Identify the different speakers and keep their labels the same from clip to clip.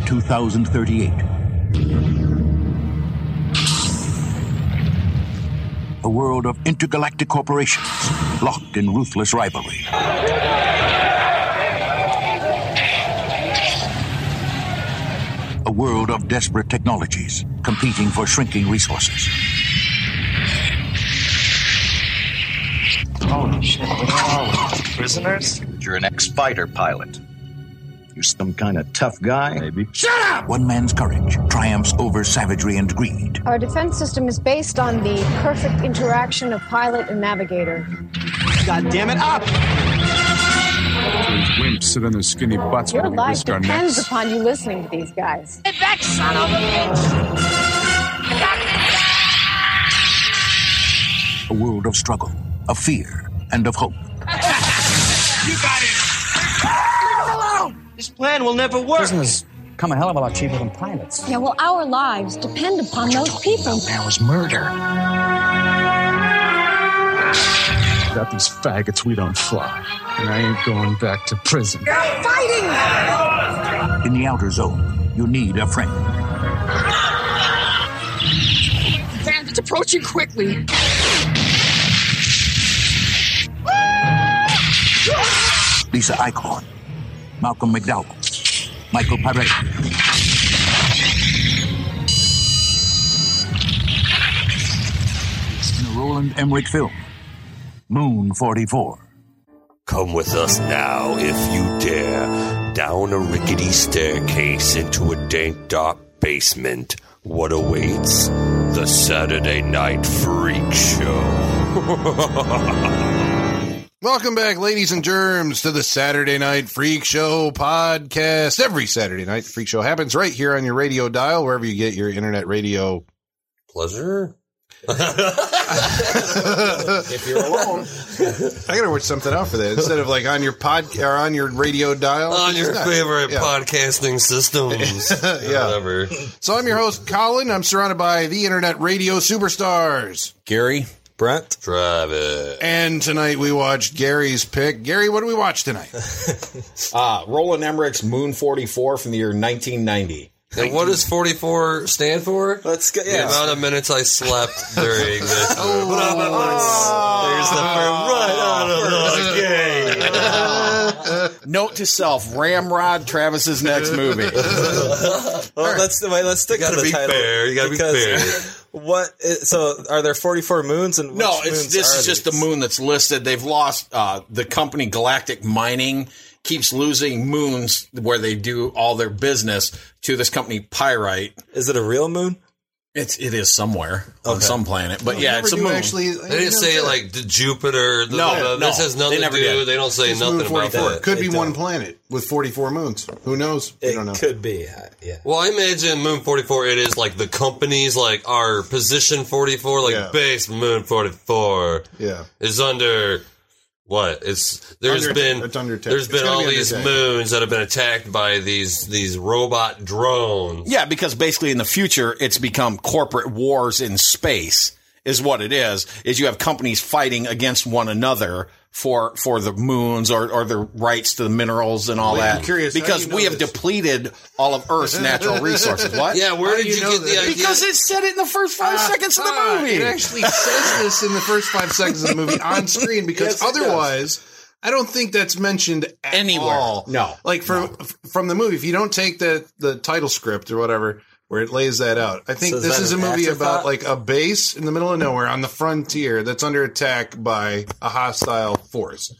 Speaker 1: 2038. A world of intergalactic corporations locked in ruthless rivalry. A world of desperate technologies competing for shrinking resources.
Speaker 2: Holy shit, we're all prisoners?
Speaker 3: You're an ex fighter pilot. You're some kind of tough guy, maybe.
Speaker 1: One man's courage triumphs over savagery and greed.
Speaker 4: Our defense system is based on the perfect interaction of pilot and navigator.
Speaker 2: God damn it, up!
Speaker 5: Those wimps sit on their skinny butts
Speaker 4: Your
Speaker 5: while we
Speaker 4: life
Speaker 5: risk our necks.
Speaker 4: depends upon you listening to these guys.
Speaker 6: Get back, son of a bitch!
Speaker 1: A world of struggle, of fear, and of hope.
Speaker 2: This plan will never work!
Speaker 7: Prisoners come a hell of a lot cheaper than pilots.
Speaker 4: Yeah, well, our lives depend upon those people.
Speaker 7: Oh, That was murder.
Speaker 5: Without these faggots, we don't fly. And I ain't going back to prison.
Speaker 1: In the outer zone, you need a friend.
Speaker 8: Bandits approaching quickly.
Speaker 1: Lisa Eichhorn, Malcolm McDowell, Michael Paré, in a Roland Emmerich film, Moon 44.
Speaker 9: Come with us now, if you dare, down a rickety staircase into a dank, dark basement. What awaits? The Saturday Night Freak Show.
Speaker 10: Welcome back, ladies and germs, to the Saturday Night Freak Show podcast. Every Saturday night, the Freak Show happens right here on your radio dial, wherever you get your internet radio.
Speaker 9: Pleasure?
Speaker 10: if you're alone, I gotta work something out for that instead of like on your pod or on your radio dial.
Speaker 9: On
Speaker 10: it's
Speaker 9: your
Speaker 10: not.
Speaker 9: favorite
Speaker 10: Yeah.
Speaker 9: podcasting systems.
Speaker 10: Yeah.
Speaker 9: Whatever.
Speaker 10: So I'm your host, Colin. I'm surrounded by the internet radio superstars,
Speaker 9: Gary? Brent? Drive it.
Speaker 10: and tonight we watched Gary's pick. Gary, what do we watch tonight?
Speaker 11: Uh, Roland Emmerich's Moon 44 from the year 1990.
Speaker 9: And what does 44 stand for?
Speaker 11: Let's get
Speaker 9: The amount of minutes I slept during this. There's the right out of the gate.
Speaker 11: Note to self: Ramrod Travis's next movie.
Speaker 10: All
Speaker 12: Well,
Speaker 10: right.
Speaker 12: let's wait, let's stick
Speaker 9: gotta
Speaker 12: to the
Speaker 9: be
Speaker 12: title.
Speaker 9: fair, you gotta be fair.
Speaker 12: What? Is, so, are there forty-four moons? And
Speaker 11: no,
Speaker 12: which
Speaker 11: it's
Speaker 12: moons
Speaker 11: this
Speaker 12: are
Speaker 11: is just the
Speaker 12: these?
Speaker 11: moon that's listed. They've lost uh, the company Galactic Mining keeps losing moons where they do all their business to this company Pyrite.
Speaker 12: Is it a real moon?
Speaker 11: It's it is somewhere on some planet, but yeah, it's a moon.
Speaker 9: They didn't say like the Jupiter. The,
Speaker 11: No,
Speaker 9: the-
Speaker 11: no,
Speaker 9: this has nothing
Speaker 11: they never
Speaker 9: to do.
Speaker 11: did.
Speaker 9: They don't say
Speaker 10: It's
Speaker 9: nothing
Speaker 10: Moon
Speaker 9: about
Speaker 10: 44.
Speaker 9: that.
Speaker 10: Could be
Speaker 12: They
Speaker 10: one
Speaker 12: don't.
Speaker 10: planet with 44 moons. Who knows? We
Speaker 12: It
Speaker 10: don't know.
Speaker 12: could be.
Speaker 11: uh,
Speaker 12: I- Yeah.
Speaker 9: Well, I imagine Moon Forty Four. It is like the companies, like our position forty four, like
Speaker 10: Yeah.
Speaker 9: base Moon Forty Four
Speaker 10: Yeah.
Speaker 9: is under what? It's there's
Speaker 10: Under attack.
Speaker 9: been
Speaker 10: It's under attack.
Speaker 9: there's
Speaker 10: It's
Speaker 9: been
Speaker 10: gotta be
Speaker 9: all
Speaker 10: under
Speaker 9: these
Speaker 10: attack.
Speaker 9: moons that have been attacked by these these robot drones.
Speaker 11: Yeah, because basically in the future, it's become corporate wars in space is what it is. Is you have companies fighting against one another for for the moons or, or the rights to the minerals and all
Speaker 10: Wait, I'm
Speaker 11: that.
Speaker 10: curious, how do
Speaker 11: because
Speaker 10: you know
Speaker 11: we have
Speaker 10: this?
Speaker 11: depleted all of Earth's natural resources. What?
Speaker 9: Yeah, where
Speaker 10: How do
Speaker 9: did
Speaker 10: you
Speaker 9: you,
Speaker 10: know
Speaker 9: get the
Speaker 10: that?
Speaker 9: idea?
Speaker 11: Because it said it in the first five seconds of the
Speaker 10: Ah,
Speaker 11: movie.
Speaker 10: It actually says this in the first five seconds of the movie on screen because
Speaker 11: Yes, it does.
Speaker 10: otherwise, I don't think that's mentioned at
Speaker 11: Anywhere.
Speaker 10: all.
Speaker 11: No.
Speaker 10: like from f- from the movie, if you don't take the the title script or whatever where it lays that out, I think
Speaker 12: So is
Speaker 10: this
Speaker 12: that
Speaker 10: is a
Speaker 12: an
Speaker 10: movie
Speaker 12: afterthought?
Speaker 10: about like a base in the middle of nowhere on the frontier that's under attack by a hostile force,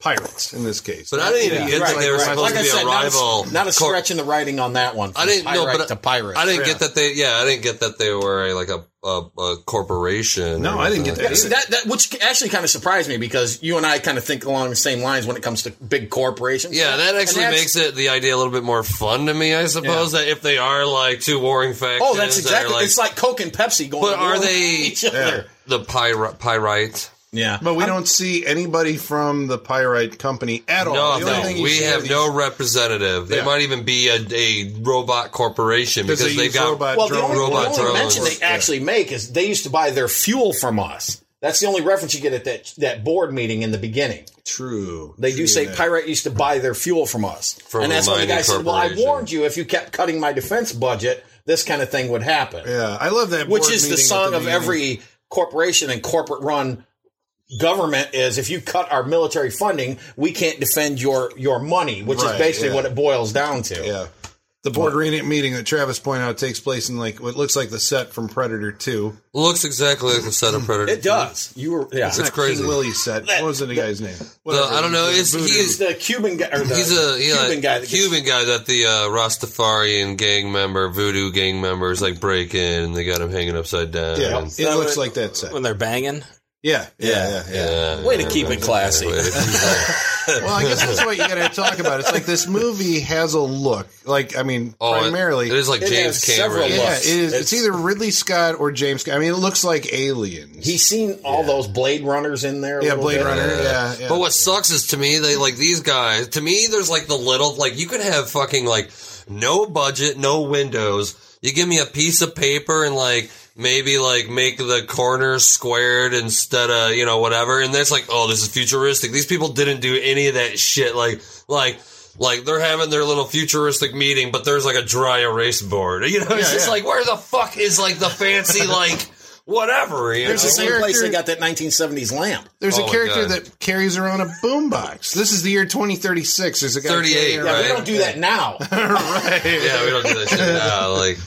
Speaker 10: pirates in this case.
Speaker 9: but I didn't even get that they were
Speaker 10: right.
Speaker 9: supposed
Speaker 10: Like
Speaker 9: to
Speaker 10: I
Speaker 9: be
Speaker 10: said,
Speaker 9: a
Speaker 11: not a-
Speaker 9: rival.
Speaker 11: Not a stretch in the writing on that one. From
Speaker 9: I didn't know,
Speaker 11: Pyrite
Speaker 9: but
Speaker 11: to pirate.
Speaker 9: I didn't
Speaker 10: Yeah.
Speaker 9: get that they. Yeah, I didn't get that they were a, like a, a, a corporation.
Speaker 10: No,
Speaker 9: or
Speaker 10: I didn't
Speaker 9: anything
Speaker 10: get
Speaker 9: like
Speaker 11: See that, that which actually kind of surprised me because you and I kind of think along the same lines when it comes to big corporations.
Speaker 9: Yeah, that
Speaker 11: And
Speaker 9: actually
Speaker 11: that's-
Speaker 9: makes it the idea a little bit more fun to me. I suppose that if they are like two warring factions,
Speaker 11: Oh, that's
Speaker 9: that
Speaker 11: exactly.
Speaker 9: Are like,
Speaker 11: it's like Coke and Pepsi going.
Speaker 9: But
Speaker 11: to
Speaker 9: are
Speaker 11: war
Speaker 9: they-
Speaker 11: with Each other.
Speaker 9: the pyri- pyrite.
Speaker 11: Yeah.
Speaker 10: But we don't see anybody from the pyrite company at all.
Speaker 9: No,
Speaker 10: Oh, The only thing
Speaker 9: no,
Speaker 10: you
Speaker 9: we
Speaker 10: see are
Speaker 9: have
Speaker 10: these-
Speaker 9: no representative. They
Speaker 10: Yeah.
Speaker 9: might even be a, a robot corporation
Speaker 10: because
Speaker 9: because
Speaker 10: they
Speaker 9: they've
Speaker 10: use
Speaker 9: got
Speaker 10: robot
Speaker 11: well, the
Speaker 10: drones.
Speaker 11: only, the
Speaker 9: robot
Speaker 11: only
Speaker 9: drones.
Speaker 11: mention they actually make is they used to buy their fuel from us.
Speaker 7: That's the only reference you get at that that board meeting in the beginning.
Speaker 10: True.
Speaker 7: They
Speaker 10: True
Speaker 7: do say
Speaker 10: that.
Speaker 7: Pirate used to buy their fuel from us,
Speaker 10: From
Speaker 7: and that's
Speaker 10: the
Speaker 7: when the guy
Speaker 10: mining
Speaker 7: said, "Well, I
Speaker 10: corporation.
Speaker 7: warned you. If you kept cutting my defense budget, this kind of thing would happen."
Speaker 10: Yeah, I love that.
Speaker 7: Which
Speaker 10: board
Speaker 7: is the
Speaker 10: meeting at
Speaker 7: song of
Speaker 10: beginning.
Speaker 7: every corporation and corporate run government is if you cut our military funding, we can't defend your your money, which
Speaker 10: Right,
Speaker 7: is basically
Speaker 10: yeah.
Speaker 7: what it boils down to.
Speaker 10: Yeah. The board reunion meeting that Travis pointed out takes place in like what looks like the set from Predator Two.
Speaker 9: Looks exactly like the set of Predator.
Speaker 7: It does. You were yeah.
Speaker 10: It's,
Speaker 9: It's
Speaker 10: not
Speaker 9: crazy.
Speaker 10: King Willie's set. what was the guy's name?
Speaker 9: The,
Speaker 10: Whatever.
Speaker 9: I don't know. It's, he
Speaker 10: Voodoo.
Speaker 9: is
Speaker 7: the Cuban guy. Or the
Speaker 9: he's a yeah,
Speaker 7: Cuban guy. That
Speaker 9: Cuban guy that the uh, Rastafarian gang member, voodoo gang members like break in and they got him hanging upside down.
Speaker 10: Yeah,
Speaker 9: And-
Speaker 10: it looks like that set.
Speaker 2: when they're banging.
Speaker 10: Yeah, yeah, yeah.
Speaker 9: yeah.
Speaker 2: Way to keep it classy.
Speaker 9: Way to keep it-
Speaker 10: well, I guess that's what you got to talk about. It's like this movie has a look. Like, I mean,
Speaker 7: Oh,
Speaker 9: it-
Speaker 10: primarily
Speaker 9: it is like It James has several Cameron.
Speaker 10: Yeah, it
Speaker 9: looks.
Speaker 10: is. It's,
Speaker 9: It's-
Speaker 10: either Ridley Scott or James. Ca- I mean, it looks like Aliens.
Speaker 7: He's seen all those Blade Runners in there. a
Speaker 10: Yeah,
Speaker 7: little
Speaker 10: Blade
Speaker 7: bit.
Speaker 10: Runner. Yeah, yeah.
Speaker 9: But what sucks is to me, they like these guys. To me, there's like the little like you could have fucking like no budget, no windows. You give me a piece of paper and like maybe like make the corners squared instead of you know whatever, and that's like oh this is futuristic. These people didn't do any of that shit. Like like. Like they're having their little futuristic meeting, but there's like a dry erase board. You know, it's
Speaker 7: Yeah,
Speaker 9: just
Speaker 7: yeah.
Speaker 9: like where the fuck is like the fancy like whatever? You
Speaker 7: There's
Speaker 9: know?
Speaker 7: the same place they got that 1970s lamp.
Speaker 10: There's
Speaker 9: Oh
Speaker 10: a
Speaker 9: my
Speaker 10: character
Speaker 9: God.
Speaker 10: that carries around a boombox. This is the year 2036. There's a guy.
Speaker 9: 38,
Speaker 10: carrying
Speaker 7: Yeah,
Speaker 10: around-
Speaker 7: we don't do that now.
Speaker 10: right.
Speaker 9: yeah, we don't do that shit now. Like,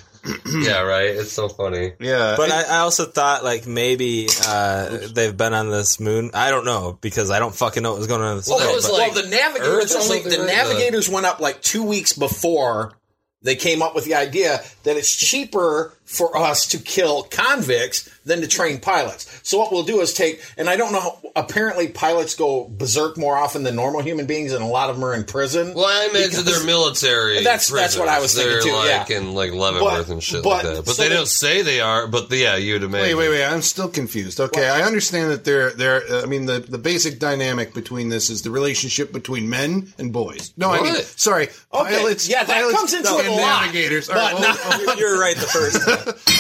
Speaker 9: yeah, right. It's so funny.
Speaker 10: Yeah,
Speaker 2: But I, I also thought like maybe uh, they've been on this moon. I don't know because I don't fucking know what was going on. on This
Speaker 9: Oh,
Speaker 7: Well,
Speaker 2: planet,
Speaker 7: it was
Speaker 2: but-
Speaker 7: like, well, the navigators
Speaker 2: Earth or
Speaker 7: only
Speaker 2: something
Speaker 7: the
Speaker 2: like that.
Speaker 7: navigators went up like two weeks before they came up with the idea that it's cheaper for us to kill convicts than to train pilots. So what we'll do is take and I don't know. Apparently, pilots go berserk more often than normal human beings, and a lot of them are in prison.
Speaker 9: Well, I imagine
Speaker 7: Because-
Speaker 9: they're military.
Speaker 7: That's- that's what I was
Speaker 9: prisoners.
Speaker 7: thinking
Speaker 9: They're
Speaker 7: too,
Speaker 9: Like
Speaker 7: yeah.
Speaker 9: in like Leavenworth
Speaker 7: But-
Speaker 9: and shit
Speaker 7: but-
Speaker 9: like that. But
Speaker 7: so
Speaker 9: they
Speaker 7: they-
Speaker 9: don't say they are. But yeah, you'd
Speaker 10: Wait,
Speaker 9: imagine.
Speaker 10: wait, wait! I'm still confused. Okay, I understand that there, there. uh, I mean, the the basic dynamic between this is the relationship between men and boys. No, I mean,
Speaker 9: What?
Speaker 10: sorry,
Speaker 7: Okay,
Speaker 10: pilots.
Speaker 7: yeah, that
Speaker 10: pilots
Speaker 7: comes into
Speaker 10: and
Speaker 7: it a lot,
Speaker 10: navigators.
Speaker 7: but
Speaker 10: All right,
Speaker 7: not-
Speaker 10: well,
Speaker 2: you're right the first.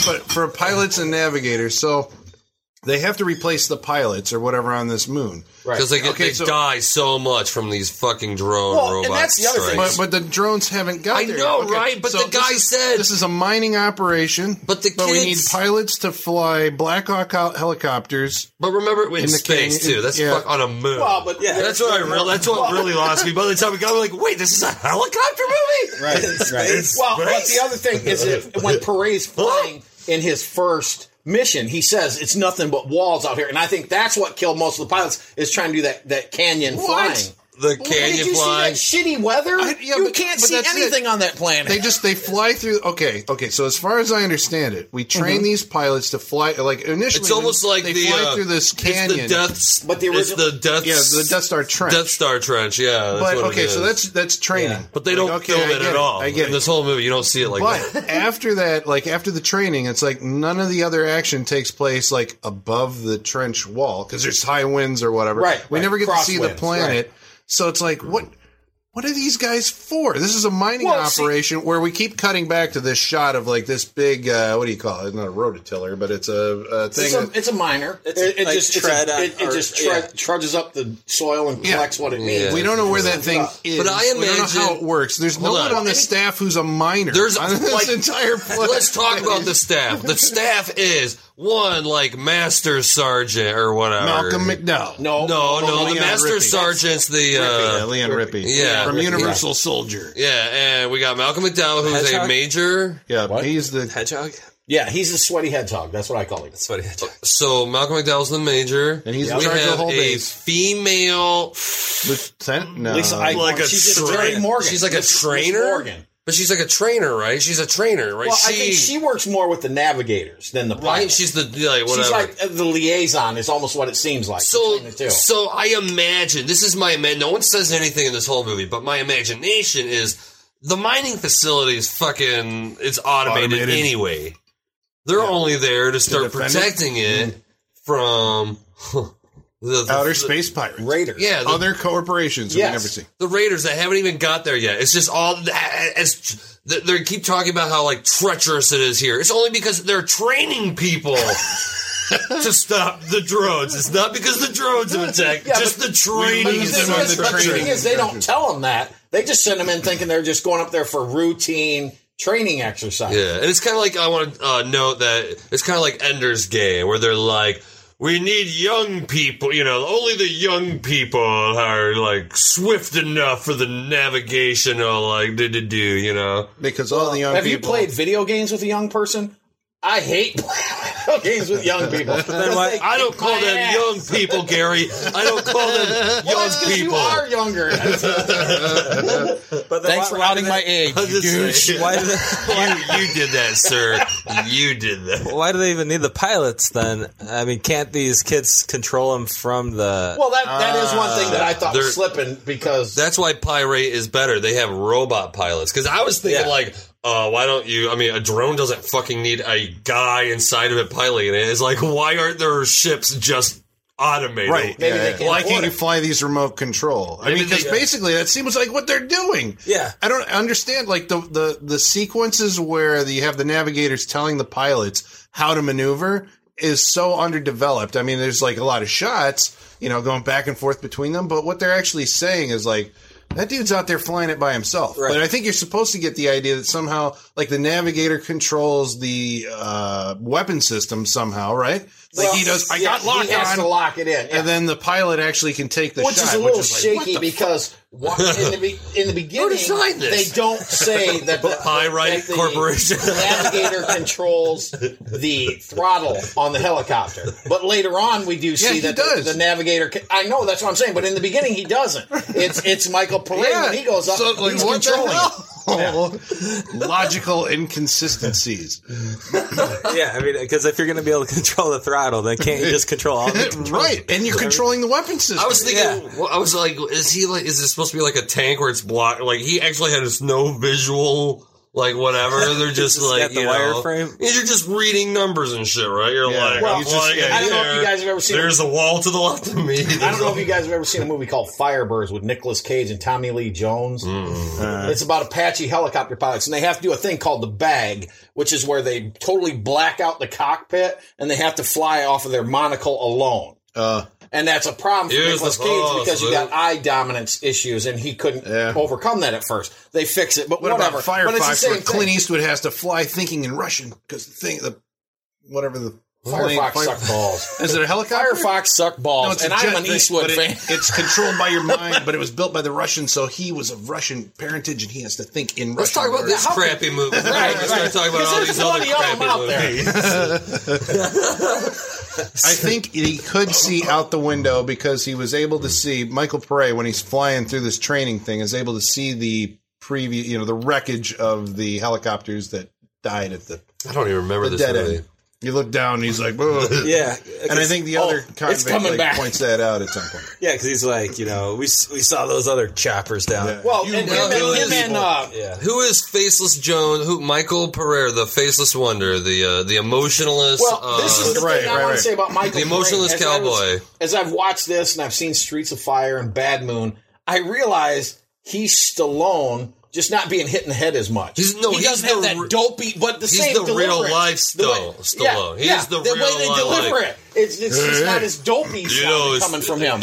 Speaker 10: but for pilots and navigators, so they have to replace the pilots or whatever on this moon.
Speaker 9: Because they, get,
Speaker 10: Okay,
Speaker 9: they
Speaker 10: so-
Speaker 9: die so much from these fucking drone
Speaker 7: Well,
Speaker 9: robots.
Speaker 7: and that's the other thing.
Speaker 10: But, but the drones haven't got
Speaker 9: I
Speaker 10: there.
Speaker 9: know,
Speaker 10: yet.
Speaker 9: right? But the guy
Speaker 10: this is-
Speaker 9: said-
Speaker 10: this is a mining operation.
Speaker 9: But the
Speaker 10: we need
Speaker 9: kids-
Speaker 10: pilots to fly Black Hawk hel- helicopters.
Speaker 9: But remember, in,
Speaker 10: In the
Speaker 9: space
Speaker 10: King-
Speaker 9: too. That's
Speaker 10: yeah.
Speaker 9: fuck on a moon.
Speaker 7: Well, but yeah,
Speaker 9: that's what I real. That's what
Speaker 7: Well-
Speaker 9: really lost me. By the time we got, I'm like, wait, this is a helicopter movie.
Speaker 7: Right. right. Well, but
Speaker 9: space.
Speaker 7: the other thing is that when Perret's flying in his first mission, he says it's nothing but walls out here, and I think that's what killed most of the pilots is trying to do that that canyon
Speaker 10: What?
Speaker 7: flying.
Speaker 9: The
Speaker 7: Well, Did you
Speaker 9: canyon flying.
Speaker 7: see that shitty weather?
Speaker 10: I- yeah,
Speaker 7: you
Speaker 10: but-
Speaker 7: can't
Speaker 10: but
Speaker 7: see
Speaker 10: that's it.
Speaker 7: anything on that planet.
Speaker 10: They just they fly through. Okay, okay. So as far as I understand it, we train
Speaker 7: Mhm.
Speaker 10: these pilots to fly. Like initially,
Speaker 9: It's almost like
Speaker 10: they
Speaker 9: the
Speaker 10: fly
Speaker 9: uh,
Speaker 10: through this
Speaker 9: it's the
Speaker 10: canyon.
Speaker 9: deaths-
Speaker 7: But the
Speaker 9: it's
Speaker 7: original-
Speaker 9: the death.
Speaker 10: yeah, the Death Star trench.
Speaker 9: Death Star trench. Yeah, that's
Speaker 10: but
Speaker 9: what it
Speaker 10: okay, so
Speaker 9: is.
Speaker 10: that's that's training.
Speaker 9: But they don't
Speaker 10: Like, okay,
Speaker 9: film
Speaker 10: I
Speaker 9: it
Speaker 10: get
Speaker 9: at
Speaker 10: it.
Speaker 9: all.
Speaker 10: I get
Speaker 9: in
Speaker 10: it.
Speaker 9: this whole movie, you don't see it like that.
Speaker 10: but after that, like after the training, it's like none of the other action takes place like above the trench wall because there's high winds or whatever.
Speaker 7: Right,
Speaker 10: We
Speaker 7: right.
Speaker 10: never get to see the
Speaker 7: Crosswinds,
Speaker 10: planet. So it's like what what are these guys for? This is a mining
Speaker 7: Well, see-
Speaker 10: operation where we keep cutting back to this shot of like this big uh, what do you call it? It's not a rototiller, but it's a, a thing.
Speaker 7: it's a,
Speaker 10: that-
Speaker 7: it's a minor.
Speaker 2: It's
Speaker 7: it, it
Speaker 2: like
Speaker 7: just it's
Speaker 2: tread
Speaker 7: a,
Speaker 2: on-
Speaker 7: it, it
Speaker 2: or-
Speaker 7: just tre-
Speaker 2: yeah.
Speaker 7: trudges up the soil and
Speaker 10: Yeah.
Speaker 7: collects what it needs.
Speaker 10: we don't know where that thing is.
Speaker 9: But I
Speaker 10: we don't know how
Speaker 9: imagine-
Speaker 10: it works. There's no
Speaker 9: Hold
Speaker 10: one
Speaker 9: on.
Speaker 10: on the staff who's a miner.
Speaker 9: There's
Speaker 10: on this
Speaker 9: like-
Speaker 10: entire planet.
Speaker 9: Let's talk about the staff. The staff is one like master sergeant or whatever.
Speaker 10: Malcolm McDowell.
Speaker 7: No,
Speaker 9: No, no,
Speaker 10: Leon
Speaker 9: the master
Speaker 10: Rippey.
Speaker 9: sergeant's the
Speaker 10: Rippey, yeah,
Speaker 9: uh,
Speaker 10: Leon Rippey.
Speaker 9: Yeah,
Speaker 10: From
Speaker 9: Rippey.
Speaker 10: Universal Soldier.
Speaker 9: yeah, and we got Malcolm McDowell who's a
Speaker 2: Hedgehog?
Speaker 9: major.
Speaker 10: Yeah, he's the
Speaker 2: hedgehog.
Speaker 7: Yeah, he's a sweaty hedgehog. That's what I call him.
Speaker 2: That's what he had.
Speaker 9: So Malcolm McDowell's the major,
Speaker 10: And he's in
Speaker 9: we
Speaker 10: charge of the
Speaker 9: have
Speaker 10: whole
Speaker 9: a
Speaker 10: base.
Speaker 9: female.
Speaker 10: lieutenant. No,
Speaker 7: Lisa Eichhorn,
Speaker 9: like a
Speaker 7: she's just
Speaker 9: train-
Speaker 7: Jerry Morgan.
Speaker 9: she's like a
Speaker 7: Miss- Miss
Speaker 9: trainer?
Speaker 7: Morgan.
Speaker 9: But she's like a trainer, right? She's a trainer, right?
Speaker 7: Well, I think she works more with the navigators than the
Speaker 9: right?
Speaker 7: pilots.
Speaker 9: She's the like whatever.
Speaker 7: She's like uh, the liaison is almost what it seems like.
Speaker 9: So,
Speaker 7: between the two.
Speaker 9: so I imagine this is my man. No one says anything in this whole movie, but my imagination is the mining facility is fucking. It's automated,
Speaker 10: Automated.
Speaker 9: anyway. They're only there to start
Speaker 10: defend it?
Speaker 9: protecting it, from the, the-
Speaker 10: outer
Speaker 9: the-
Speaker 10: space pirates.
Speaker 7: Raiders.
Speaker 9: Yeah, the,
Speaker 10: Other corporations
Speaker 7: Yes.
Speaker 10: we never see.
Speaker 9: the Raiders that haven't even got there yet. It's just all as they keep talking about how like treacherous it is here. It's only because they're training people. to stop the drones. It's not because the drones have attacked,
Speaker 7: Yeah,
Speaker 9: just
Speaker 7: but-
Speaker 9: the training
Speaker 7: But
Speaker 9: is
Speaker 7: the thing is- but the thing is, they don't tell them that. They just send them in thinking they're just going up there for routine training exercise.
Speaker 9: Yeah, and it's kind of like I want to uh, note that it's kind of like Ender's Game, where they're like, "We need young people. You know, only the young people are like swift enough for the navigational like do do do. You know,
Speaker 10: because all the young
Speaker 7: Have you
Speaker 9: people.
Speaker 7: played video games with a young person? I hate playing video games with young people.
Speaker 9: Then why- I don't call them young people, Gary. I don't call them
Speaker 7: Well,
Speaker 9: young
Speaker 7: that's 'cause
Speaker 9: people.
Speaker 7: You are younger.
Speaker 9: but
Speaker 13: Thanks for outing my age.
Speaker 9: I'm just
Speaker 13: you
Speaker 9: saying.
Speaker 13: douche.
Speaker 9: Why did you, you did that, sir. You did that.
Speaker 11: Why do they even need the pilots then? I mean, can't these kids control them from the?
Speaker 7: Well, that that is one thing that I thought
Speaker 9: They're-
Speaker 7: was slipping because
Speaker 9: That's why Pyrate is better. They have robot pilots. Because I was thinking,
Speaker 7: Yeah.
Speaker 9: like, uh, why don't you? I mean, a drone doesn't fucking need a guy inside of it piloting it. It's like, why aren't their ships just automated?
Speaker 10: Right.
Speaker 9: Maybe
Speaker 10: yeah. Why can't you fly these remote control? I
Speaker 9: Maybe
Speaker 10: mean, because
Speaker 9: they-
Speaker 10: basically that seems like what they're doing.
Speaker 11: Yeah.
Speaker 10: I don't understand like the the the sequences where the, you have the navigators telling the pilots how to maneuver is so underdeveloped. I mean, there's like a lot of shots, you know, going back and forth between them, but what they're actually saying is like that dude's out there flying it by himself. But I think you're supposed to get the idea that somehow, like the navigator controls the uh, weapon system somehow, right? Like he does. I got locked
Speaker 7: he has
Speaker 10: on.
Speaker 7: to lock it in.
Speaker 10: And then the pilot actually can take the
Speaker 7: which
Speaker 10: shot,
Speaker 7: is a
Speaker 10: like,
Speaker 7: little
Speaker 10: what
Speaker 7: shaky
Speaker 10: the
Speaker 7: because what, in, the be, in the beginning
Speaker 9: designed this?
Speaker 7: they don't say that the
Speaker 9: Pyrite
Speaker 7: that the
Speaker 9: Corporation.
Speaker 7: navigator controls the throttle on the helicopter. But later on, we do see
Speaker 10: he
Speaker 7: that the- The, navigator. Can, I know that's what I'm saying, but in the beginning, he doesn't. It's it's Michael Paré
Speaker 10: Yeah,
Speaker 7: when he goes up.
Speaker 10: so, like,
Speaker 7: he's
Speaker 10: what the
Speaker 7: controlling.
Speaker 10: hell?
Speaker 7: it.
Speaker 10: logical inconsistencies.
Speaker 11: yeah, I mean, because if you're going to be able to control the throttle, then can't you just control all the
Speaker 10: right, and you're controlling the weapon system.
Speaker 9: I was thinking, well, I was like, is he like, is this supposed to be like a tank where it's blocked? Like, he actually has no visual, like, whatever. They're just,
Speaker 11: Just
Speaker 9: like,
Speaker 11: got the
Speaker 9: you know,
Speaker 11: wireframe.
Speaker 9: You're just reading numbers and shit, right? You're
Speaker 7: Yeah.
Speaker 9: like,
Speaker 7: Well,
Speaker 9: I'm
Speaker 7: he's just-
Speaker 9: flying
Speaker 7: yeah, I don't know if
Speaker 9: here.
Speaker 7: you guys have ever seen-
Speaker 9: There's a wall to the left of me.
Speaker 7: I don't know if you guys have ever seen a movie called Firebirds with Nicolas Cage and Tommy Lee Jones.
Speaker 10: Mm-hmm.
Speaker 7: It's about Apache helicopter pilots, and they have to do a thing called the bag, which is where they totally black out the cockpit and they have to fly off of their monocle alone.
Speaker 10: Uh,
Speaker 7: and that's a problem for
Speaker 9: Here's
Speaker 7: Nicolas
Speaker 9: the
Speaker 7: Cage
Speaker 9: boss,
Speaker 7: because you got
Speaker 9: Luke.
Speaker 7: eye dominance issues, and he couldn't overcome that at first. They fix it, but
Speaker 10: What
Speaker 7: whatever.
Speaker 10: about Firefox
Speaker 7: but it's the same
Speaker 10: where
Speaker 7: thing.
Speaker 10: Clint Eastwood has to fly thinking in Russian because the thing, the whatever the
Speaker 7: Firefox
Speaker 10: plane-
Speaker 7: suck balls.
Speaker 10: Is it a helicopter?
Speaker 7: Firefox suck
Speaker 10: No,
Speaker 7: balls,
Speaker 10: it's a
Speaker 7: and I'm
Speaker 10: jet
Speaker 7: an
Speaker 10: thing,
Speaker 7: Eastwood
Speaker 10: but it-
Speaker 7: fan.
Speaker 10: it's controlled by your mind, but it was built by the Russians, so he was of Russian parentage, and he has to think in
Speaker 9: Let's
Speaker 10: Russian.
Speaker 9: talk about this
Speaker 10: words.
Speaker 9: crappy movie. right, Let's start talking about all these other crappy movies.
Speaker 10: I think he could see out the window because he was able to see Michael Pere when he's flying through this training thing is able to see the preview, you know, the wreckage of the helicopters that died at the.
Speaker 9: I don't even remember
Speaker 10: the
Speaker 9: this
Speaker 10: dead
Speaker 9: movie.
Speaker 10: end. You look down and he's like, "Whoa."
Speaker 11: Yeah,
Speaker 10: and I think the
Speaker 11: Oh,
Speaker 10: other
Speaker 11: it's
Speaker 10: convict
Speaker 11: coming
Speaker 10: like,
Speaker 11: back.
Speaker 10: points that out at some point.
Speaker 11: Yeah, because he's like, you know, we s- we saw those other choppers down.
Speaker 7: Well, and,
Speaker 9: know
Speaker 7: him and,
Speaker 9: those
Speaker 7: him and
Speaker 9: people.
Speaker 7: uh,
Speaker 9: Who is Faceless Jones? Who Michael Pereira, the Faceless Wonder, the uh, the emotionalist?
Speaker 7: Well, this
Speaker 9: uh,
Speaker 7: is the thing I want to say about Michael.
Speaker 9: the emotionless
Speaker 7: Caine. As I was-
Speaker 9: cowboy.
Speaker 7: as I've watched this and I've seen Streets of Fire and Bad Moon, I realize he's Stallone. Just not being hit in the head as much.
Speaker 9: He's- no,
Speaker 7: he
Speaker 9: he's
Speaker 7: doesn't
Speaker 9: the
Speaker 7: have that
Speaker 9: re-
Speaker 7: dopey, but the
Speaker 9: he's
Speaker 7: same
Speaker 9: the real
Speaker 7: deliverance.
Speaker 9: life
Speaker 7: The way-
Speaker 9: Stallone. Stallone. He's the
Speaker 7: the
Speaker 9: real
Speaker 7: way they
Speaker 9: life-
Speaker 7: deliver it. It's, it's just
Speaker 9: Hey.
Speaker 7: not as dopey sound
Speaker 9: know, it's-
Speaker 7: coming from him.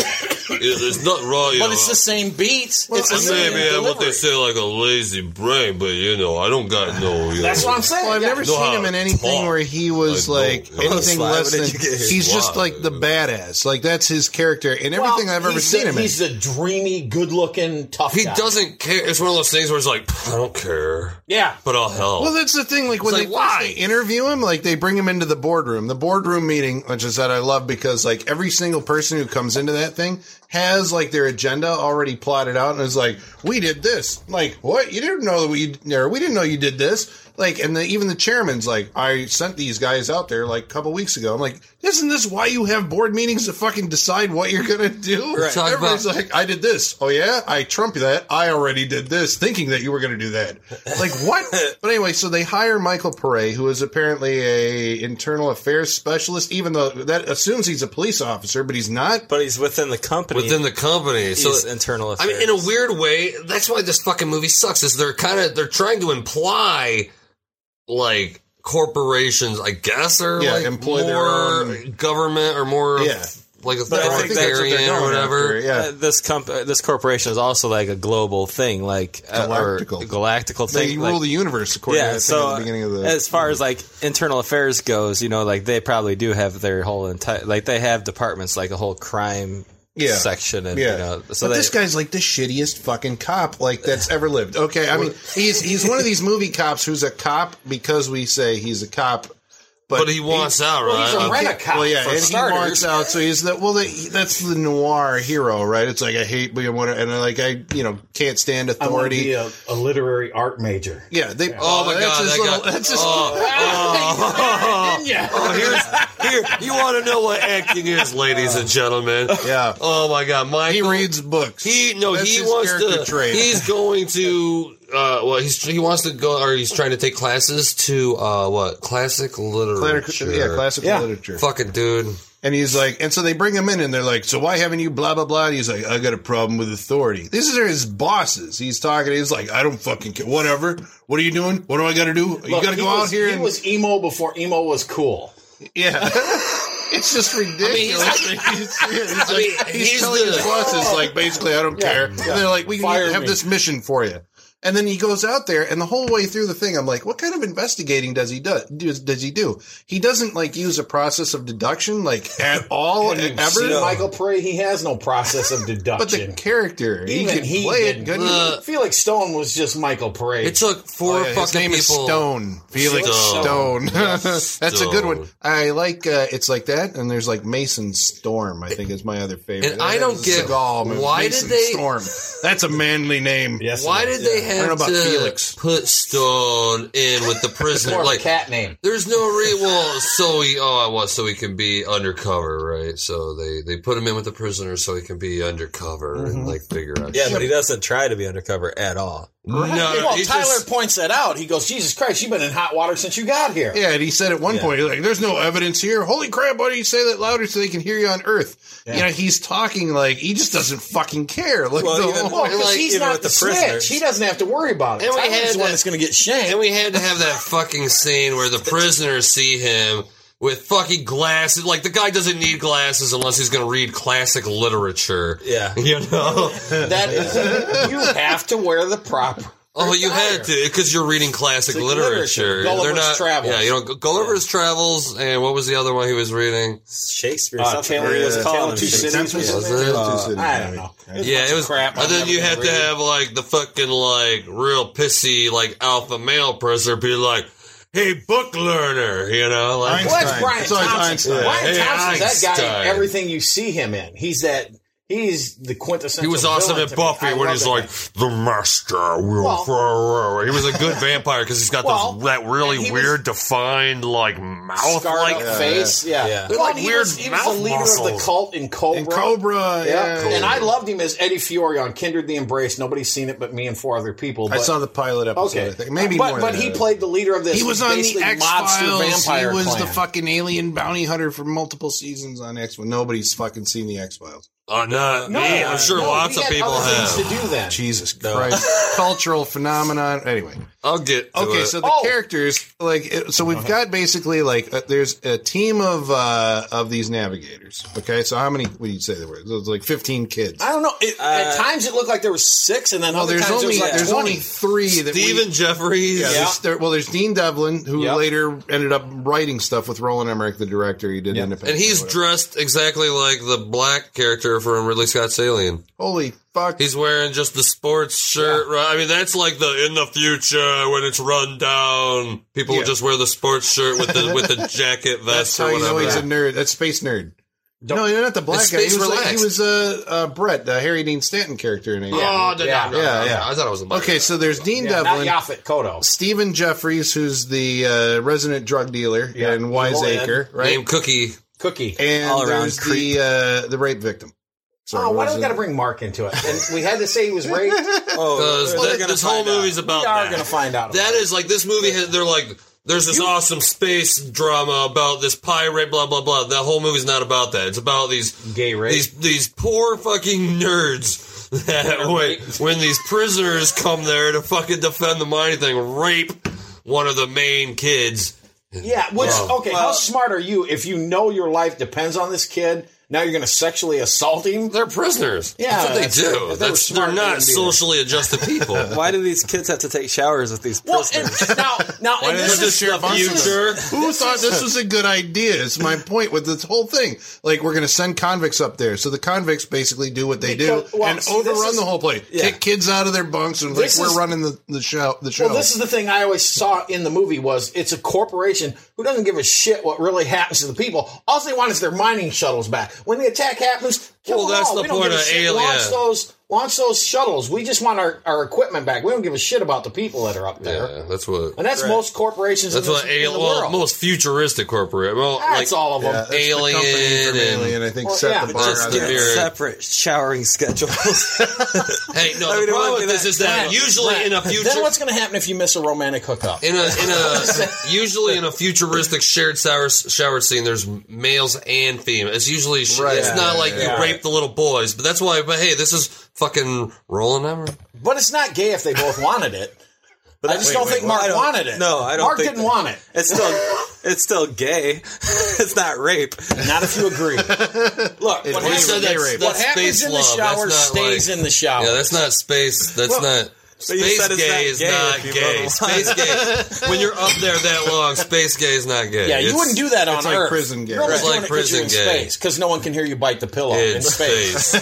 Speaker 9: Yeah, there's nothing wrong. you
Speaker 7: But
Speaker 9: know.
Speaker 7: it's the same beats.
Speaker 9: Well,
Speaker 7: it's the
Speaker 9: I
Speaker 7: same
Speaker 9: may be
Speaker 7: delivery.
Speaker 9: what they say like a lazy brain, but you know, I don't got no. You
Speaker 7: That's
Speaker 9: know,
Speaker 7: what I'm saying.
Speaker 10: Well, I've
Speaker 7: yeah.
Speaker 10: never seen him in anything where he was
Speaker 9: Like,
Speaker 10: like
Speaker 9: no.
Speaker 10: anything
Speaker 9: Sly,
Speaker 10: less
Speaker 9: where
Speaker 10: than
Speaker 9: did you get his
Speaker 10: he's just
Speaker 9: Sly?
Speaker 10: like the badass. Like that's his character in
Speaker 7: Well,
Speaker 10: everything I've ever
Speaker 7: he's
Speaker 10: seen
Speaker 7: the,
Speaker 10: him in.
Speaker 7: He's the dreamy, good-looking, tough.
Speaker 9: He
Speaker 7: guy.
Speaker 9: doesn't care. It's one of those things where it's like, I don't care.
Speaker 7: Yeah.
Speaker 9: But I'll help.
Speaker 10: Well, that's the thing. Like when
Speaker 9: It's
Speaker 10: they,
Speaker 9: like,
Speaker 10: first they interview him, like they bring him into the boardroom, the boardroom meeting, which is that I love because like every single person who comes into that thing has like their agenda already plotted out, and is like, "We did this." Like, what? You didn't know that we, or we didn't know you did this. Like, and the, even the chairman's like, "I sent these guys out there like a couple weeks ago." I'm like, "Isn't this why you have board meetings to fucking decide what you're gonna do?"
Speaker 9: Right. Talk about-
Speaker 10: Everybody's like, "I did this." Oh yeah, I trumped that. I already did this, thinking that you were gonna do that. Like what? but anyway, so they hire Michael Pere, who is apparently a internal affairs specialist, even though that assumes he's a police officer, but he's not.
Speaker 11: But he's within the company.
Speaker 9: Within the company, so
Speaker 11: He's internal
Speaker 9: I
Speaker 11: affairs.
Speaker 9: mean, in a weird way, that's why this fucking movie sucks. Is they're kind of they're trying to imply like corporations, I guess, are
Speaker 10: Yeah,
Speaker 9: like
Speaker 10: employ their
Speaker 9: more
Speaker 7: Um,
Speaker 10: own-
Speaker 9: government or more
Speaker 10: Yeah.
Speaker 9: like
Speaker 11: But I think that's what they're
Speaker 9: authoritarian
Speaker 11: going
Speaker 9: or whatever.
Speaker 11: After, yeah. This comp- uh, this corporation is also like a global thing, like uh, or
Speaker 10: Galactical.
Speaker 11: galactical
Speaker 10: They
Speaker 11: thing.
Speaker 10: rule
Speaker 11: like-
Speaker 10: the universe, according to
Speaker 11: yeah,
Speaker 10: that thing
Speaker 11: so
Speaker 10: at the beginning of the-
Speaker 11: as far as like internal affairs goes, you know, like they probably do have their whole entire like they have departments like a whole crime
Speaker 10: Yeah.
Speaker 11: section and you know so
Speaker 10: but
Speaker 11: they,
Speaker 10: this guy's like the shittiest fucking cop like that's ever lived. Okay, I mean he's he's one of these movie cops who's a cop because we say he's a cop. But,
Speaker 9: But he wants out, Well, he's right? Uh, a
Speaker 10: He-
Speaker 9: rent-a-cop,
Speaker 10: Well, yeah,
Speaker 9: for
Speaker 10: and
Speaker 9: starters.
Speaker 10: he wants out, so he's the well. The, that's the noir hero, right? It's like I hate being what, and like I, you know, can't stand
Speaker 7: I want to
Speaker 10: authority.
Speaker 7: be a, a literary art major.
Speaker 10: yeah, they.
Speaker 9: Oh my
Speaker 10: that's
Speaker 9: god,
Speaker 10: his
Speaker 9: that
Speaker 10: little-
Speaker 9: guy.
Speaker 10: that's his-
Speaker 9: oh, oh, oh, here's here. You want to know what acting is, ladies and gentlemen?
Speaker 10: Yeah.
Speaker 9: Oh my god, Michael.
Speaker 10: He reads books.
Speaker 9: He no,
Speaker 10: That's
Speaker 9: he
Speaker 10: his
Speaker 9: wants to.
Speaker 10: character trait.
Speaker 9: He's going to. Uh, well, he's he wants to go, or he's trying to take classes to uh, what classic literature?
Speaker 10: yeah, classical literature.
Speaker 9: Fucking dude.
Speaker 10: And he's like, and so they bring him in and they're like, so why haven't you blah, blah, blah? And he's like, I got a problem with authority. These are his bosses. He's talking. He's like, I don't fucking care. Whatever. What are you doing? What do I got to do? you
Speaker 7: Look,
Speaker 10: got to
Speaker 7: he
Speaker 10: go
Speaker 7: was,
Speaker 10: out here
Speaker 7: He
Speaker 10: and.
Speaker 7: was emo before emo was cool.
Speaker 10: yeah. it's just ridiculous. he's, like- he's
Speaker 9: he's
Speaker 10: telling
Speaker 9: the-
Speaker 10: his bosses, like, basically, I don't care.
Speaker 7: yeah.
Speaker 10: And they're like, we can
Speaker 7: Fire
Speaker 10: have
Speaker 7: me.
Speaker 10: this mission for you. And then he goes out there, and the whole way through the thing, I'm like, what kind of investigating does he do? Does, does he do? He doesn't like use a process of deduction, like at all,
Speaker 7: Have you
Speaker 10: ever.
Speaker 7: seen Michael Prey, he has no process of
Speaker 10: But
Speaker 7: deduction.
Speaker 10: the character, he
Speaker 7: Even
Speaker 10: can play it
Speaker 7: didn't.
Speaker 10: good.
Speaker 7: Uh, Felix Stone was just Michael Parade.
Speaker 9: It took four
Speaker 10: Oh, yeah,
Speaker 9: fucking
Speaker 10: his name
Speaker 9: people.
Speaker 10: is Stone. Felix Stone. That's a good one. I like. Uh, it's like that, and there's like Mason Storm. I think is my other favorite.
Speaker 9: And I
Speaker 10: That
Speaker 9: don't
Speaker 10: was a
Speaker 9: get
Speaker 10: Seagal movie.
Speaker 9: why did
Speaker 10: Mason
Speaker 9: they-
Speaker 10: Storm. That's a manly name. Yes.
Speaker 9: Why did they
Speaker 10: I don't know
Speaker 9: have
Speaker 10: about
Speaker 9: to
Speaker 10: Felix.
Speaker 9: put Stone in with the prisoner?
Speaker 7: More of a
Speaker 9: like
Speaker 7: cat name.
Speaker 9: There's no re well, so he oh I was so he can be undercover, right? So they they put him in with the prisoner so he can be undercover and like figure out.
Speaker 11: yeah,
Speaker 9: shit.
Speaker 11: but he doesn't try to be undercover at all.
Speaker 9: No,
Speaker 7: well,
Speaker 9: Uh, he
Speaker 7: Tyler
Speaker 9: just-
Speaker 7: points that out. He goes, "Jesus Christ, you've been in hot water since you got here."
Speaker 10: Yeah, and he said at one point, he's like, "There's no evidence here." Holy crap! Why do you say that louder so they can hear you on Earth? You know, he's talking like he just doesn't fucking care. Like,
Speaker 7: Well,
Speaker 10: the
Speaker 7: even-
Speaker 10: whole-
Speaker 7: well, 'cause he's
Speaker 11: even
Speaker 7: not
Speaker 11: with
Speaker 7: the,
Speaker 11: the prisoners.
Speaker 7: snitch. He doesn't have to worry about it.
Speaker 9: And we
Speaker 7: Tyler's
Speaker 9: had
Speaker 7: the one
Speaker 9: that-
Speaker 7: that's going to get shanked.
Speaker 9: And we had to have that fucking scene where the prisoners see him with fucking glasses. Like the guy doesn't need glasses unless he's going to read classic literature.
Speaker 11: Yeah.
Speaker 9: You know?
Speaker 7: That is, you have to wear the proper.
Speaker 9: Oh, you had to because you're reading classic
Speaker 7: It's like
Speaker 9: literature.
Speaker 7: literature. Gulliver's Travels.
Speaker 9: Yeah, you know Gulliver's Travels, and what was the other one he was reading?
Speaker 11: Shakespeare.
Speaker 7: Uh,
Speaker 11: something.
Speaker 7: Taylor was
Speaker 11: Yeah.
Speaker 7: calling him
Speaker 11: Two
Speaker 7: two cities.
Speaker 11: cities.
Speaker 7: Was
Speaker 9: Was it?
Speaker 7: it?
Speaker 9: Two
Speaker 7: Uh, I don't know.
Speaker 9: yeah, it was
Speaker 7: crap.
Speaker 9: And
Speaker 7: I'm
Speaker 9: then
Speaker 7: never
Speaker 9: you
Speaker 7: gonna
Speaker 9: had to
Speaker 7: read it.
Speaker 9: have like the fucking like real pissy like alpha male prisoner be like, "Hey, book learner," you know, like
Speaker 7: Well, that's Brian
Speaker 10: It's always
Speaker 7: Thompson.
Speaker 10: Einstein.
Speaker 7: Brian
Speaker 9: Yeah,
Speaker 7: Thompson's that guy.
Speaker 9: Einstein.
Speaker 7: in Everything you see him in, he's that. He's the quintessential.
Speaker 9: He was awesome
Speaker 7: villain
Speaker 9: at
Speaker 7: to me. I
Speaker 9: Buffy when
Speaker 7: love
Speaker 9: he's
Speaker 7: that
Speaker 9: like
Speaker 7: guy.
Speaker 9: the master will
Speaker 7: Well-
Speaker 9: forever. He was a good vampire because he's got
Speaker 7: Well,
Speaker 9: those, that
Speaker 7: and
Speaker 9: really
Speaker 7: he was-
Speaker 9: weird defined like mouth
Speaker 7: scarred
Speaker 9: like
Speaker 7: up face. Yeah,
Speaker 11: Yeah.
Speaker 9: They're
Speaker 7: Well,
Speaker 9: like
Speaker 7: he
Speaker 9: weird
Speaker 7: was, he was
Speaker 9: mouth
Speaker 7: the leader of
Speaker 9: muscles.
Speaker 7: the cult in Cobra.
Speaker 10: And Cobra. Yeah.
Speaker 7: And I loved him as Eddie Fiore on Kindred the Embrace. Nobody's seen it but me and four other people.
Speaker 10: I
Speaker 7: but-
Speaker 10: saw the pilot episode.
Speaker 7: Okay,
Speaker 10: I think maybe
Speaker 7: but
Speaker 10: more
Speaker 7: but
Speaker 10: than
Speaker 7: he
Speaker 10: that.
Speaker 7: played the leader of this.
Speaker 10: He was on the
Speaker 7: basically
Speaker 10: X
Speaker 7: mobster
Speaker 10: Files. He
Speaker 7: vampire
Speaker 10: was
Speaker 7: clan.
Speaker 10: the fucking alien bounty hunter for multiple seasons on X. Nobody's fucking seen the X Files.
Speaker 9: Oh no, me, I'm sure
Speaker 7: no,
Speaker 9: lots
Speaker 7: he
Speaker 9: of
Speaker 7: had
Speaker 9: people
Speaker 7: other things
Speaker 9: have.
Speaker 7: to do then.
Speaker 10: Jesus Christ, cultural phenomenon. Anyway,
Speaker 9: I'll get to
Speaker 10: okay,
Speaker 9: it.
Speaker 10: so the
Speaker 7: Oh. Uh-huh.
Speaker 10: characters like it- so we've got basically like uh, there's a team of uh of these navigators. Okay, so how many would you say there were? There was like 15 kids.
Speaker 7: I don't know. It, at times it looked like there was six, and then
Speaker 10: Well,
Speaker 7: other
Speaker 10: there's
Speaker 7: times
Speaker 10: only
Speaker 7: it was like
Speaker 10: there's
Speaker 7: 20.
Speaker 10: only three that we-
Speaker 9: Steven Jeffries.
Speaker 10: Yeah, there's- there- well, there's Dean Devlin, who
Speaker 7: Yep.
Speaker 10: later ended up writing stuff with Roland Emmerich, the director. He did Independence.
Speaker 9: And he's
Speaker 10: or whatever.
Speaker 9: dressed exactly like the black character from Ridley Scott's Alien.
Speaker 10: holy fuck.
Speaker 9: He's wearing just the sports shirt. Right? I mean, that's like the in the future when it's run down, people
Speaker 10: Yeah.
Speaker 9: will just wear the sports shirt with the with the jacket
Speaker 10: That's
Speaker 9: vest
Speaker 10: how
Speaker 9: or
Speaker 10: you
Speaker 9: whatever.
Speaker 10: know he's a nerd. That's space nerd.
Speaker 7: Don't-
Speaker 10: no, you're not the black
Speaker 9: It's
Speaker 10: guy. He
Speaker 9: space
Speaker 10: was, like, he
Speaker 9: relaxed.
Speaker 10: was uh, uh, Brett, the Harry Dean Stanton character in it.
Speaker 9: Oh, no,
Speaker 7: Yeah.
Speaker 9: no, no,
Speaker 10: Yeah,
Speaker 9: no, no.
Speaker 10: yeah.
Speaker 9: I thought it was a
Speaker 10: Okay, so there's Dean
Speaker 7: Yeah, not
Speaker 10: Devlin,
Speaker 7: Yaphet Kodo.
Speaker 10: Stephen Jeffries, who's the uh, resident drug dealer
Speaker 7: Yeah.
Speaker 10: and wiseacre, right?
Speaker 9: Name Cookie.
Speaker 7: uh, Cookie.
Speaker 10: and
Speaker 11: All around
Speaker 10: there's
Speaker 11: creep.
Speaker 10: the uh, the rape victim. Sorry,
Speaker 7: oh,
Speaker 10: what
Speaker 7: why
Speaker 10: was
Speaker 7: don't
Speaker 10: it?
Speaker 7: we got to bring Mark into it? And we had to say he was raped.
Speaker 11: Oh,
Speaker 9: Because
Speaker 11: they're
Speaker 9: th-
Speaker 11: gonna
Speaker 9: this whole
Speaker 11: find out.
Speaker 9: movie's about
Speaker 7: we are
Speaker 9: that.
Speaker 7: going to find out.
Speaker 9: That is like this movie. Has, they're like, there's this awesome space drama about this pirate, blah blah blah. That whole movie's not about that. It's about these
Speaker 7: Gay rape.
Speaker 9: These these poor fucking nerds that when, when these prisoners come there to fucking defend the mining thing, rape one of the main kids.
Speaker 7: Yeah, which
Speaker 9: Well,
Speaker 7: okay, how smart are you if you know your life depends on this kid? Now you're going to sexually assault him?
Speaker 9: They're prisoners.
Speaker 7: Yeah,
Speaker 9: That's what they
Speaker 7: that's-
Speaker 9: do.
Speaker 7: if they were
Speaker 9: That's- they're
Speaker 7: smart,
Speaker 9: not
Speaker 7: wouldn't do that.
Speaker 9: socially adjusted people.
Speaker 11: Why do these kids have to take showers with these
Speaker 7: Well,
Speaker 11: prisoners?
Speaker 7: now,
Speaker 10: Why
Speaker 7: and
Speaker 10: did
Speaker 7: this
Speaker 10: the
Speaker 7: is
Speaker 10: sheriff
Speaker 7: the
Speaker 10: on to them?
Speaker 7: future.
Speaker 10: Who thought this was a good idea? Is my point with this whole thing. Like we're going to send convicts up there, so the convicts basically do what they do
Speaker 7: Because- well,
Speaker 10: and
Speaker 7: see, this
Speaker 10: overrun
Speaker 7: is-
Speaker 10: the whole place.
Speaker 7: yeah.
Speaker 10: Kick kids out of their bunks and like
Speaker 7: This
Speaker 10: we're
Speaker 7: is-
Speaker 10: running the the show. The show.
Speaker 7: Well, this is the thing I always saw in the movie was it's a corporation who doesn't give a shit what really happens to the people. All they want is their mining shuttles back. When the attack happens, kill
Speaker 9: Well,
Speaker 7: them
Speaker 9: that's
Speaker 7: all.
Speaker 9: the
Speaker 7: we don't
Speaker 9: point
Speaker 7: give a
Speaker 9: of
Speaker 7: shit.
Speaker 9: Alien.
Speaker 7: Launch those, launch those shuttles. We just want our, our equipment back. We don't give a shit about the people that are up there.
Speaker 9: Yeah, that's what.
Speaker 7: And that's most corporations
Speaker 9: That's
Speaker 7: in,
Speaker 9: what
Speaker 7: this, in
Speaker 9: alien.
Speaker 7: the
Speaker 9: Well,
Speaker 7: world.
Speaker 9: most futuristic corporate. Well,
Speaker 7: That's
Speaker 9: like
Speaker 7: all of them. Yeah,
Speaker 10: that's the
Speaker 9: alien
Speaker 10: company from
Speaker 9: and
Speaker 10: Alien, I think, Well, set yeah, the bar
Speaker 9: That's
Speaker 10: on
Speaker 9: the
Speaker 10: that.
Speaker 9: very-
Speaker 11: Separate showering schedules.
Speaker 9: Hey, no,
Speaker 11: I
Speaker 9: the
Speaker 11: mean,
Speaker 9: problem
Speaker 11: it wouldn't
Speaker 9: with
Speaker 11: be
Speaker 9: this
Speaker 11: that
Speaker 9: is that
Speaker 11: bad.
Speaker 9: usually in a future
Speaker 7: Then what's going to happen if you miss a romantic hookup?
Speaker 9: in a in a usually in a futuristic shared shower shower scene, there's males and females. It's usually sh-
Speaker 7: Right.
Speaker 9: it's not
Speaker 7: Yeah,
Speaker 9: like you
Speaker 7: yeah,
Speaker 9: rape the little boys, but that's why. But hey, this is fucking rolling number.
Speaker 7: But it's not gay if they both wanted it. But I just
Speaker 11: Wait,
Speaker 7: don't
Speaker 11: wait,
Speaker 7: think
Speaker 11: wait,
Speaker 7: Mark
Speaker 11: I don't-
Speaker 7: wanted it.
Speaker 11: No, I don't.
Speaker 7: Mark
Speaker 11: think
Speaker 7: didn't
Speaker 11: that-
Speaker 7: want it.
Speaker 11: It's still, it's still gay. it's not rape.
Speaker 7: Not if you agree. Look,
Speaker 9: It's
Speaker 7: what
Speaker 9: rape.
Speaker 7: happens,
Speaker 9: That's- that's
Speaker 7: what happens
Speaker 9: space
Speaker 7: in the
Speaker 9: love. That's
Speaker 7: shower
Speaker 9: not
Speaker 7: stays
Speaker 9: like-
Speaker 7: in the shower.
Speaker 9: Yeah, that's not space. That's
Speaker 7: Well,
Speaker 9: not.
Speaker 7: but you
Speaker 9: Space
Speaker 7: said it's
Speaker 9: gay
Speaker 7: not
Speaker 9: is
Speaker 7: gay
Speaker 9: not
Speaker 7: if you
Speaker 9: gay.
Speaker 7: wrote a line.
Speaker 9: Space gay. When you're up there that long, space gay is not gay.
Speaker 7: Yeah, you
Speaker 9: It's-
Speaker 7: wouldn't do that on
Speaker 10: it's like
Speaker 7: Earth.
Speaker 10: prison gay.
Speaker 7: You're always
Speaker 9: It's
Speaker 7: doing
Speaker 9: like
Speaker 7: it 'cause you're in
Speaker 9: prison gay.
Speaker 7: space because no one can hear you bite the pillow in
Speaker 9: It's
Speaker 7: space.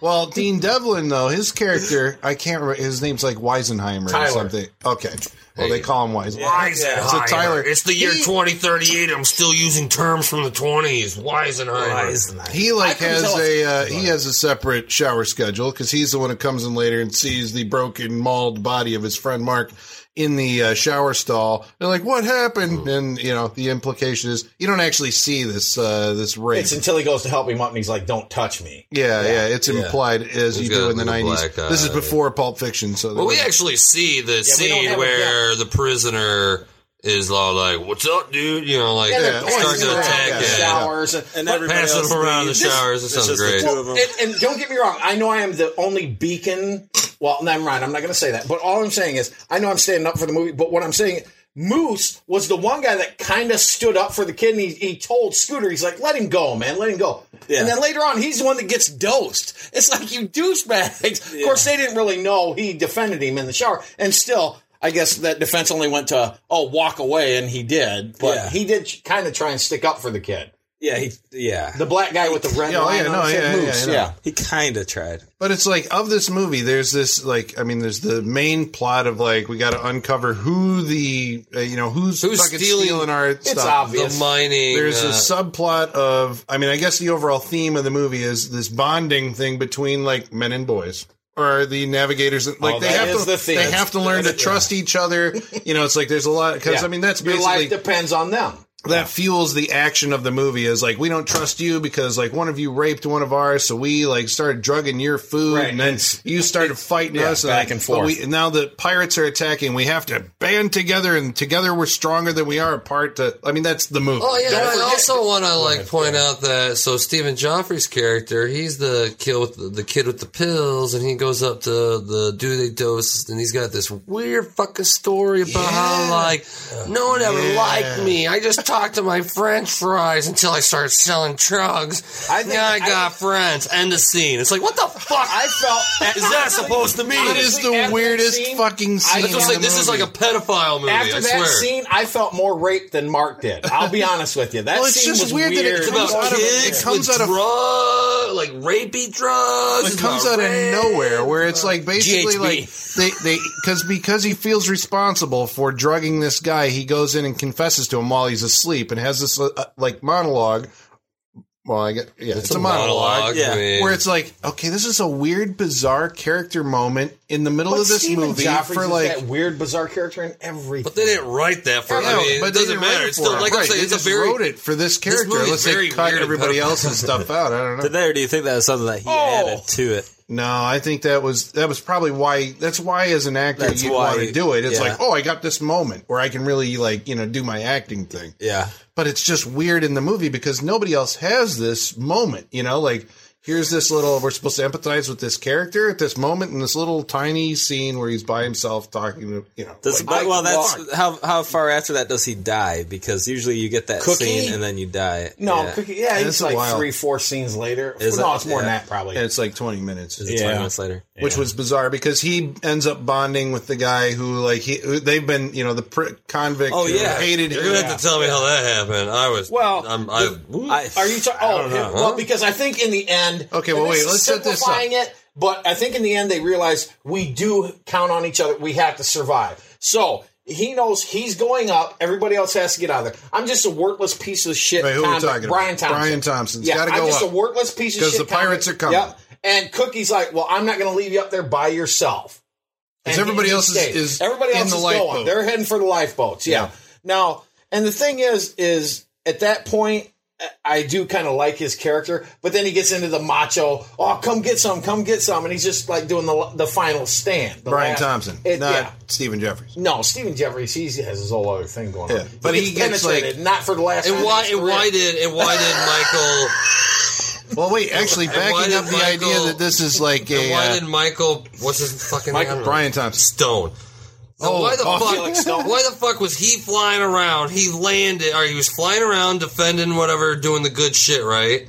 Speaker 10: well, Dean Devlin though his character, I can't. Re- his name's like Weisenheimer
Speaker 7: Tyler.
Speaker 10: or something. Okay, well they call him Wise.
Speaker 9: Weisenheimer.
Speaker 10: So Tyler,
Speaker 9: It's the year
Speaker 10: he-
Speaker 9: 2038. I'm still using terms from the 20s. Weisenheimer.
Speaker 10: He like
Speaker 9: I can
Speaker 10: has
Speaker 9: tell-
Speaker 10: a uh, he has a separate shower schedule because he's the one who comes in later and sees the broken mauled body of his friend Mark in the uh, shower stall. They're like, "What happened?"
Speaker 9: Mm.
Speaker 10: And you know the implication is you don't actually see this uh, this rape.
Speaker 7: It's until he goes to help him up and he's like, "Don't touch me."
Speaker 10: yeah, yeah, it's
Speaker 7: Yeah.
Speaker 10: implied as
Speaker 9: He's
Speaker 10: you
Speaker 9: got
Speaker 10: do in
Speaker 9: the
Speaker 10: the nineties.
Speaker 9: black eye.
Speaker 10: This is before Pulp Fiction, so
Speaker 9: Well,
Speaker 10: they-
Speaker 9: we actually see the scene
Speaker 7: have it
Speaker 9: where the prisoner is all like, "What's up, dude?" You know, like
Speaker 7: And they're
Speaker 9: starts
Speaker 7: dancing
Speaker 9: to
Speaker 7: around
Speaker 9: attack
Speaker 7: the
Speaker 9: him.
Speaker 7: showers and, and
Speaker 9: everybody Passing else around leaves. the showers,
Speaker 7: This-
Speaker 9: that sounds
Speaker 7: it's just the
Speaker 9: great.
Speaker 7: two
Speaker 9: of
Speaker 7: them. And, and don't get me wrong, I know I am the only beacon. Well, never mind. I'm not going to say that. But all I'm saying is, I know I'm standing up for the movie. But what I'm saying, Moose was the one guy that kind of stood up for the kid, and he, he told Scooter, he's like, "Let him go, man, let him go."
Speaker 11: Yeah.
Speaker 7: And then later on, he's the one that gets dosed. It's like you douchebags. Of course, they didn't really know he defended him in the shower, and still. I guess that defense only went to oh walk away, and he did, but
Speaker 11: Yeah.
Speaker 7: he did kind of try and stick up for the kid.
Speaker 11: Yeah, he, yeah.
Speaker 7: The black guy with the red
Speaker 10: Yeah, oh,
Speaker 7: line
Speaker 10: yeah,
Speaker 7: on
Speaker 10: no,
Speaker 7: his head,
Speaker 10: yeah, yeah,
Speaker 7: Moose,
Speaker 10: yeah,
Speaker 7: yeah.
Speaker 11: He kind of tried.
Speaker 10: But it's like of this movie, there's this like I mean, there's the main plot of like we got to uncover who the uh, you know who's,
Speaker 9: Who's
Speaker 10: fucking
Speaker 9: stealing-
Speaker 10: stealing, our
Speaker 7: It's
Speaker 10: stuff.
Speaker 7: obvious.
Speaker 9: The mining.
Speaker 10: There's
Speaker 9: uh,
Speaker 10: a subplot of I mean, I guess the overall theme of the movie is this bonding thing between like men and boys. Or the navigators, like
Speaker 7: Oh,
Speaker 10: they
Speaker 7: that
Speaker 10: have
Speaker 7: is
Speaker 10: to,
Speaker 7: the theme.
Speaker 10: they have to learn to
Speaker 7: Yeah.
Speaker 10: trust each other. You know, it's like there's a lot because
Speaker 7: Yeah.
Speaker 10: I mean that's
Speaker 7: Your life
Speaker 10: basically
Speaker 7: depends on them.
Speaker 10: that fuels the action of the movie is like we don't trust you because like one of you raped one of ours so we like started drugging your food
Speaker 7: Right.
Speaker 10: and then you started fighting
Speaker 7: yeah,
Speaker 10: us
Speaker 7: back and
Speaker 10: but
Speaker 7: forth.
Speaker 10: we, now the pirates are attacking we have to band together and together we're stronger than we are apart to i mean that's the movie
Speaker 9: Oh yeah,
Speaker 10: Don't
Speaker 9: and I
Speaker 10: forget-
Speaker 9: also want to like point out that so Stephen Joffrey's character, he's the kid with the, the kid with the pills, and he goes up to the do they dose, and he's got this weird fucking story about how like no one ever liked me. I just talked to my French fries until I started selling drugs. I think now I got friends. End of scene. It's like what the fuck
Speaker 7: I felt
Speaker 9: is that supposed to mean?
Speaker 10: it is the weirdest fucking scene
Speaker 9: It's just
Speaker 10: in
Speaker 9: like
Speaker 10: the
Speaker 9: this is
Speaker 10: movie.
Speaker 9: like a pedophile movie.
Speaker 7: After
Speaker 9: I
Speaker 7: that
Speaker 9: swear.
Speaker 7: scene, I felt more raped than Mark did. I'll be honest with you. That
Speaker 10: Well, it's
Speaker 7: scene
Speaker 10: just
Speaker 7: was
Speaker 10: weird that it
Speaker 7: weird.
Speaker 9: It's about
Speaker 10: comes out of-
Speaker 9: kids
Speaker 10: it comes out
Speaker 9: with
Speaker 10: of-
Speaker 9: drug, like rapey drugs.
Speaker 10: it
Speaker 9: It's
Speaker 10: comes out
Speaker 9: about
Speaker 10: of
Speaker 9: rape.
Speaker 10: nowhere where it's like basically
Speaker 7: GHB.
Speaker 10: like they they because because he feels responsible for drugging this guy he goes in and confesses to him while he's asleep and has this uh, uh, like monologue well i get yeah it's, a, monologue,
Speaker 11: yeah.
Speaker 9: man.
Speaker 10: where it's like okay this is a weird bizarre character moment in the middle
Speaker 7: But
Speaker 10: of this
Speaker 7: Stephen
Speaker 10: movie
Speaker 7: Joffrey's
Speaker 10: for
Speaker 7: is
Speaker 10: like
Speaker 7: that weird, bizarre character in everything.
Speaker 9: But they didn't write that for.
Speaker 10: Yeah,
Speaker 9: I mean,
Speaker 10: but
Speaker 9: it
Speaker 10: they
Speaker 9: doesn't
Speaker 10: didn't write
Speaker 9: matter.
Speaker 10: it
Speaker 9: It's
Speaker 10: for
Speaker 9: still
Speaker 10: him.
Speaker 9: like
Speaker 10: right.
Speaker 9: I'm saying,
Speaker 10: they
Speaker 9: it's a
Speaker 10: just
Speaker 9: very
Speaker 10: wrote it for this character.
Speaker 9: movie's
Speaker 10: Unless they
Speaker 9: very
Speaker 10: cut
Speaker 9: weird and
Speaker 10: everybody
Speaker 9: pedophile.
Speaker 10: else's stuff Oh. out. I don't know.
Speaker 11: Did they, or do you think that was something that he added to it?
Speaker 10: No, I think that was that was probably why. That's why, as an actor,
Speaker 11: That's
Speaker 10: you
Speaker 11: why-
Speaker 10: want to do it. It's
Speaker 11: yeah.
Speaker 10: like, oh, I got this moment where I can really like you know do my acting thing.
Speaker 11: Yeah.
Speaker 10: But it's just weird in the movie because nobody else has this moment. You know, like here's this little we're supposed to empathize with this character at this moment in this little tiny scene where he's by himself talking to you know.
Speaker 14: Does,
Speaker 10: like,
Speaker 14: but, well,
Speaker 10: Mike,
Speaker 14: that's
Speaker 10: walk.
Speaker 14: how how far after that does he die? Because usually you get that
Speaker 7: Cookie?
Speaker 14: scene and then you die.
Speaker 7: No, Cookie. Yeah,
Speaker 14: it's
Speaker 7: it's like three, four scenes later.
Speaker 14: Is
Speaker 7: no,
Speaker 14: it?
Speaker 7: it's more
Speaker 14: Yeah.
Speaker 7: than that probably.
Speaker 10: And it's like 20 minutes.
Speaker 14: Is it 20 minutes later?
Speaker 10: Which
Speaker 14: Yeah.
Speaker 10: was bizarre because he ends up bonding with the guy who, like, he who, they've been, you know, the pr- convict
Speaker 9: Oh
Speaker 10: who
Speaker 9: yeah,
Speaker 10: hated
Speaker 9: You're
Speaker 10: him.
Speaker 9: gonna have to tell me how that happened. I was well.
Speaker 10: um,
Speaker 9: I'm, I,
Speaker 7: Are you talking? Oh,
Speaker 9: don't know.
Speaker 7: well, because I think in the end.
Speaker 10: Okay,
Speaker 7: and
Speaker 10: well, wait,
Speaker 7: this is
Speaker 10: let's set this up.
Speaker 7: simplifying it, but I think in the end they realize we do count on each other. We have to survive. So he knows he's going up. Everybody else has to get out of there. I'm just a worthless piece of shit.
Speaker 10: Wait, who are we
Speaker 7: convict.
Speaker 10: talking about?
Speaker 7: Brian Thompson.
Speaker 10: Brian Thompson's
Speaker 7: Yeah,
Speaker 10: gotta go
Speaker 7: I'm just
Speaker 10: up.
Speaker 7: a worthless piece of shit.
Speaker 10: 'Cause the pirates
Speaker 7: convict.
Speaker 10: are coming.
Speaker 7: Yep. And Cookie's like, well, I'm not going to leave you up there by yourself.
Speaker 10: Because
Speaker 7: And
Speaker 10: everybody
Speaker 7: he
Speaker 10: else is-
Speaker 7: stays.
Speaker 10: is
Speaker 7: everybody
Speaker 10: in
Speaker 7: else
Speaker 10: the
Speaker 7: is
Speaker 10: lifeboat.
Speaker 7: going. Oh, They're heading for the lifeboats. Yeah.
Speaker 10: Yeah.
Speaker 7: Now, and the thing is, is at that point, I- I do kind of like his character, but then he gets into the macho. Oh, come get some, come get some, and he's just like doing the the final stand. the
Speaker 10: Brian
Speaker 7: last-
Speaker 10: Thompson,
Speaker 7: It-
Speaker 10: not
Speaker 7: yeah.
Speaker 10: Stephen Jeffries.
Speaker 7: No, Stephen Jeffries, he has his whole other thing going
Speaker 10: Yeah,
Speaker 7: on.
Speaker 10: but he gets, like-
Speaker 7: penetrated, not for the last. time
Speaker 9: and
Speaker 7: in
Speaker 9: why
Speaker 7: his
Speaker 9: and why
Speaker 7: career.
Speaker 9: did and why did Michael?
Speaker 10: Well, wait, actually,
Speaker 9: And why
Speaker 10: backing
Speaker 9: did
Speaker 10: up the
Speaker 9: Michael-
Speaker 10: idea that this is like
Speaker 9: and
Speaker 10: a.
Speaker 9: why
Speaker 10: uh,
Speaker 9: did Michael? What's his fucking
Speaker 10: Michael-
Speaker 9: name?
Speaker 10: Brian Thompson.
Speaker 9: Stone. Now,
Speaker 10: Oh,
Speaker 9: why the
Speaker 10: oh, Felix
Speaker 9: fuck?
Speaker 10: Stone.
Speaker 9: Why the fuck was he flying around? He landed, or he was flying around defending whatever, doing the good shit, right?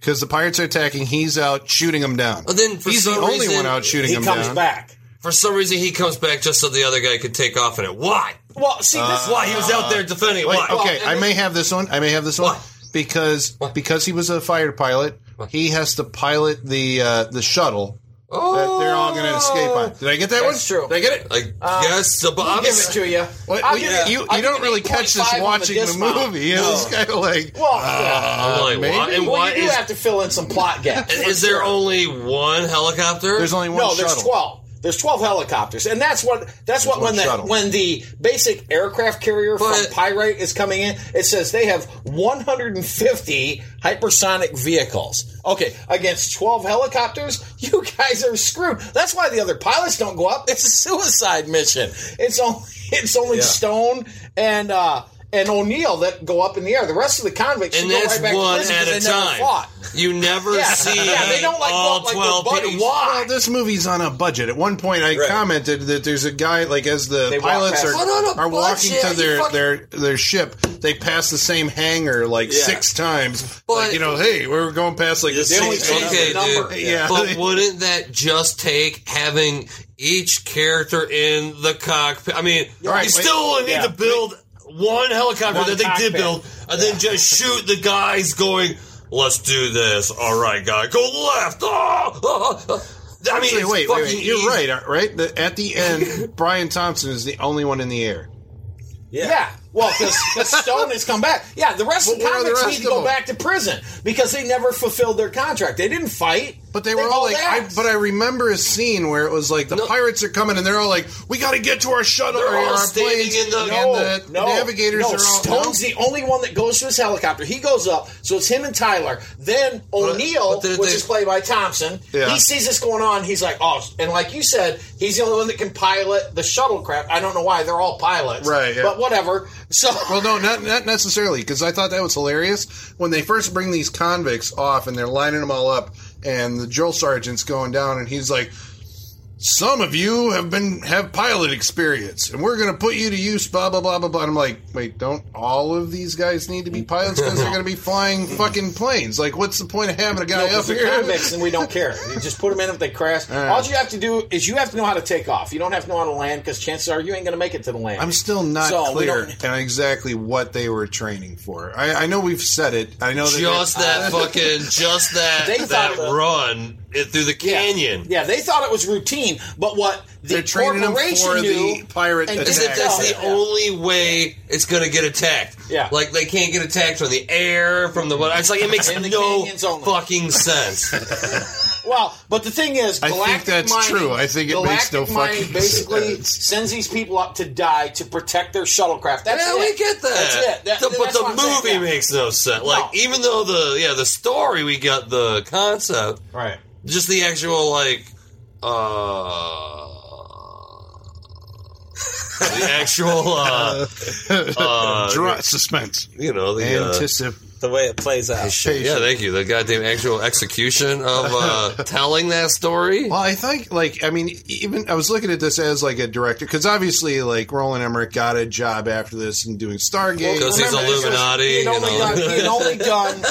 Speaker 10: Because the pirates are attacking, he's out shooting them down.
Speaker 9: But then for
Speaker 10: he's the
Speaker 9: some
Speaker 10: only
Speaker 9: reason-
Speaker 10: one out shooting
Speaker 9: He
Speaker 10: them
Speaker 9: comes
Speaker 10: down.
Speaker 7: back.
Speaker 9: For some reason, he comes back just so the other guy could take off in it. Why?
Speaker 7: Well, see, this
Speaker 9: why he
Speaker 10: Uh,
Speaker 9: was out there defending. it.
Speaker 10: Wait,
Speaker 9: why?
Speaker 10: okay, I may have this one. I may have this one because because he was a fighter pilot, he has to pilot the uh, the shuttle
Speaker 9: Oh.
Speaker 10: that they're all going to escape on. Did I get that
Speaker 7: That's
Speaker 10: one?
Speaker 7: true.
Speaker 10: Did I get it? Uh,
Speaker 9: I guess the
Speaker 7: I'll give it to you.
Speaker 10: What,
Speaker 7: I'll
Speaker 10: you,
Speaker 7: give it-
Speaker 10: you,
Speaker 7: I'll
Speaker 10: you
Speaker 7: give
Speaker 10: don't
Speaker 7: it
Speaker 10: really catch this
Speaker 7: 8.5 on the
Speaker 10: watching the,
Speaker 7: dismount.
Speaker 10: movie. It
Speaker 7: No.
Speaker 10: was kind of like,
Speaker 7: Well,
Speaker 9: Uh,
Speaker 10: uh,
Speaker 9: like, why-
Speaker 10: maybe?
Speaker 9: and why
Speaker 7: Well, you do
Speaker 9: is-
Speaker 7: have to fill in some plot gaps.
Speaker 9: And is there only one helicopter?
Speaker 10: There's only
Speaker 7: no, there's twelve. There's twelve helicopters, and that's what that's what
Speaker 9: one
Speaker 7: when the
Speaker 9: shuttle.
Speaker 7: when the basic aircraft carrier from Pyrite is coming in, it says they have 150 hypersonic vehicles. Okay, against 12 helicopters, you guys are screwed. That's why the other pilots don't go up. It's a suicide mission. It's only it's only
Speaker 9: Yeah.
Speaker 7: Stone and uh and O'Neill that go up in the air. The rest of the convicts
Speaker 9: and
Speaker 7: should go
Speaker 9: that's
Speaker 7: right back
Speaker 9: one
Speaker 7: to prison
Speaker 9: at a
Speaker 7: 'cause they never
Speaker 9: time.
Speaker 7: fought.
Speaker 9: You never
Speaker 7: Yeah.
Speaker 9: see
Speaker 7: Yeah, they don't like
Speaker 9: all
Speaker 7: look like
Speaker 9: twelve
Speaker 7: they're buddies.
Speaker 9: people.
Speaker 10: Well, this movie's on a budget. At one point, I commented that there's a guy like as the
Speaker 7: They walk
Speaker 10: pilots
Speaker 7: past-
Speaker 10: are,
Speaker 7: What on a
Speaker 10: are walking
Speaker 7: budget?
Speaker 10: to
Speaker 7: You
Speaker 10: their,
Speaker 7: fucking-
Speaker 10: their their ship, they pass the same hangar like
Speaker 9: Yeah.
Speaker 10: six times. like
Speaker 9: But-
Speaker 10: you know, hey, we're going past like the six.
Speaker 9: okay, dude.
Speaker 10: Yeah.
Speaker 9: But wouldn't that just take having each character in the cockpit? I mean,
Speaker 10: All right,
Speaker 9: you
Speaker 10: wait.
Speaker 9: still only need
Speaker 10: Yeah.
Speaker 9: to build one helicopter
Speaker 10: One
Speaker 9: that they
Speaker 10: cockpit.
Speaker 9: did build, and then just shoot the guys going. Let's do this. All right, guy, go left. Ah, ah, ah. I mean,
Speaker 10: Actually,
Speaker 9: it's
Speaker 10: wait, wait, wait.
Speaker 9: fucking
Speaker 10: You're
Speaker 9: easy.
Speaker 10: right, uh, right? The, at the end, Brian Thompson is the only one in the air.
Speaker 7: Yeah. Well, because Stone has come back. Yeah, the rest of the
Speaker 10: But where are the
Speaker 7: convicts
Speaker 10: rest
Speaker 7: need to
Speaker 10: of
Speaker 7: go
Speaker 10: them?
Speaker 7: back to prison because they never fulfilled their contract. They didn't fight.
Speaker 10: But they were all like, I, but I remember a scene where it was like the pirates are coming and they're all like, we got to get to our shuttle
Speaker 9: They're
Speaker 10: or
Speaker 9: all
Speaker 10: our
Speaker 9: standing
Speaker 10: planes.
Speaker 9: in the-
Speaker 10: and the navigators
Speaker 7: no,
Speaker 10: are all.
Speaker 7: Stone's the only one that goes to his helicopter. He goes up, so it's him and Tyler. Then O'Neill,
Speaker 9: but did
Speaker 7: which
Speaker 9: they-
Speaker 7: is played by Thompson,
Speaker 9: Yeah.
Speaker 7: he sees this going on. He's like, oh, and like you said, he's the only one that can pilot the shuttlecraft. I don't know why they're all pilots,
Speaker 10: Right, yeah.
Speaker 7: But whatever. So
Speaker 10: well, no, not not necessarily, because I thought that was hilarious when they first bring these convicts off and they're lining them all up, and the drill sergeant's going down, and he's like, "Some of you have been have pilot experience, and we're going to put you to use." Blah blah blah blah blah. And I'm like, wait, don't all of these guys need to be pilots because they're going to be flying fucking planes? Like, what's the point of having a guy
Speaker 7: No,
Speaker 10: up
Speaker 7: 'cause
Speaker 10: here?
Speaker 7: they're convicts and we don't care. You just put them in if they crash.
Speaker 10: All right.
Speaker 7: All you have to do is you have to know how to take off. You don't have to know how to land because chances are you ain't going to make it to the land.
Speaker 10: I'm still not
Speaker 7: So, we
Speaker 10: clear
Speaker 7: don't-
Speaker 10: on exactly what they were training for. I, I know we've said it. I know that
Speaker 9: Just that fucking, just that
Speaker 7: They
Speaker 9: that
Speaker 7: thought the-
Speaker 9: run it through the canyon.
Speaker 7: Yeah, they thought it was routine, but what the
Speaker 9: They're training 'em
Speaker 7: corporation
Speaker 9: for
Speaker 7: knew
Speaker 9: the
Speaker 10: pirate
Speaker 7: and
Speaker 9: Is that
Speaker 7: didn't
Speaker 9: that's
Speaker 7: know.
Speaker 9: the only way it's going to get attacked?
Speaker 7: Yeah.
Speaker 9: like they can't get attacked from the air, from the what? It's like it makes
Speaker 7: In the
Speaker 9: no
Speaker 7: canyons only.
Speaker 9: fucking sense.
Speaker 7: Well, but the thing is,
Speaker 9: I
Speaker 7: Galactic
Speaker 9: think that's
Speaker 7: Mining-
Speaker 9: true. I think it
Speaker 7: Galactic
Speaker 9: makes no
Speaker 7: Mining
Speaker 9: fucking
Speaker 7: basically sends these people up to die to protect their shuttlecraft. That's
Speaker 9: yeah,
Speaker 7: it.
Speaker 9: we get that.
Speaker 7: That's it. That-
Speaker 9: The- but
Speaker 7: that's
Speaker 9: the
Speaker 7: what I'm saying,
Speaker 9: movie
Speaker 7: yeah.
Speaker 9: makes no sense. Like even though the yeah the story we got the concept
Speaker 7: right,
Speaker 9: just the actual like uh the actual uh, uh
Speaker 10: Dra- suspense.
Speaker 9: you know the uh,
Speaker 10: Anticip-
Speaker 11: the way it plays out.
Speaker 9: Yeah, thank you. The goddamn actual execution of uh, telling that story.
Speaker 10: Well, I think like I mean, even I was looking at this as like a director because obviously like Roland Emmerich got a job after this and doing Stargate.
Speaker 9: Because he's Illuminati.
Speaker 7: He'd
Speaker 9: You
Speaker 7: only,
Speaker 9: know.
Speaker 7: done, he'd only done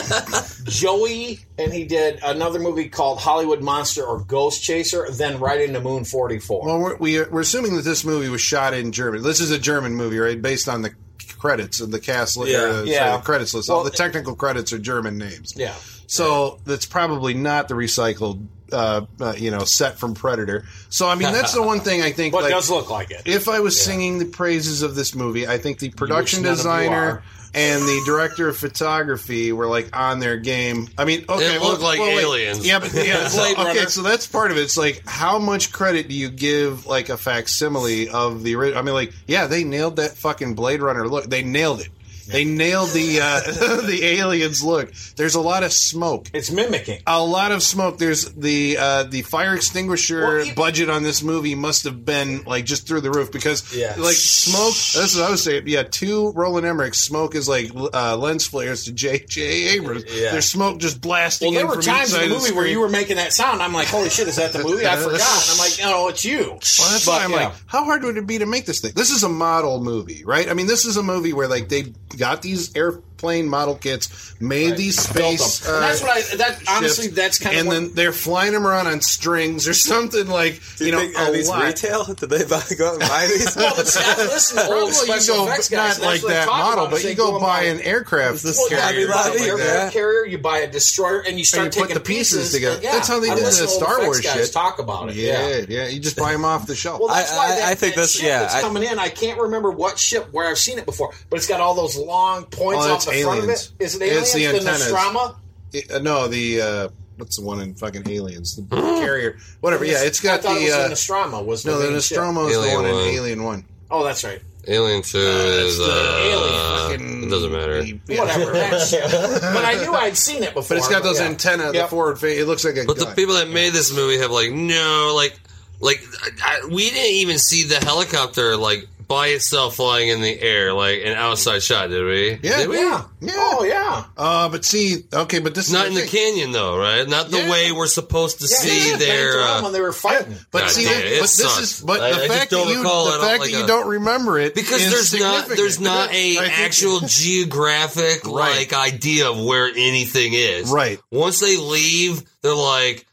Speaker 7: Joey, and he did another movie called Hollywood Monster or Ghost Chaser, then right into Moon 44.
Speaker 10: Well, we're, we, we're assuming that this movie was shot in Germany. This is a German movie, right? Based on the credits and the cast list,
Speaker 7: Yeah.
Speaker 10: or, uh, sorry,
Speaker 7: Yeah.
Speaker 10: the credits list. All the technical credits are German names.
Speaker 7: Yeah.
Speaker 10: So that's probably not the recycled, uh, uh, you know, set from Predator. So I mean, that's the one thing I think.
Speaker 7: But it
Speaker 10: like,
Speaker 7: does look like it.
Speaker 10: If I was singing the praises of this movie, I think the production
Speaker 7: none of you
Speaker 10: designer
Speaker 7: are.
Speaker 10: and the director of photography were like on their game. I mean, okay,
Speaker 9: It
Speaker 10: well-
Speaker 9: looked like
Speaker 10: well, wait.
Speaker 9: aliens.
Speaker 10: Yeah, but yeah, so-
Speaker 9: Blade
Speaker 10: okay,
Speaker 9: Runner.
Speaker 10: so that's part of it. It's like how much credit do you give like a facsimile of the original? I mean, like yeah, they nailed that fucking Blade Runner look. They nailed it. They nailed the uh, the aliens look. There's a lot of smoke.
Speaker 7: It's mimicking.
Speaker 10: A lot of smoke. There's the uh, the fire extinguisher budget on this movie must have been like just through the roof because
Speaker 7: Yeah.
Speaker 10: like smoke. That's what I was saying. Yeah, two Roland Emmerich smoke is like uh, lens flares to J.J. Abrams.
Speaker 7: Yeah.
Speaker 10: There's smoke just blasting.
Speaker 7: Well, there
Speaker 10: in
Speaker 7: were
Speaker 10: from
Speaker 7: times
Speaker 10: each side
Speaker 7: in
Speaker 10: of
Speaker 7: the movie where
Speaker 10: screen.
Speaker 7: you were making that sound. I'm like, holy shit, is that the movie? I forgot. And I'm like, no, it's you. Well,
Speaker 10: Well, that's why I'm like, how hard would it be to make this thing? This is a model movie, right? I mean, this is a movie where like they got these airplane model kits, made these
Speaker 7: Built them.
Speaker 10: space.
Speaker 7: And that's
Speaker 10: uh,
Speaker 7: what I. That honestly,
Speaker 10: ships,
Speaker 7: that's kind of.
Speaker 10: and then they're flying them around on strings or something like you know
Speaker 11: are
Speaker 10: a
Speaker 11: these
Speaker 10: lot.
Speaker 11: retail? Did they buy, go out and buy these?
Speaker 7: well, but see, I listen to old
Speaker 10: Probably you
Speaker 7: special
Speaker 10: go
Speaker 7: effects guys.
Speaker 10: not
Speaker 7: and
Speaker 10: like
Speaker 7: that's what they
Speaker 10: that
Speaker 7: talk
Speaker 10: model,
Speaker 7: about,
Speaker 10: but
Speaker 7: is they
Speaker 10: you go buy
Speaker 7: and
Speaker 10: an aircraft
Speaker 7: Well, yeah,
Speaker 10: carrier.
Speaker 7: you buy the
Speaker 10: something like
Speaker 7: aircraft
Speaker 10: that.
Speaker 7: carrier, you buy a destroyer, and you start
Speaker 10: And you
Speaker 7: taking
Speaker 10: put the pieces,
Speaker 7: pieces
Speaker 10: together.
Speaker 7: and, yeah,
Speaker 10: That's how they
Speaker 7: I
Speaker 10: did the
Speaker 7: listen to old
Speaker 10: Star
Speaker 7: effects
Speaker 10: Wars
Speaker 7: guys
Speaker 10: shit.
Speaker 7: Talk about it. Yeah.
Speaker 10: yeah, yeah. You just buy them off the shelf.
Speaker 7: Well, that's why
Speaker 11: I-
Speaker 7: that,
Speaker 11: I think
Speaker 7: that
Speaker 11: this-
Speaker 7: ship
Speaker 11: yeah,
Speaker 7: that's
Speaker 11: I-
Speaker 7: coming in. I can't remember what ship where I've seen it before, but it's got all those long points
Speaker 10: Oh, it's
Speaker 7: off the front of
Speaker 10: aliens.
Speaker 7: it. Is it aliens?
Speaker 10: It's the antennas.
Speaker 7: Nostromo?
Speaker 10: It- uh, no, the uh, what's the one in fucking Aliens? The carrier, whatever. Yeah, it's got
Speaker 7: I thought
Speaker 10: the,
Speaker 7: it was
Speaker 10: uh,
Speaker 7: the Nostromo. Was the
Speaker 10: no, the
Speaker 7: main
Speaker 10: Nostromo is
Speaker 7: ship.
Speaker 10: the
Speaker 9: Alien
Speaker 10: one in
Speaker 9: one.
Speaker 10: Alien One.
Speaker 7: Oh, that's right.
Speaker 9: Alien two is uh, it doesn't matter.
Speaker 7: Whatever that ship. But I knew I'd seen it before.
Speaker 10: But it's got those
Speaker 7: yeah.
Speaker 10: antenna, the
Speaker 7: Yep.
Speaker 10: forward face. It looks like a
Speaker 9: But the
Speaker 10: gun.
Speaker 9: people that made this movie have like no, like, like I, I- we didn't even see the helicopter like by itself flying in the air, like an outside shot, did we?
Speaker 10: yeah,
Speaker 9: Did we?
Speaker 10: yeah, yeah.
Speaker 7: Oh yeah.
Speaker 10: Uh, but see, okay, but this is
Speaker 9: Not in
Speaker 10: the
Speaker 9: the
Speaker 10: thing.
Speaker 9: canyon though, right? Not the
Speaker 10: Yeah.
Speaker 9: way we're supposed to
Speaker 7: Yeah,
Speaker 9: see
Speaker 7: yeah,
Speaker 9: their.
Speaker 7: Banterama,
Speaker 9: Uh,
Speaker 7: they were fighting.
Speaker 10: But
Speaker 9: God
Speaker 10: see,
Speaker 9: damn
Speaker 10: that-
Speaker 9: it, it
Speaker 10: but this
Speaker 9: sucks.
Speaker 10: is but
Speaker 9: I-
Speaker 10: the
Speaker 9: I just
Speaker 10: fact that
Speaker 9: don't
Speaker 10: you
Speaker 9: recall
Speaker 10: the
Speaker 9: it, I don't
Speaker 10: fact
Speaker 9: like
Speaker 10: that you
Speaker 9: a-
Speaker 10: don't remember it
Speaker 9: because
Speaker 10: is
Speaker 9: there's not
Speaker 10: significant.
Speaker 9: there's not a
Speaker 10: I think-
Speaker 9: actual geographic like idea of where anything is.
Speaker 10: Right.
Speaker 9: Once they leave, they're like,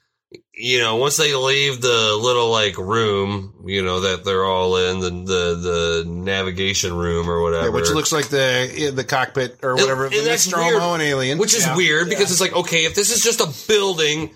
Speaker 9: you know, once they leave the little like room, you know, that they're all in the the, the navigation room or whatever.
Speaker 10: Yeah, which looks like the the cockpit or
Speaker 9: It-
Speaker 10: whatever,
Speaker 9: and
Speaker 10: the
Speaker 9: that's
Speaker 10: Nostromo
Speaker 9: weird,
Speaker 10: and Alien,
Speaker 9: which is
Speaker 10: Yeah.
Speaker 9: weird because it's like, okay, if this is just a building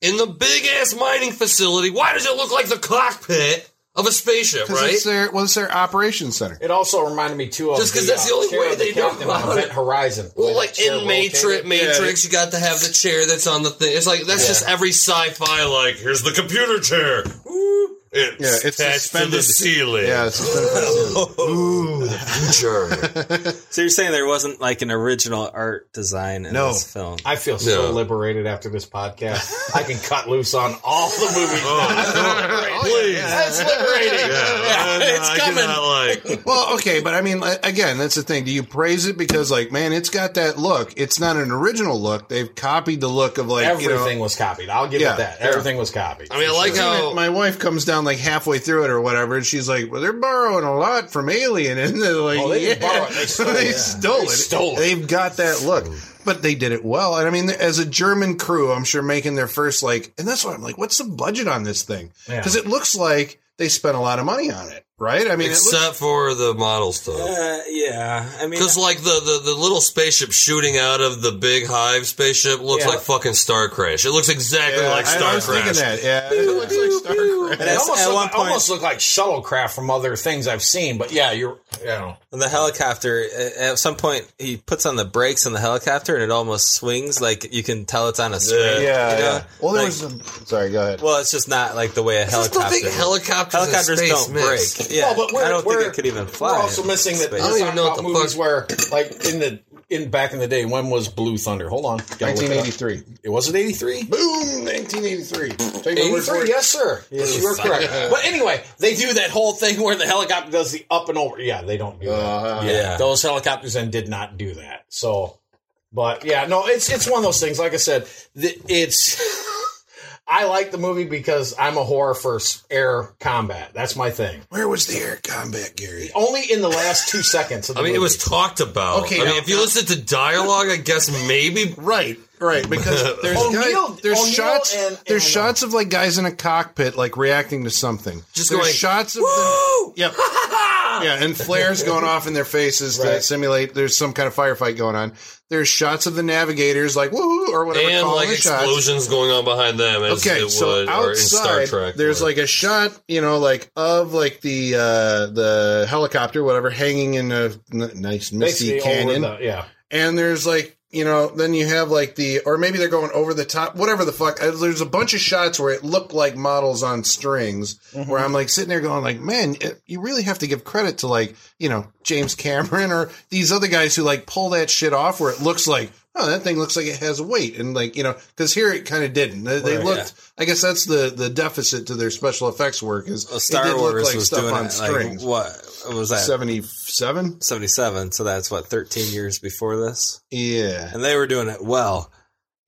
Speaker 9: in the big ass mining facility, why does it look like the cockpit of a spaceship?
Speaker 10: because
Speaker 9: Right.
Speaker 10: it's their well, it's their operations center.
Speaker 7: It also reminded me too of
Speaker 9: Just 'cause
Speaker 7: the,
Speaker 9: that's the
Speaker 7: uh,
Speaker 9: only
Speaker 7: chair
Speaker 9: way
Speaker 7: of the
Speaker 9: they know
Speaker 7: captain on
Speaker 9: about
Speaker 7: Event
Speaker 9: it.
Speaker 7: Horizon.
Speaker 9: Well,
Speaker 7: Where
Speaker 9: like
Speaker 7: the chair
Speaker 9: in Matrix,
Speaker 7: rotated.
Speaker 9: Matrix, you got to have the chair that's on the thing. It's like that's just every sci-fi. Like here's the computer chair. Ooh, It's
Speaker 10: Yeah, it's
Speaker 9: attached
Speaker 10: suspended.
Speaker 9: to the ceiling. Oh.
Speaker 10: Yeah, it's suspended. from the ceiling.
Speaker 9: Ooh, the future.
Speaker 11: So you're saying there wasn't like an original art design in
Speaker 10: No.
Speaker 11: this film?
Speaker 7: I feel so
Speaker 9: Yeah.
Speaker 7: liberated after this podcast. I can cut loose on all the movies.
Speaker 9: Oh, Please.
Speaker 7: Oh, That's liberating.
Speaker 9: Yeah,
Speaker 7: it's
Speaker 9: I
Speaker 7: coming.
Speaker 9: cannot like.
Speaker 10: well, okay, but I mean, like, again, that's the thing. Do you praise it because, like, man, it's got that look? It's not an original look. They've copied the look of like
Speaker 7: Everything
Speaker 10: You know,
Speaker 7: was copied. I'll give
Speaker 10: Yeah.
Speaker 7: it that. Everything was copied.
Speaker 9: I mean, I like how
Speaker 10: my wife comes down like halfway through it or whatever, and she's like, "Well, they're borrowing a lot from Alien," and they're like,
Speaker 7: Oh, they
Speaker 10: yeah.
Speaker 7: didn't borrow it. They stole
Speaker 10: They
Speaker 7: it.
Speaker 10: stole
Speaker 7: They
Speaker 10: it.
Speaker 7: stole it.
Speaker 10: They've got that look, but they did it well. And I mean, as a German crew, I'm sure making their first like, and that's why I'm like, "What's the budget on this thing?"
Speaker 7: Yeah.
Speaker 10: Because it looks like they spent a lot of money on it, right? I mean, it looks,
Speaker 9: except for the model stuff.
Speaker 11: Uh, yeah, I mean,
Speaker 9: Because like the, the, the little spaceship shooting out of the big hive spaceship looks
Speaker 7: Yeah.
Speaker 9: like fucking Star Crash. It looks exactly
Speaker 10: yeah,
Speaker 9: like
Speaker 10: I-
Speaker 9: Star
Speaker 10: I was
Speaker 9: Crash.
Speaker 10: thinking that. Yeah, it looks like Star Crash.
Speaker 7: And it
Speaker 11: That's-
Speaker 7: almost
Speaker 11: at
Speaker 7: looked,
Speaker 11: one point-
Speaker 7: almost looked like shuttlecraft from other things I've seen. But yeah, you're you know
Speaker 11: the helicopter. uh, At some point, he puts on the brakes on the helicopter, and it almost swings. Like you can tell it's on a swing.
Speaker 9: Yeah.
Speaker 10: Yeah.
Speaker 11: you know?
Speaker 10: yeah. Well, there
Speaker 11: Like-
Speaker 10: was some. Sorry, go ahead.
Speaker 11: Well, it's just not like the way a
Speaker 9: Just the
Speaker 11: helicopter.
Speaker 9: big helicopters, in
Speaker 11: Helicopters
Speaker 9: space
Speaker 11: don't
Speaker 9: miss.
Speaker 11: break. Yeah,
Speaker 7: Well, but we're-
Speaker 11: I don't think
Speaker 7: we're-
Speaker 11: it could even fly.
Speaker 7: We're also missing that.
Speaker 11: Space.
Speaker 7: I don't
Speaker 9: even know what the
Speaker 7: movies
Speaker 9: fuck-
Speaker 7: where like in the in back in the day. When was Blue Thunder? Hold on, Gotta look it up.
Speaker 10: 1983.
Speaker 7: It wasn't eighty three.
Speaker 10: Boom! 1983. Take my word for
Speaker 7: 83,
Speaker 10: it.
Speaker 7: yes, sir. Yes, you are correct. But anyway, they do that whole thing where the helicopter does the up and over. Yeah, they don't do that.
Speaker 10: Uh,
Speaker 11: Yeah.
Speaker 7: Those helicopters then did not do that. So But yeah, no, it's it's one of those things. Like I said, th- it's. I like the movie because I'm a horror for s- air combat. That's my thing.
Speaker 10: Where was the air combat, Gary?
Speaker 7: Only in the last two seconds of
Speaker 9: I
Speaker 7: the
Speaker 9: mean, it
Speaker 7: movie.
Speaker 9: was talked about.
Speaker 7: Okay,
Speaker 9: I
Speaker 7: now-
Speaker 9: mean, if you listen to dialogue, I guess maybe.
Speaker 10: right, right. Because there's guy- there's
Speaker 7: O'Neill
Speaker 10: shots
Speaker 7: and-
Speaker 10: there's shots of like guys in a cockpit like reacting to something.
Speaker 9: Just
Speaker 10: there's
Speaker 9: going,
Speaker 10: shots of them. Yep. yeah, and flares going off in their faces to
Speaker 9: Right.
Speaker 10: simulate there's some kind of firefight going on. There's shots of the navigators like woohoo or whatever
Speaker 9: and
Speaker 10: calling
Speaker 9: like
Speaker 10: the shots.
Speaker 9: explosions going on behind them. As
Speaker 10: Okay,
Speaker 9: it
Speaker 10: so
Speaker 9: would, or in Star
Speaker 10: outside
Speaker 9: Trek,
Speaker 10: there's like a shot, you know, like of like the uh the helicopter, whatever, hanging in a n- nice misty
Speaker 7: Basically over
Speaker 10: canyon.
Speaker 7: the- yeah.
Speaker 10: and there's like you know then you have like the or maybe they're going over the top whatever the fuck Uh, there's a bunch of shots where it looked like models on strings
Speaker 15: Mm-hmm.
Speaker 10: where i'm like sitting there going like man it, you really have to give credit to like you know james cameron or these other guys who like pull that shit off where it looks like oh that thing looks like it has weight and like you know because here it kind of didn't they, they
Speaker 15: Right.
Speaker 10: looked i guess that's the the deficit to their special effects work is
Speaker 15: Well,
Speaker 10: it
Speaker 15: Star
Speaker 10: did look
Speaker 15: Wars
Speaker 10: like
Speaker 15: was
Speaker 10: stuff
Speaker 15: doing
Speaker 10: on
Speaker 15: it, like,
Speaker 10: strings
Speaker 15: what was that?
Speaker 10: 77?
Speaker 15: 77. So that's what, 13 years before this?
Speaker 10: Yeah.
Speaker 15: And they were doing it well.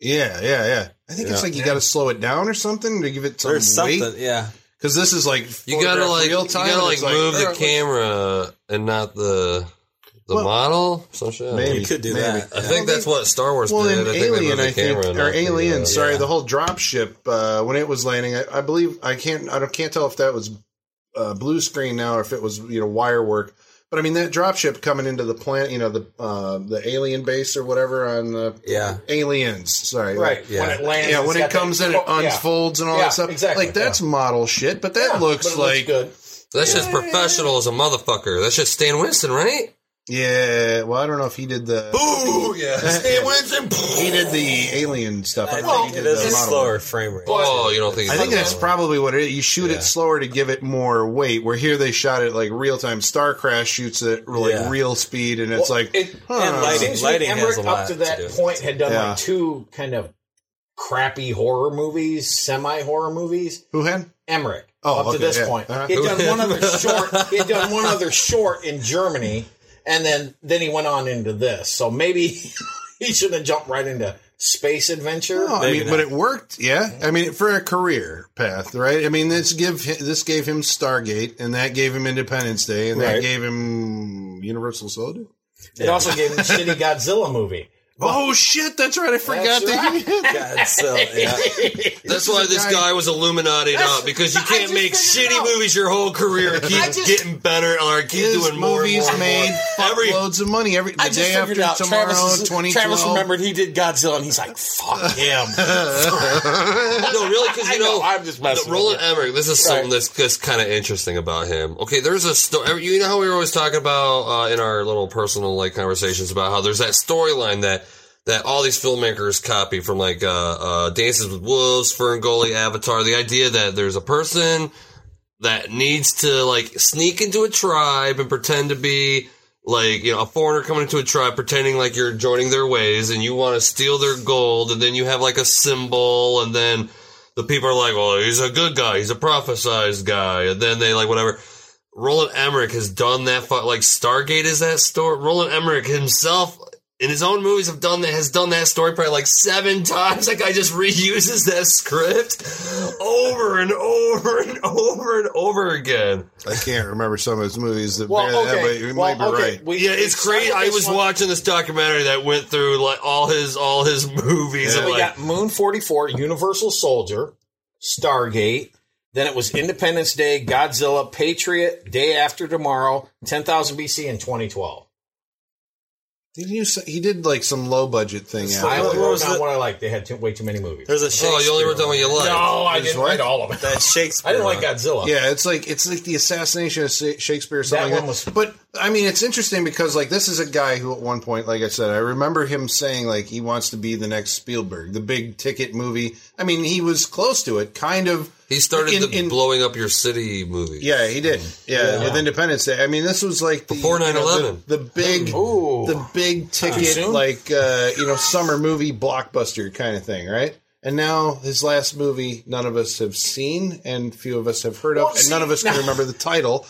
Speaker 10: Yeah, yeah, yeah. I think
Speaker 15: Yeah.
Speaker 10: it's like you got to slow it down or something to give it some
Speaker 15: There's something,
Speaker 10: weight.
Speaker 15: yeah.
Speaker 10: Because this is like
Speaker 9: you gotta
Speaker 10: photograph
Speaker 9: like
Speaker 10: real time.
Speaker 9: you
Speaker 10: and
Speaker 9: gotta like
Speaker 10: it's
Speaker 9: move
Speaker 10: all
Speaker 9: the
Speaker 10: right,
Speaker 9: camera and not the the
Speaker 10: Well,
Speaker 9: model. Some shit.
Speaker 10: maybe, You could do maybe. that.
Speaker 9: I think
Speaker 10: Well,
Speaker 9: that's what Star Wars
Speaker 10: Well,
Speaker 9: did.
Speaker 10: in
Speaker 9: I think they
Speaker 10: Alien,
Speaker 9: moved the
Speaker 10: I think,
Speaker 9: camera and
Speaker 10: or
Speaker 9: not the,
Speaker 10: Alien,
Speaker 9: uh,
Speaker 10: sorry,
Speaker 9: yeah.
Speaker 10: the whole dropship uh, when it was landing, I, I believe I can't, I don't, can't tell if that was uh, blue screen now or if it was you know wire work. But I mean that dropship coming into the plant, you know the uh, the alien base or whatever on the
Speaker 15: Yeah.
Speaker 10: aliens. Sorry,
Speaker 7: Right, when it lands,
Speaker 10: yeah,
Speaker 7: it's
Speaker 10: when it
Speaker 7: got that-
Speaker 10: comes in, it
Speaker 7: oh, yeah.
Speaker 10: unfolds and all
Speaker 7: Yeah,
Speaker 10: that stuff.
Speaker 7: exactly,
Speaker 10: like that's model shit, but that looks
Speaker 7: but it looks
Speaker 10: like
Speaker 7: good.
Speaker 9: That's just professional as a motherfucker. That's just Stan Winston, right?
Speaker 10: Yeah, well, I don't know if he did the.
Speaker 9: Boo! Yeah, Stan Winston.
Speaker 10: He did the alien stuff. I don't
Speaker 15: Well,
Speaker 10: think he
Speaker 15: it
Speaker 10: did
Speaker 15: is
Speaker 10: the
Speaker 15: a
Speaker 10: model.
Speaker 15: slower frame rate.
Speaker 9: Oh, you don't think?
Speaker 10: I
Speaker 9: it's
Speaker 10: think
Speaker 9: that
Speaker 10: that's
Speaker 9: low.
Speaker 10: probably what it is. You shoot it slower to give it more weight. Where here they shot it like real time. Star Crash shoots it like
Speaker 7: Yeah.
Speaker 10: real speed, and it's
Speaker 7: Well,
Speaker 10: like
Speaker 7: it-
Speaker 10: huh.
Speaker 15: and lighting.
Speaker 7: Seems to me
Speaker 15: has
Speaker 7: Emmerich
Speaker 15: a lot
Speaker 7: Um, up to
Speaker 15: to
Speaker 7: that
Speaker 15: do with
Speaker 7: point had done
Speaker 10: Yeah.
Speaker 7: like two kind of crappy horror movies, semi horror movies.
Speaker 10: Who had?
Speaker 7: Emmerich.
Speaker 10: Oh,
Speaker 7: up to
Speaker 10: okay,
Speaker 7: this
Speaker 10: yeah.
Speaker 7: point,
Speaker 10: Uh-huh.
Speaker 7: he had done one other short. He had done one other short in Germany, and then then he went on into this. So maybe he should have jumped right into space adventure.
Speaker 10: No, Oh, I mean, but it worked. Yeah, I mean, for a career path, right? I mean, this give hi- this gave him Stargate, and that gave him Independence Day, and that
Speaker 7: Right.
Speaker 10: gave him Universal Soldier.
Speaker 7: It also gave him a shitty Godzilla movie.
Speaker 10: Oh shit! That's right. I forgot
Speaker 7: That's
Speaker 10: that. he-
Speaker 15: Godzilla, yeah.
Speaker 9: That's why this guy was illuminated up because you can't make shitty movies your whole career. Keep getting better or keep
Speaker 10: His
Speaker 9: doing more.
Speaker 10: movies
Speaker 9: more, more.
Speaker 10: made loads of money every the
Speaker 7: I just
Speaker 10: day
Speaker 7: figured
Speaker 10: after
Speaker 7: out
Speaker 10: tomorrow.
Speaker 7: Travis, is-
Speaker 10: Twenty
Speaker 7: Travis
Speaker 10: twelve.
Speaker 7: remembered he did Godzilla, and he's like, "Fuck him."
Speaker 9: no, really, because you
Speaker 7: I know,
Speaker 9: know,
Speaker 7: I'm just messing
Speaker 9: the- Roland
Speaker 7: with you.
Speaker 9: Emmerich. This is
Speaker 7: Right.
Speaker 9: something that's just kind of interesting about him. Okay, there's a story. You know how we were always talking about uh, in our little personal like conversations about how there's that storyline that that all these filmmakers copy from like uh, uh, Dances with Wolves, Ferngully, Avatar. The idea that there's a person that needs to like sneak into a tribe and pretend to be like you know a foreigner coming into a tribe pretending like you're joining their ways and you want to steal their gold and then you have like a symbol and then the people are like well he's a good guy he's a prophesized guy and then they like whatever roland emmerich has done that fu- like stargate is that story roland emmerich himself in his own movies have done that has done that story probably like seven times that guy just reuses that script over and over and over and over again
Speaker 10: I can't remember some of his movies that
Speaker 7: Well,
Speaker 10: bear that,
Speaker 7: okay.
Speaker 10: but you
Speaker 7: Well,
Speaker 10: might be
Speaker 7: okay.
Speaker 10: right.
Speaker 7: We-
Speaker 9: yeah, it's crazy. I was watching this documentary that went through like all his all his movies.
Speaker 7: So
Speaker 9: and
Speaker 7: we
Speaker 9: like,
Speaker 7: got Moon 44, Universal Soldier, Stargate. Then it was Independence Day, Godzilla, Patriot, Day After Tomorrow, 10,000 BC, and 2012.
Speaker 10: Didn't you say, he did like some low budget thing?
Speaker 7: I
Speaker 10: out there.
Speaker 7: only wrote down what I liked. They had too, way too many movies.
Speaker 15: There's a
Speaker 9: oh, you only
Speaker 15: Shakespeare.
Speaker 9: were done what you liked.
Speaker 7: no, I
Speaker 10: There's
Speaker 7: didn't
Speaker 10: what?
Speaker 7: write all of them.
Speaker 15: that Shakespeare.
Speaker 7: I didn't like
Speaker 15: one.
Speaker 7: Godzilla.
Speaker 10: Yeah, it's like it's like the assassination of Sa- Shakespeare or something
Speaker 7: That
Speaker 10: like
Speaker 7: one
Speaker 10: that. but I mean, it's interesting because like this is a guy who at one point, like I said, I remember him saying like he wants to be the next Spielberg, the big ticket movie. I mean, he was close to it, kind of.
Speaker 9: He started
Speaker 10: in-
Speaker 9: the
Speaker 10: in-
Speaker 9: blowing up your city movie.
Speaker 10: Yeah, he did. Yeah, with Independence Day. I mean, this was like the,
Speaker 9: Before
Speaker 10: you know,
Speaker 9: 9/11.
Speaker 10: the, the big, the big ticket,
Speaker 7: soon?
Speaker 10: like uh, you know, summer movie blockbuster kind of thing, right? And now his last movie, none of us have seen, and few of us have heard
Speaker 7: Well,
Speaker 10: of, and none
Speaker 7: see,
Speaker 10: of us can
Speaker 7: now-
Speaker 10: remember the title.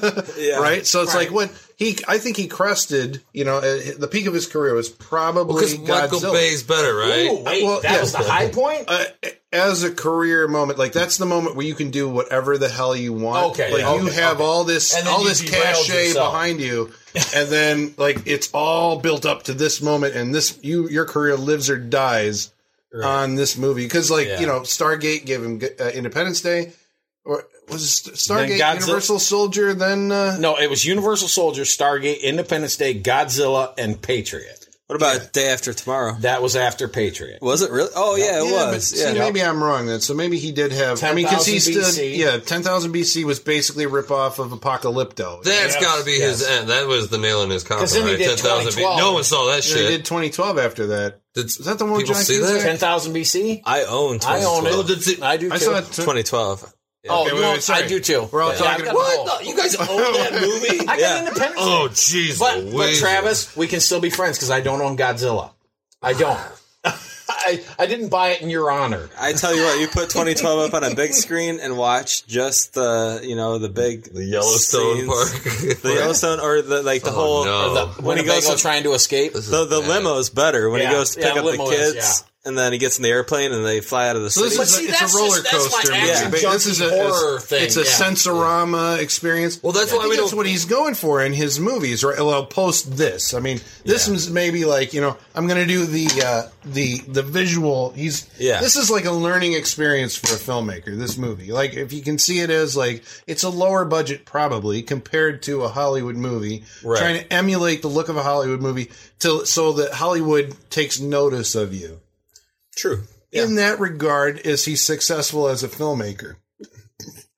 Speaker 10: right? So it's like when he, I think he crested. You know, uh, the peak of his career was probably
Speaker 11: Because Michael
Speaker 10: Godzilla.
Speaker 11: Bay's better, right?
Speaker 10: Ooh, wait, Well, that yeah. was the high
Speaker 7: point.
Speaker 10: Uh, as a career moment, like that's the moment where you can do whatever the hell you want.
Speaker 7: Okay,
Speaker 10: like
Speaker 7: yeah,
Speaker 10: you
Speaker 7: okay,
Speaker 10: have
Speaker 7: okay.
Speaker 10: all this,
Speaker 7: And then
Speaker 10: all
Speaker 7: you
Speaker 10: this
Speaker 7: derailed
Speaker 10: cachet
Speaker 7: yourself.
Speaker 10: behind you, and then like it's all built up to this moment, and this you your career lives or dies on this movie because like
Speaker 7: Yeah.
Speaker 10: you know Stargate gave him uh, Independence Day, or was it Stargate
Speaker 7: Then Godzilla-
Speaker 10: Universal Soldier? Then uh,
Speaker 7: No, it was Universal Soldier, Stargate, Independence Day, Godzilla, and Patriot.
Speaker 9: What about Day After Tomorrow?
Speaker 7: That was after Patriot.
Speaker 9: Was it really? Oh yeah, it
Speaker 10: Yeah,
Speaker 9: was.
Speaker 10: but
Speaker 9: yeah.
Speaker 10: See, maybe I'm wrong then. So maybe he did have. I mean, because he
Speaker 7: 10,000
Speaker 10: stood.
Speaker 7: BC.
Speaker 10: Yeah, 10,000 BC was basically a ripoff of Apocalypto. That's
Speaker 11: That's got to be his end. That was the nail in his coffin,
Speaker 10: Because then he
Speaker 11: right?
Speaker 10: did
Speaker 11: 10,000 feet.
Speaker 10: 2012.
Speaker 11: No one saw that
Speaker 10: He
Speaker 11: shit.
Speaker 10: did 2012 after that.
Speaker 11: Did,
Speaker 10: Is that the one with
Speaker 11: people
Speaker 10: John
Speaker 11: see that?
Speaker 10: Cusack?
Speaker 7: 10,000 BC?
Speaker 9: I own.
Speaker 7: I own it.
Speaker 9: 2012.
Speaker 7: I do
Speaker 10: I
Speaker 7: too.
Speaker 10: saw it tw-
Speaker 9: 2012.
Speaker 7: Oh,
Speaker 10: Okay,
Speaker 7: you
Speaker 10: wait,
Speaker 7: own-
Speaker 10: wait, sorry.
Speaker 7: I do too.
Speaker 10: We're all
Speaker 7: Yeah.
Speaker 10: talking-
Speaker 7: I've got
Speaker 10: What?
Speaker 7: both.
Speaker 10: No,
Speaker 7: you guys own that movie? I got Independence
Speaker 11: Oh,
Speaker 7: jeez. But, but
Speaker 11: Louise.
Speaker 7: Travis, we can still be friends because I don't own Godzilla. I don't. I, I didn't buy it in your honor.
Speaker 9: I tell you what, you put 2012 up on a big screen and watch just the you know the big the
Speaker 11: Yellowstone Park.
Speaker 9: the Yellowstone or the like the
Speaker 11: Oh,
Speaker 9: whole
Speaker 11: no.
Speaker 9: or the- when he goes
Speaker 7: Winnebago
Speaker 9: to
Speaker 7: trying to escape.
Speaker 9: the the limo's better when
Speaker 7: Yeah,
Speaker 9: he goes to pick
Speaker 7: yeah,
Speaker 9: up the
Speaker 7: limo is,
Speaker 9: kids
Speaker 7: yeah.
Speaker 9: and then he gets in the airplane and they fly out of the
Speaker 10: So this
Speaker 9: city.
Speaker 10: is a, it's a roller coaster. movie. This is a
Speaker 7: horror
Speaker 10: it's,
Speaker 7: thing,
Speaker 10: It's a
Speaker 7: yeah.
Speaker 10: sensorama experience. Well,
Speaker 11: that's why we
Speaker 10: that's
Speaker 11: don't-
Speaker 10: what he's going for in his movies, right? Well, post this. I mean, this is maybe like you know, I'm going to do the uh, the the visual. He's
Speaker 9: Yeah.
Speaker 10: This is like a learning experience for a filmmaker. This movie, like if you can see it as like it's a lower budget probably compared to a Hollywood movie,
Speaker 9: Right.
Speaker 10: trying to emulate the look of a Hollywood movie to so that Hollywood takes notice of you
Speaker 9: True.
Speaker 10: in that regard, is he successful as a filmmaker?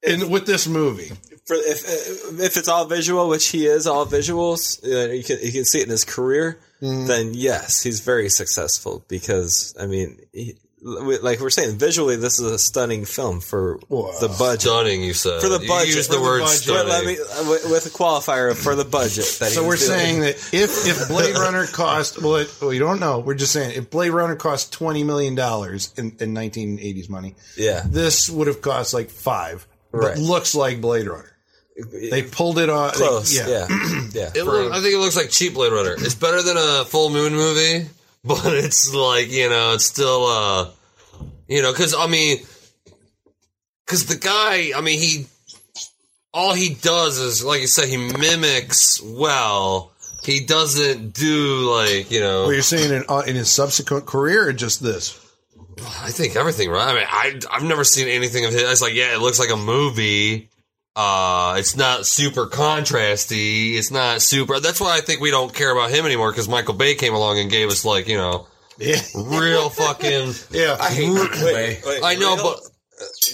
Speaker 10: In with this movie,
Speaker 9: For, if uh, if it's all visual, which he is all visuals, uh, you can you can see it in his career.
Speaker 10: Mm-hmm.
Speaker 9: Then yes, he's very successful because I mean, he, we- like we're saying, visually this is a stunning film for the budget.
Speaker 11: Stunning, you said.
Speaker 9: for the budget.
Speaker 11: You used the word
Speaker 9: But let
Speaker 11: stunning.
Speaker 9: me uh, with- with a qualifier of for the budget. That he
Speaker 10: so we're
Speaker 9: was doing.
Speaker 10: saying that if if Blade Runner cost well, it, well, you don't know. We're just saying if Blade Runner cost twenty million dollars in in nineteen eighties money,
Speaker 9: yeah,
Speaker 10: this would have cost like five,
Speaker 9: Right.
Speaker 10: but looks like Blade Runner. They pulled it off.
Speaker 11: Close,
Speaker 10: yeah.
Speaker 9: yeah.
Speaker 11: It look, I think it looks like cheap Blade Runner. It's better than a full moon movie, but it's like you know, it's still uh, you know, because I mean, because the guy, I mean, he all he does is like you said, he mimics well. He doesn't do like you know.
Speaker 10: What you're saying in uh, in his subsequent career, or just this?
Speaker 11: I think everything right. I mean, I I've never seen anything of his. It's like, yeah, it looks like a movie. Uh, it's not super contrasty. It's not super. That's why I think we don't care about him anymore because Michael Bay came along and gave us like you know, real fucking
Speaker 10: yeah.
Speaker 11: I, know, but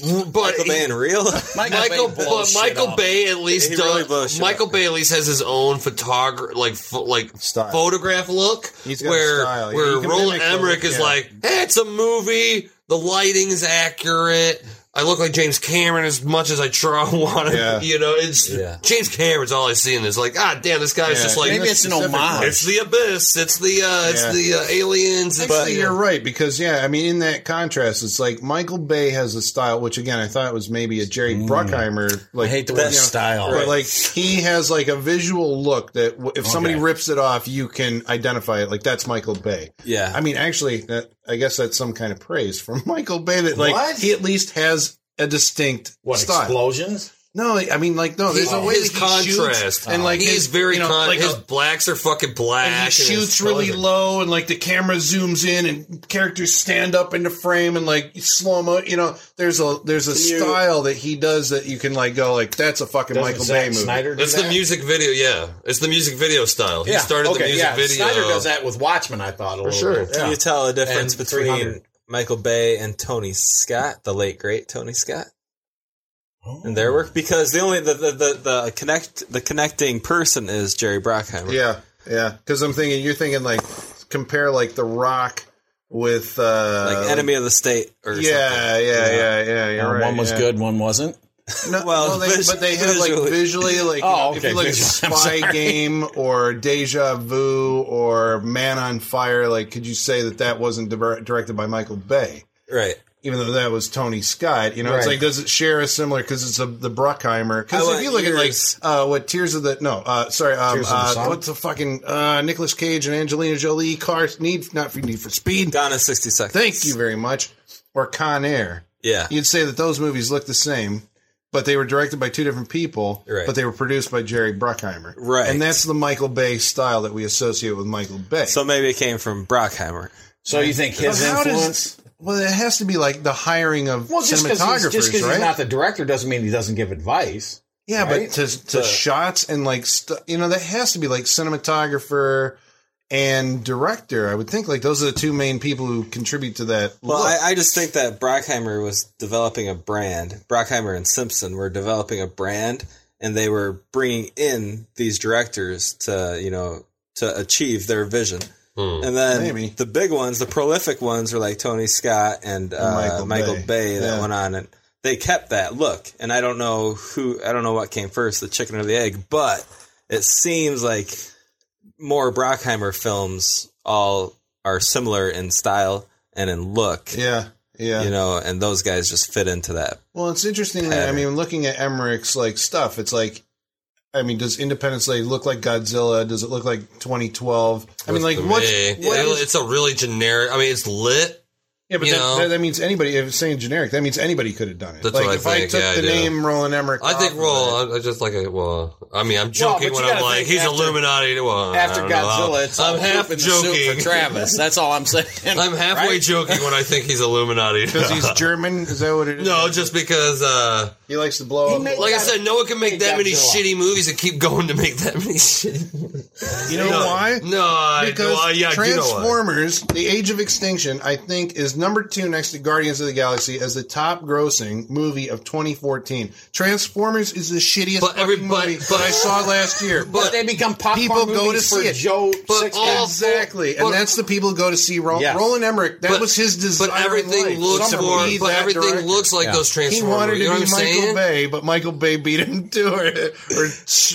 Speaker 11: but
Speaker 9: Michael Bay in real.
Speaker 11: Michael, but Michael Bay at least
Speaker 9: He
Speaker 11: does.
Speaker 9: really blows shit
Speaker 11: Michael Bay at least has his own photographer, like pho- like photograph look,
Speaker 10: He's got a
Speaker 11: where
Speaker 10: style, yeah.
Speaker 11: where
Speaker 10: You can
Speaker 11: Roland
Speaker 10: mimic the-
Speaker 11: Emmerich is
Speaker 10: yeah.
Speaker 11: like, hey, it's a movie. The lighting's accurate. I look like James Cameron as much as I try want to.
Speaker 10: Yeah.
Speaker 11: You know, it's James Cameron's all I see, and it's like, ah, damn, this guy's
Speaker 10: Yeah,
Speaker 11: just like
Speaker 10: maybe it's an homage.
Speaker 11: It's the abyss. It's the uh, it's
Speaker 10: Yeah.
Speaker 11: the uh, aliens. It's
Speaker 10: Actually,
Speaker 11: the,
Speaker 10: you're right because yeah, I mean, in that contrast, it's like Michael Bay has a style, which again, I thought was maybe a Jerry Bruckheimer. Like,
Speaker 7: I hate the word
Speaker 10: you know,
Speaker 7: style.
Speaker 10: but
Speaker 7: Right.
Speaker 10: like he has like a visual look that w- if somebody rips it off, you can identify it. Like that's Michael Bay.
Speaker 9: Yeah.
Speaker 10: I mean, actually, that, I guess that's some kind of praise from Michael Bay that like
Speaker 7: What?
Speaker 10: he at least has a distinct
Speaker 7: What,
Speaker 10: style.
Speaker 7: explosions?
Speaker 10: No, I mean, like no, there's a way
Speaker 11: Oh. his
Speaker 10: that he
Speaker 11: contrast Oh.
Speaker 10: shoots, and like
Speaker 11: he
Speaker 10: his-
Speaker 11: is very
Speaker 10: you know,
Speaker 11: con-
Speaker 10: like
Speaker 11: his
Speaker 10: a-
Speaker 11: blacks are fucking black.
Speaker 10: and he
Speaker 11: and
Speaker 10: shoots
Speaker 11: his
Speaker 10: really
Speaker 11: colors are-
Speaker 10: low and like the camera zooms in and characters stand up in the frame and like slow mo you know there's a there's a
Speaker 7: You-
Speaker 10: style that he does that you can like go like that's a fucking
Speaker 7: Doesn't
Speaker 10: michael
Speaker 7: Zack
Speaker 10: bay movie
Speaker 7: Snyder do
Speaker 11: It's the
Speaker 7: that?
Speaker 11: music video, yeah. It's the music video style. He
Speaker 7: Yeah,
Speaker 11: started the
Speaker 7: okay,
Speaker 11: music
Speaker 7: yeah,
Speaker 11: video.
Speaker 7: Snyder does that with Watchmen, I thought, a little bit.
Speaker 9: Can
Speaker 7: Yeah.
Speaker 9: you tell the difference
Speaker 7: And
Speaker 9: between
Speaker 7: 300.
Speaker 9: Michael Bay and Tony Scott, the late great Tony Scott? And their
Speaker 10: Oh.
Speaker 9: work because the only the, the, the, the connect the connecting person is Jerry Bruckheimer.
Speaker 10: yeah yeah because i'm thinking you're thinking like compare like the rock with uh
Speaker 9: like enemy of the state or
Speaker 10: yeah, yeah,
Speaker 9: something.
Speaker 10: yeah, yeah, yeah, you're
Speaker 7: Uh,
Speaker 10: right,
Speaker 7: one was
Speaker 10: yeah.
Speaker 7: good, one wasn't.
Speaker 10: No,
Speaker 9: Well,
Speaker 10: well, they,
Speaker 9: vis-
Speaker 10: but they have like
Speaker 9: Oh, visually.
Speaker 10: visually, like
Speaker 7: Oh,
Speaker 10: if
Speaker 7: okay,
Speaker 10: you look
Speaker 7: visually, I'm
Speaker 10: at Spy
Speaker 7: sorry.
Speaker 10: Game or Deja Vu or Man on Fire, like could you say that that wasn't dir- directed by Michael Bay?
Speaker 9: Right.
Speaker 10: Even though that was Tony Scott, you know, it's
Speaker 9: Right.
Speaker 10: like does it share a similar because it's a, the Bruckheimer?
Speaker 9: I
Speaker 10: Because
Speaker 9: want
Speaker 10: if you look
Speaker 9: ears.
Speaker 10: at like uh, what Tears of the No, uh, sorry, um,
Speaker 9: Tears of the
Speaker 10: uh,
Speaker 9: Sun?
Speaker 10: what's the fucking uh, Nicholas Cage and Angelina Jolie car need not for Need for Speed?
Speaker 9: Gone in sixty seconds.
Speaker 10: Thank you very much. Or Con Air.
Speaker 9: Yeah.
Speaker 10: You'd say that those movies look the same, but they were directed by two different people,
Speaker 9: Right.
Speaker 10: but they were produced by Jerry Bruckheimer.
Speaker 9: Right.
Speaker 10: And that's the Michael Bay style that we associate with Michael Bay.
Speaker 9: So maybe it came from Brockheimer.
Speaker 10: But how does- well, it has to be like the hiring of
Speaker 7: Well, just because
Speaker 10: cinematographers,
Speaker 7: he's, just 'cause he's
Speaker 10: right?
Speaker 7: not the director doesn't mean he doesn't give advice.
Speaker 10: yeah,
Speaker 7: right?
Speaker 10: but to, to
Speaker 7: The-
Speaker 10: shots and like, st- you know, that has to be like cinematographer and director. I would think like those are the two main people who contribute to that.
Speaker 9: Well,
Speaker 10: look.
Speaker 9: I, I just think that Brockheimer was developing a brand. Brockheimer and Simpson were developing a brand, and they were bringing in these directors to you know to achieve their vision. And then
Speaker 10: Maybe.
Speaker 9: the big ones, the prolific ones, were like Tony Scott and
Speaker 10: And
Speaker 9: uh,
Speaker 10: Michael
Speaker 9: Michael,
Speaker 10: Bay.
Speaker 9: Bay. that
Speaker 10: Yeah.
Speaker 9: went on, and they kept that look. And I don't know who, I don't know what came first, the chicken or the egg, but it seems like more Brockheimer films all are similar in style and in look.
Speaker 10: Yeah, yeah.
Speaker 9: You know, and those guys just fit into that.
Speaker 10: Well, it's interesting. That, I mean, looking at Emmerich's like stuff, it's like, I mean, does Independence Day look like Godzilla? Does it look like 2012? I mean, like
Speaker 11: To
Speaker 10: what?
Speaker 11: me,
Speaker 10: what
Speaker 11: it-
Speaker 10: is-
Speaker 11: it's a really generic. I mean, it's lit.
Speaker 10: yeah, but
Speaker 11: you
Speaker 10: that,
Speaker 11: know.
Speaker 10: that, that means anybody. If it's saying generic, that means anybody could have done it.
Speaker 11: That's
Speaker 10: like
Speaker 11: what I
Speaker 10: if I
Speaker 11: think,
Speaker 10: took
Speaker 11: yeah, I
Speaker 10: the
Speaker 11: do.
Speaker 10: name Roland Emmerich,
Speaker 11: I think.
Speaker 10: off-
Speaker 11: Well, I, I just like. a- Well, I mean, I'm
Speaker 7: but
Speaker 11: joking
Speaker 7: you
Speaker 11: when I'm
Speaker 7: gotta
Speaker 11: like,
Speaker 7: think
Speaker 11: he's
Speaker 7: after-
Speaker 11: Illuminati. Well, I
Speaker 7: After
Speaker 11: don't know. I'll-
Speaker 7: Godzilla, it's all
Speaker 11: I'm
Speaker 7: poop
Speaker 11: half
Speaker 7: in the soup
Speaker 11: joking
Speaker 7: for Travis. That's all I'm saying.
Speaker 11: I'm halfway
Speaker 7: Right?
Speaker 11: joking when I think he's Illuminati
Speaker 10: 'Cause he's German. Is that what it is?
Speaker 11: No, just because. uh
Speaker 10: He likes to blow up.
Speaker 11: Like I said, no one can make that many
Speaker 10: Godzilla.
Speaker 11: shitty movies and keep going to make that many shitty.
Speaker 10: You know
Speaker 11: No.
Speaker 10: why?
Speaker 11: No, I-
Speaker 10: because
Speaker 11: well, yeah, I do know why.
Speaker 10: Transformers: The Age of Extinction, I think, is number two next to Guardians of the Galaxy as the top-grossing movie of 2014. Transformers is the shittiest
Speaker 11: But
Speaker 10: fucking
Speaker 11: everybody-
Speaker 10: movie
Speaker 11: but-
Speaker 10: that I saw last year.
Speaker 11: But But they
Speaker 7: become
Speaker 10: People go to
Speaker 7: movies for
Speaker 10: see it.
Speaker 7: Joe
Speaker 11: But
Speaker 7: Sixpack.
Speaker 11: all-
Speaker 10: exactly,
Speaker 11: but-
Speaker 10: and that's the people who go to see Ro-
Speaker 11: Yes.
Speaker 10: Roland Emmerich. That
Speaker 11: But-
Speaker 10: was his desire.
Speaker 11: but everything
Speaker 10: in life.
Speaker 11: looks
Speaker 10: Someone
Speaker 11: more-
Speaker 10: be
Speaker 11: but
Speaker 10: that
Speaker 11: everything looks like those
Speaker 10: He
Speaker 11: Transformers,
Speaker 10: wanted to
Speaker 11: you know
Speaker 10: be
Speaker 11: what I'm
Speaker 10: Michael
Speaker 11: saying?
Speaker 10: Bay, but Michael Bay beat him to it, or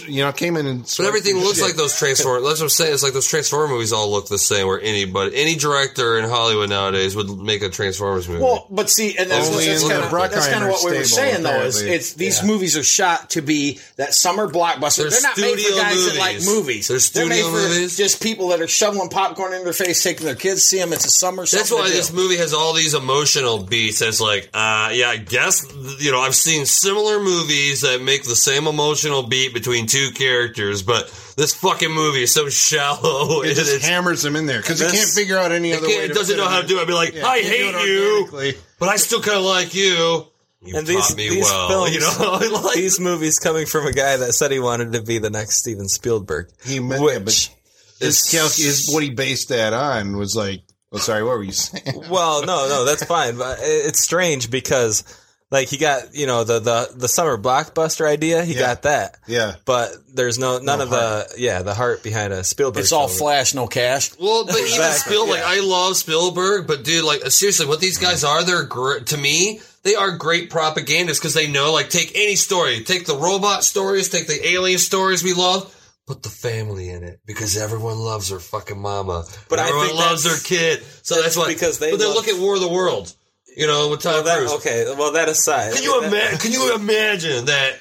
Speaker 10: you know, came in and.
Speaker 11: But
Speaker 10: swept
Speaker 11: everything
Speaker 10: his
Speaker 11: looks
Speaker 10: shit.
Speaker 11: like those Transformer. That's what I'm saying. It's like those Transformer movies all look the same. Where anybody, any director in Hollywood nowadays would make a Transformers movie.
Speaker 7: Well, but see, and that's,
Speaker 11: Only
Speaker 7: that's,
Speaker 11: in
Speaker 7: kind
Speaker 11: the
Speaker 7: of, that's kind of
Speaker 11: Bruckheimer
Speaker 7: what we were
Speaker 11: stable,
Speaker 7: saying, though, is
Speaker 11: apparently.
Speaker 7: it's these movies are shot to be that summer blockbuster.
Speaker 11: They're
Speaker 7: They're, not made for
Speaker 11: studio
Speaker 7: guys that like
Speaker 11: movies.
Speaker 7: movies.
Speaker 11: They're
Speaker 7: made
Speaker 11: studio
Speaker 7: for
Speaker 11: movies.
Speaker 7: just people that are shoveling popcorn in their face, taking their kids, see them. It's a summer.
Speaker 11: That's
Speaker 7: something
Speaker 11: why
Speaker 7: to
Speaker 11: this
Speaker 7: do.
Speaker 11: movie has all these emotional beats. It's like, uh, yeah, I guess you know I've seen similar movies that make the same emotional beat between two characters, but this fucking movie is so shallow.
Speaker 10: It just
Speaker 11: it's-
Speaker 10: hammers them in there because it
Speaker 11: That's-
Speaker 10: can't figure out any
Speaker 11: it
Speaker 10: other
Speaker 11: can't-
Speaker 10: way.
Speaker 11: it doesn't
Speaker 10: fit
Speaker 11: know how to
Speaker 10: in.
Speaker 11: do it. I'd be like, I
Speaker 10: can't do
Speaker 11: hate
Speaker 10: it
Speaker 11: you.
Speaker 10: organically.
Speaker 11: but I still kind of like you. You
Speaker 9: And
Speaker 11: taught me well, you know. like-
Speaker 9: these movies coming from a guy that said he wanted to be the next Steven Spielberg.
Speaker 10: He meant
Speaker 9: which,
Speaker 10: His, calc- his what he based that on was like, well, sorry, what were you saying?
Speaker 9: well, no, no, that's fine, but it- it's strange because like he got you know the the the summer blockbuster idea, he got that,
Speaker 10: Yeah.
Speaker 9: but there's no none of the yeah the heart behind a Spielberg.
Speaker 7: It's all
Speaker 9: film.
Speaker 7: flash, no cash.
Speaker 11: Well, but even
Speaker 9: Exactly,
Speaker 11: Spielberg, like I love Spielberg, but dude, like seriously, what these guys are, they're gr- to me, they are great propagandists because they know, like, take any story, take the robot stories, take the alien stories we love, put the family in it because everyone loves their fucking mama, but
Speaker 9: But I
Speaker 11: everyone
Speaker 9: think
Speaker 11: loves their
Speaker 9: that's-
Speaker 11: kid, so that's, why.
Speaker 9: because they
Speaker 11: but then
Speaker 9: love-
Speaker 11: look at War of the World, you know, with Tom
Speaker 9: That-
Speaker 11: Cruise.
Speaker 9: okay, well that aside,
Speaker 11: Can you imagine? Can you imagine that?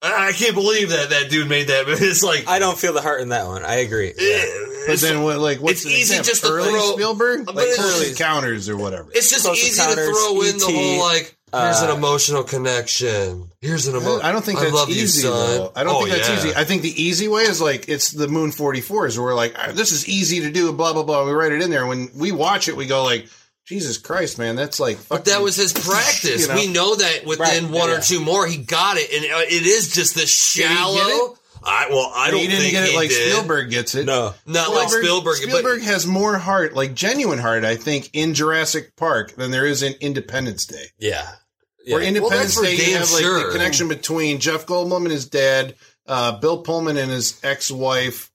Speaker 11: I I can't believe that that dude made that. But it's like eh,
Speaker 9: I don't feel the heart in that one. I agree.
Speaker 10: But then what? Like, what's
Speaker 11: it's
Speaker 10: an
Speaker 11: easy
Speaker 10: example?
Speaker 11: just to
Speaker 10: early
Speaker 11: throw-
Speaker 10: Spielberg,
Speaker 11: but
Speaker 10: like
Speaker 11: it's-
Speaker 10: early counters or whatever.
Speaker 11: It's just
Speaker 9: Close
Speaker 11: easy to
Speaker 9: Encounters,
Speaker 11: throw in the
Speaker 9: ET,
Speaker 11: whole like. Here's an
Speaker 9: uh,
Speaker 11: emotional connection. Here's an emotional.
Speaker 10: I don't think that's
Speaker 11: love you,
Speaker 10: easy.
Speaker 11: son.
Speaker 10: though. I don't
Speaker 11: Oh,
Speaker 10: think that's
Speaker 11: yeah.
Speaker 10: easy. I think the easy way is like it's the Moon 44s where we're like, "Ah, this is easy to do, blah blah blah. We write it in there. When we watch it, we go like, Jesus Christ, man, that's like.
Speaker 11: but that was his practice.
Speaker 10: You know?
Speaker 11: We know that
Speaker 10: Right,
Speaker 11: within one
Speaker 10: yeah.
Speaker 11: or two more, he got it, and uh, it is just this
Speaker 10: Did he get
Speaker 11: shallow. I well, I don't
Speaker 10: he didn't
Speaker 11: think
Speaker 10: get it
Speaker 11: he
Speaker 10: like
Speaker 11: did.
Speaker 10: Spielberg gets it.
Speaker 9: No.
Speaker 11: Not like Spielberg, but-
Speaker 10: Spielberg has more heart, like genuine heart, I think, in Jurassic Park than there is in Independence Day.
Speaker 9: Yeah.
Speaker 10: Where Independence
Speaker 11: Well, that's for
Speaker 10: Day, you
Speaker 11: damn
Speaker 10: have like
Speaker 11: sure.
Speaker 10: the connection between Jeff Goldblum and his dad, uh, Bill Pullman and his ex-wife.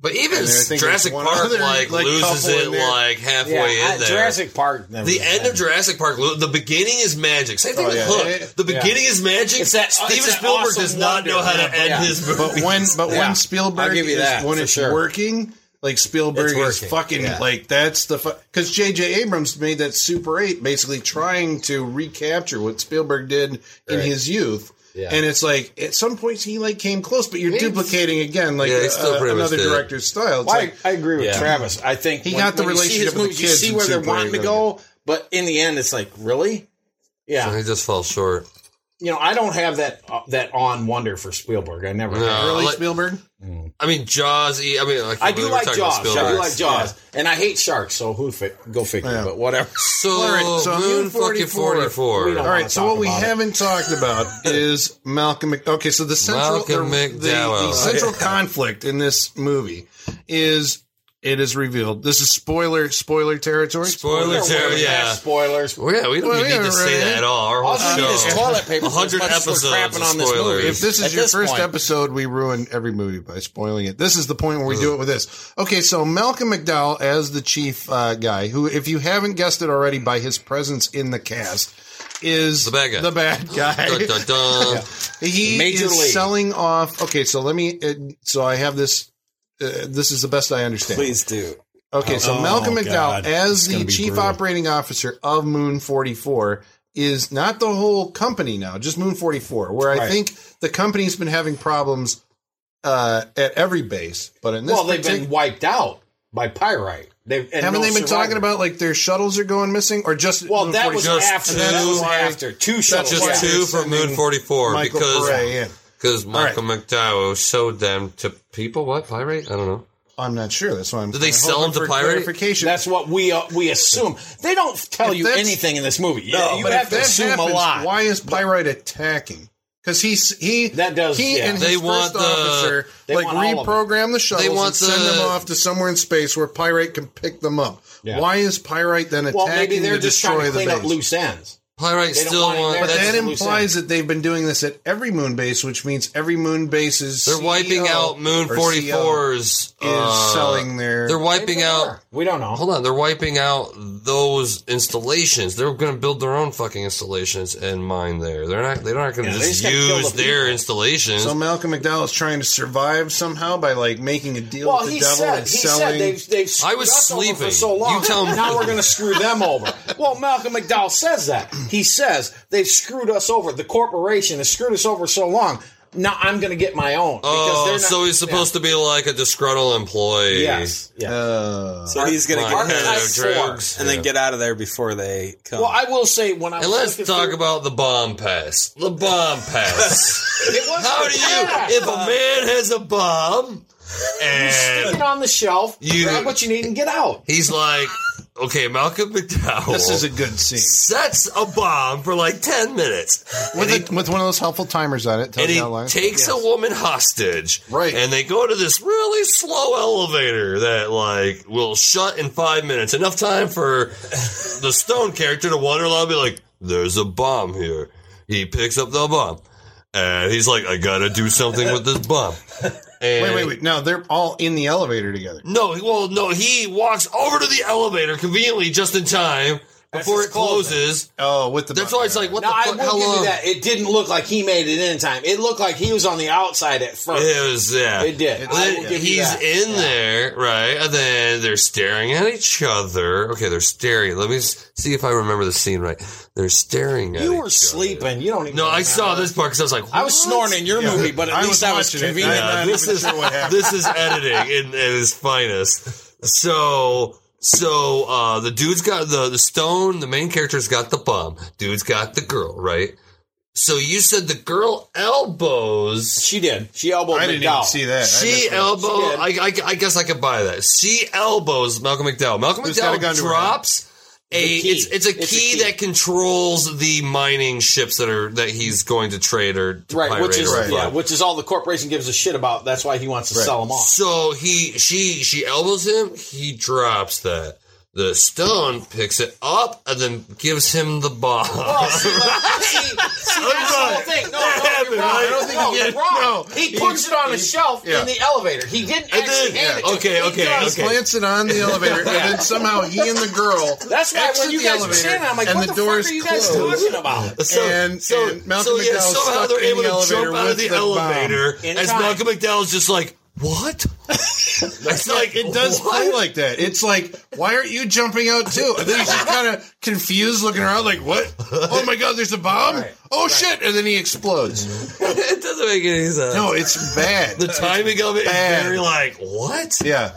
Speaker 11: But even
Speaker 10: And I think there's
Speaker 11: Jurassic
Speaker 10: one
Speaker 11: Park
Speaker 10: other,
Speaker 11: like, loses
Speaker 10: couple in
Speaker 11: it
Speaker 10: there.
Speaker 11: like halfway
Speaker 7: Yeah,
Speaker 11: in
Speaker 7: I-
Speaker 11: there.
Speaker 7: Jurassic Park. never
Speaker 11: the
Speaker 7: did
Speaker 11: end
Speaker 7: that.
Speaker 11: of Jurassic Park, lo- the beginning is magic. Same thing
Speaker 7: Oh,
Speaker 11: with
Speaker 7: yeah.
Speaker 11: Hook. The
Speaker 7: Yeah.
Speaker 11: beginning is magic.
Speaker 7: It's that-
Speaker 11: Steven
Speaker 7: it's that
Speaker 11: Spielberg
Speaker 7: awesome
Speaker 11: does not
Speaker 7: wonder.
Speaker 11: know how to
Speaker 7: Yeah,
Speaker 11: end
Speaker 7: yeah.
Speaker 11: his movie.
Speaker 10: But when, but
Speaker 7: Yeah.
Speaker 10: when Spielberg
Speaker 7: I'll give you
Speaker 10: is
Speaker 7: that,
Speaker 10: when
Speaker 7: for
Speaker 10: it's
Speaker 7: sure.
Speaker 10: working, like Spielberg
Speaker 9: It's
Speaker 10: is
Speaker 9: working,
Speaker 10: fucking
Speaker 9: yeah.
Speaker 10: like that's the because J.J. Abrams made that Super Eight basically trying to recapture what Spielberg did in
Speaker 9: Right.
Speaker 10: his youth.
Speaker 9: Yeah.
Speaker 10: And it's like at some points he like came close, but you're
Speaker 9: He's-
Speaker 10: duplicating again like
Speaker 11: Yeah, he's still
Speaker 10: uh,
Speaker 11: pretty much
Speaker 10: another
Speaker 11: did it.
Speaker 10: director's style. It's
Speaker 7: Well, I-
Speaker 10: like,
Speaker 7: I agree with Travis. I think
Speaker 10: he
Speaker 7: when-
Speaker 10: got the
Speaker 7: when you see
Speaker 10: relationship
Speaker 7: his
Speaker 10: with
Speaker 7: movies,
Speaker 10: the kids.
Speaker 7: You see
Speaker 10: in
Speaker 7: where they're
Speaker 10: Super
Speaker 7: wanting to
Speaker 10: Eight,
Speaker 7: go, but in the end, it's like really. Yeah,
Speaker 11: So he just fell short.
Speaker 7: you know, I don't have that uh, that on wonder for Spielberg. I never
Speaker 11: No,
Speaker 7: have.
Speaker 11: Really, like-
Speaker 10: Spielberg.
Speaker 11: Uh, I mean, Jaws. e- I mean, I, can't
Speaker 7: I
Speaker 11: believe
Speaker 7: do
Speaker 11: we're
Speaker 7: like
Speaker 11: talking about
Speaker 7: Jaws. I do
Speaker 11: Spielberg.
Speaker 7: like Jaws, and I hate sharks. So who fi- go figure? But whatever.
Speaker 11: So
Speaker 10: All right, so
Speaker 11: Moon fucking 44.
Speaker 10: All right, so what we haven't talked about is Malcolm. Mc- okay, so the central
Speaker 11: Malcolm
Speaker 10: the, the-
Speaker 11: McDowell.
Speaker 10: the central conflict in this movie is it is revealed. This is spoiler spoiler territory.
Speaker 11: Spoiler territory, yeah.
Speaker 7: Spoilers.
Speaker 11: Well, yeah, we don't
Speaker 10: Well,
Speaker 11: need
Speaker 10: yeah,
Speaker 11: to say
Speaker 10: right.
Speaker 11: that at all. Our whole
Speaker 10: All we
Speaker 11: show.
Speaker 10: need is toilet paper for
Speaker 11: A
Speaker 10: as
Speaker 11: hundred
Speaker 10: much as we're
Speaker 11: episodes
Speaker 10: crapping
Speaker 11: of
Speaker 10: on this movie.
Speaker 11: spoilers.
Speaker 10: If this is
Speaker 7: At
Speaker 10: your
Speaker 7: this
Speaker 10: first
Speaker 7: point-
Speaker 10: episode, we ruin every movie by spoiling it. This is the point where we do it with this. Okay, so Malcolm McDowell as the chief uh, guy, who, if you haven't guessed it already by his presence in the cast, is the
Speaker 11: bad guy.
Speaker 10: The bad guy.
Speaker 11: Dun, dun, dun.
Speaker 10: He
Speaker 11: Major
Speaker 10: is
Speaker 11: league.
Speaker 10: selling off. Okay, so let me. Uh, so I have this. Uh, this is the best I understand.
Speaker 9: Please do.
Speaker 10: Okay, so
Speaker 9: Oh,
Speaker 10: Malcolm
Speaker 9: God.
Speaker 10: McDowell,
Speaker 9: It's
Speaker 10: as the
Speaker 9: gonna be
Speaker 10: chief
Speaker 9: brutal.
Speaker 10: operating officer of Moon 44, is not the whole company now, just Moon 44, where I
Speaker 7: Right.
Speaker 10: think the company's been having problems uh, at every base. But in this
Speaker 7: Well, they've
Speaker 10: partic-
Speaker 7: been wiped out by pyrite. They've, and
Speaker 10: haven't
Speaker 7: no
Speaker 10: they been
Speaker 7: survivor.
Speaker 10: talking about like their shuttles are going missing, or just
Speaker 7: Well,
Speaker 10: Moon
Speaker 7: that was
Speaker 10: 44?
Speaker 7: after.
Speaker 10: And that's
Speaker 7: That was
Speaker 10: why-
Speaker 7: after. Two
Speaker 10: that's
Speaker 7: shuttles.
Speaker 10: why
Speaker 11: Just
Speaker 10: they're
Speaker 11: two from
Speaker 10: sending
Speaker 11: Moon 44
Speaker 10: Michael
Speaker 11: because
Speaker 10: Pere in.
Speaker 11: because Michael McDowell showed them to people. What pirate? I don't know.
Speaker 10: I'm not sure. That's why I'm.
Speaker 11: Did they
Speaker 10: kinda
Speaker 11: sell
Speaker 10: hoping
Speaker 11: them to
Speaker 10: for
Speaker 11: pirate?
Speaker 10: Clarification.
Speaker 7: That's what we uh, we assume. They don't tell
Speaker 10: If
Speaker 7: you
Speaker 10: that's-
Speaker 7: anything in this movie.
Speaker 10: No,
Speaker 7: you
Speaker 10: Uh, but
Speaker 7: have
Speaker 10: if
Speaker 7: to
Speaker 10: that
Speaker 7: assume
Speaker 10: happens,
Speaker 7: a lot.
Speaker 10: Why is Pyrite attacking? Because he's he that
Speaker 7: does-
Speaker 10: he
Speaker 7: yeah.
Speaker 10: and
Speaker 7: They
Speaker 10: his
Speaker 7: want
Speaker 10: first
Speaker 7: the-
Speaker 10: officer
Speaker 7: they
Speaker 10: like
Speaker 7: want all of
Speaker 10: reprogram the shuttles
Speaker 7: They want
Speaker 10: and send
Speaker 7: the-
Speaker 10: them off to somewhere in space where Pyrite can pick them up.
Speaker 7: Yeah.
Speaker 10: Why is Pyrite then attacking
Speaker 7: Well, maybe they're
Speaker 10: to
Speaker 7: just
Speaker 10: destroy
Speaker 7: trying to
Speaker 10: the
Speaker 7: clean up
Speaker 10: base?
Speaker 7: loose ends.
Speaker 11: Pyrite
Speaker 7: They don't
Speaker 11: still
Speaker 7: want it
Speaker 11: want.
Speaker 7: there.
Speaker 10: But
Speaker 11: that's-
Speaker 10: that
Speaker 7: loose
Speaker 10: implies that they've been doing this at every moon base, which means every moon E base is
Speaker 11: They're wiping out Moon
Speaker 10: E
Speaker 11: 44's is
Speaker 10: selling their.
Speaker 11: They're wiping out.
Speaker 7: We don't know.
Speaker 11: Hold on, they're wiping out those installations. They're going to build their own fucking installations and mine there. They're not. They're not going to
Speaker 10: Yeah, they just
Speaker 11: just
Speaker 10: gotta kill
Speaker 11: use
Speaker 10: the
Speaker 11: their
Speaker 10: people.
Speaker 11: installations.
Speaker 10: So Malcolm McDowell is trying to survive somehow by like making a deal
Speaker 7: Well,
Speaker 10: with the
Speaker 7: he
Speaker 10: devil
Speaker 7: said
Speaker 10: and
Speaker 7: he
Speaker 10: selling.
Speaker 7: said they've they've
Speaker 11: I
Speaker 7: screwed
Speaker 11: was
Speaker 7: us over
Speaker 11: sleeping.
Speaker 7: for so long.
Speaker 11: You tell me.
Speaker 7: Now we're going to screw them over. Well, Malcolm McDowell says that he says they've screwed us over. The corporation has screwed us over so long. Now I'm going to get my own.
Speaker 11: oh,
Speaker 7: they're not-
Speaker 11: so he's supposed to be like a disgruntled employee.
Speaker 7: Yes, yeah.
Speaker 10: Uh,
Speaker 9: So he's going to
Speaker 11: Right.
Speaker 9: get
Speaker 11: Right.
Speaker 9: hit
Speaker 11: Right. Drugs.
Speaker 9: and
Speaker 11: Yeah.
Speaker 9: then get out of there before they come.
Speaker 7: Well, I will say when I
Speaker 11: And
Speaker 7: was
Speaker 11: let's
Speaker 7: looking
Speaker 11: talk
Speaker 7: through-
Speaker 11: about the bomb pass. The bomb pass.
Speaker 7: it was
Speaker 11: How do you? If a man has a bomb,
Speaker 7: stick it
Speaker 11: and
Speaker 7: on the shelf,
Speaker 11: You-
Speaker 7: grab what you need, and get out.
Speaker 11: he's like, "Okay, Malcolm McDowell."
Speaker 10: This is a good scene.
Speaker 11: Sets a bomb for like ten minutes,
Speaker 10: with, a, with one of those helpful timers on it.
Speaker 11: and
Speaker 10: tells
Speaker 11: he
Speaker 10: you how long.
Speaker 11: takes a woman hostage.
Speaker 10: Right.
Speaker 11: and they go to this really slow elevator that like will shut in five minutes. Enough time for the Stone character to wander along and be like, "There's a bomb here." He picks up the bomb, and he's like, "I gotta do something with this bomb." And
Speaker 10: Wait, wait, wait. No, they're all in the elevator together.
Speaker 11: No, he- well, no, he walks over to the elevator conveniently just in time before it closes.
Speaker 10: Oh, with the
Speaker 11: that's why it's like, what
Speaker 7: Now
Speaker 11: the
Speaker 7: I
Speaker 11: fuck?
Speaker 7: will
Speaker 11: How
Speaker 7: give
Speaker 11: long?
Speaker 7: you that it didn't look like he made it in time. It looked like he was on the outside at first.
Speaker 11: It was yeah.
Speaker 7: It did.
Speaker 11: But
Speaker 7: I will
Speaker 11: then
Speaker 7: give you
Speaker 11: he's
Speaker 7: that.
Speaker 11: in there, right? And then they're staring at each other. Okay, they're staring. Let me s- see if I remember the scene right. They're staring at.
Speaker 7: You
Speaker 11: each-
Speaker 7: were sleeping. You don't even.
Speaker 11: no, I saw this part because I was like,
Speaker 7: I was
Speaker 11: "What?"
Speaker 7: snoring in your
Speaker 11: Yeah.
Speaker 7: movie, but at
Speaker 10: I
Speaker 7: least
Speaker 10: was
Speaker 7: I was
Speaker 10: watching it.
Speaker 7: convenient.
Speaker 10: I'm
Speaker 11: Yeah,
Speaker 10: not
Speaker 11: this
Speaker 10: even
Speaker 11: is
Speaker 10: sure what happened.
Speaker 11: this is editing in, at its finest. So so uh, the dude's got the the stone. The main character's got the bomb. Dude's got the girl, right? So you said the girl elbows.
Speaker 7: She did. She elbowed
Speaker 10: I didn't
Speaker 7: McDowell.
Speaker 10: even see that. I missed
Speaker 11: She
Speaker 10: that.
Speaker 11: elbow.
Speaker 7: She did.
Speaker 11: I, I, I guess I could buy that. She elbows Malcolm McDowell. Malcolm
Speaker 10: Who's got a gun
Speaker 11: McDowell
Speaker 10: to her
Speaker 11: drops a.
Speaker 7: It's a key.
Speaker 11: It's, it's a key
Speaker 7: It's a key.
Speaker 11: that controls the mining ships that are that he's going to trade or to
Speaker 7: Right,
Speaker 11: pirate
Speaker 7: which is
Speaker 11: or
Speaker 7: yeah,
Speaker 11: fuck.
Speaker 7: which is all the corporation gives a shit about. That's why he wants to
Speaker 10: Right.
Speaker 7: sell them off.
Speaker 11: So he she she elbows him. He drops that. The stone picks it up and then gives him the bomb.
Speaker 7: Well, see, look, see, see, that's the whole thing. No, no,
Speaker 11: happened,
Speaker 7: you're wrong.
Speaker 11: right?
Speaker 7: I don't think
Speaker 11: No,
Speaker 7: no, you're
Speaker 11: yeah,
Speaker 7: wrong.
Speaker 10: no.
Speaker 7: He puts it on a shelf
Speaker 10: yeah.
Speaker 7: in the elevator. He didn't
Speaker 11: And
Speaker 7: actually
Speaker 11: then-
Speaker 7: hand it to
Speaker 11: yeah, okay,
Speaker 7: him. He
Speaker 11: okay,
Speaker 7: does.
Speaker 11: okay.
Speaker 10: Plants it on the elevator, and then somehow he and the girl.
Speaker 7: That's why
Speaker 10: exit
Speaker 7: when you
Speaker 10: the
Speaker 7: guys were
Speaker 10: elevator,
Speaker 7: saying that, I'm like,
Speaker 10: and
Speaker 7: what
Speaker 10: the
Speaker 7: the,
Speaker 10: doors
Speaker 7: fuck are you guys
Speaker 10: closed.
Speaker 7: talking about?
Speaker 11: So,
Speaker 10: And-
Speaker 11: so,
Speaker 10: and Malcolm
Speaker 11: so yeah,
Speaker 10: McDowell's
Speaker 11: somehow
Speaker 10: stuck
Speaker 11: they're
Speaker 10: in
Speaker 11: able
Speaker 10: the
Speaker 11: to jump
Speaker 10: elevator
Speaker 11: out of
Speaker 10: with
Speaker 11: the
Speaker 10: the bomb.
Speaker 11: elevator
Speaker 7: In
Speaker 11: as
Speaker 7: time.
Speaker 11: Malcolm McDowell's just like, What?
Speaker 10: It's like it does play like that. It's like, why aren't you jumping out too? And then he's just kind of confused, looking around, like, "What? Oh my god, there's a bomb! oh shit!" And then he explodes.
Speaker 11: it doesn't make any sense.
Speaker 10: No, it's bad.
Speaker 11: The timing of it is
Speaker 10: Bad.
Speaker 11: very like what?
Speaker 10: Yeah.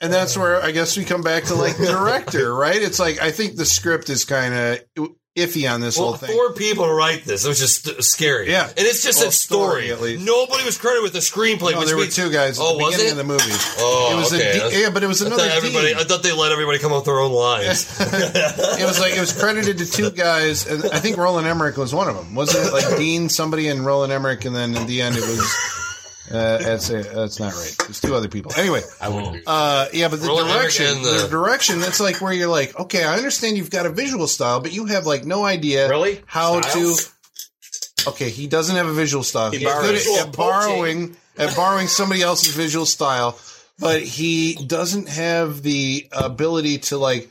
Speaker 10: And that's where I guess we come back to like director, right? It's like I think the script is kind of iffy on this
Speaker 11: Well,
Speaker 10: whole thing.
Speaker 11: four people write this, which is st- scary.
Speaker 10: Yeah.
Speaker 11: and it's just
Speaker 10: Well,
Speaker 11: a story.
Speaker 10: story, at least.
Speaker 11: Nobody was credited with the screenplay.
Speaker 10: No,
Speaker 11: which
Speaker 10: there were
Speaker 11: means-
Speaker 10: two guys at
Speaker 11: Oh,
Speaker 10: the
Speaker 11: was
Speaker 10: beginning
Speaker 11: it?
Speaker 10: of the movie.
Speaker 11: Oh,
Speaker 10: it was
Speaker 11: okay.
Speaker 10: a D- yeah, but it was another
Speaker 11: I thought, everybody,
Speaker 10: D.
Speaker 11: I thought they let everybody come up with their own lines.
Speaker 10: it was like it was credited to two guys, and I think Roland Emmerich was one of them. Wasn't it like Dean, somebody, and Roland Emmerich? And then in the end, it was uh, that's it. That's not right. There's two other people. Anyway,
Speaker 11: I wouldn't.
Speaker 10: uh, yeah, but the
Speaker 11: Roland Emmerich
Speaker 10: direction,
Speaker 11: and
Speaker 10: the-,
Speaker 11: the-
Speaker 10: direction. That's like where you're like, okay, I understand you've got a visual style, but you have like no idea really how
Speaker 7: Style?
Speaker 10: to. Okay, he doesn't have a visual style.
Speaker 7: He
Speaker 10: He's good
Speaker 7: borrows.
Speaker 10: at, at borrowing at borrowing somebody else's visual style, but he doesn't have the ability to like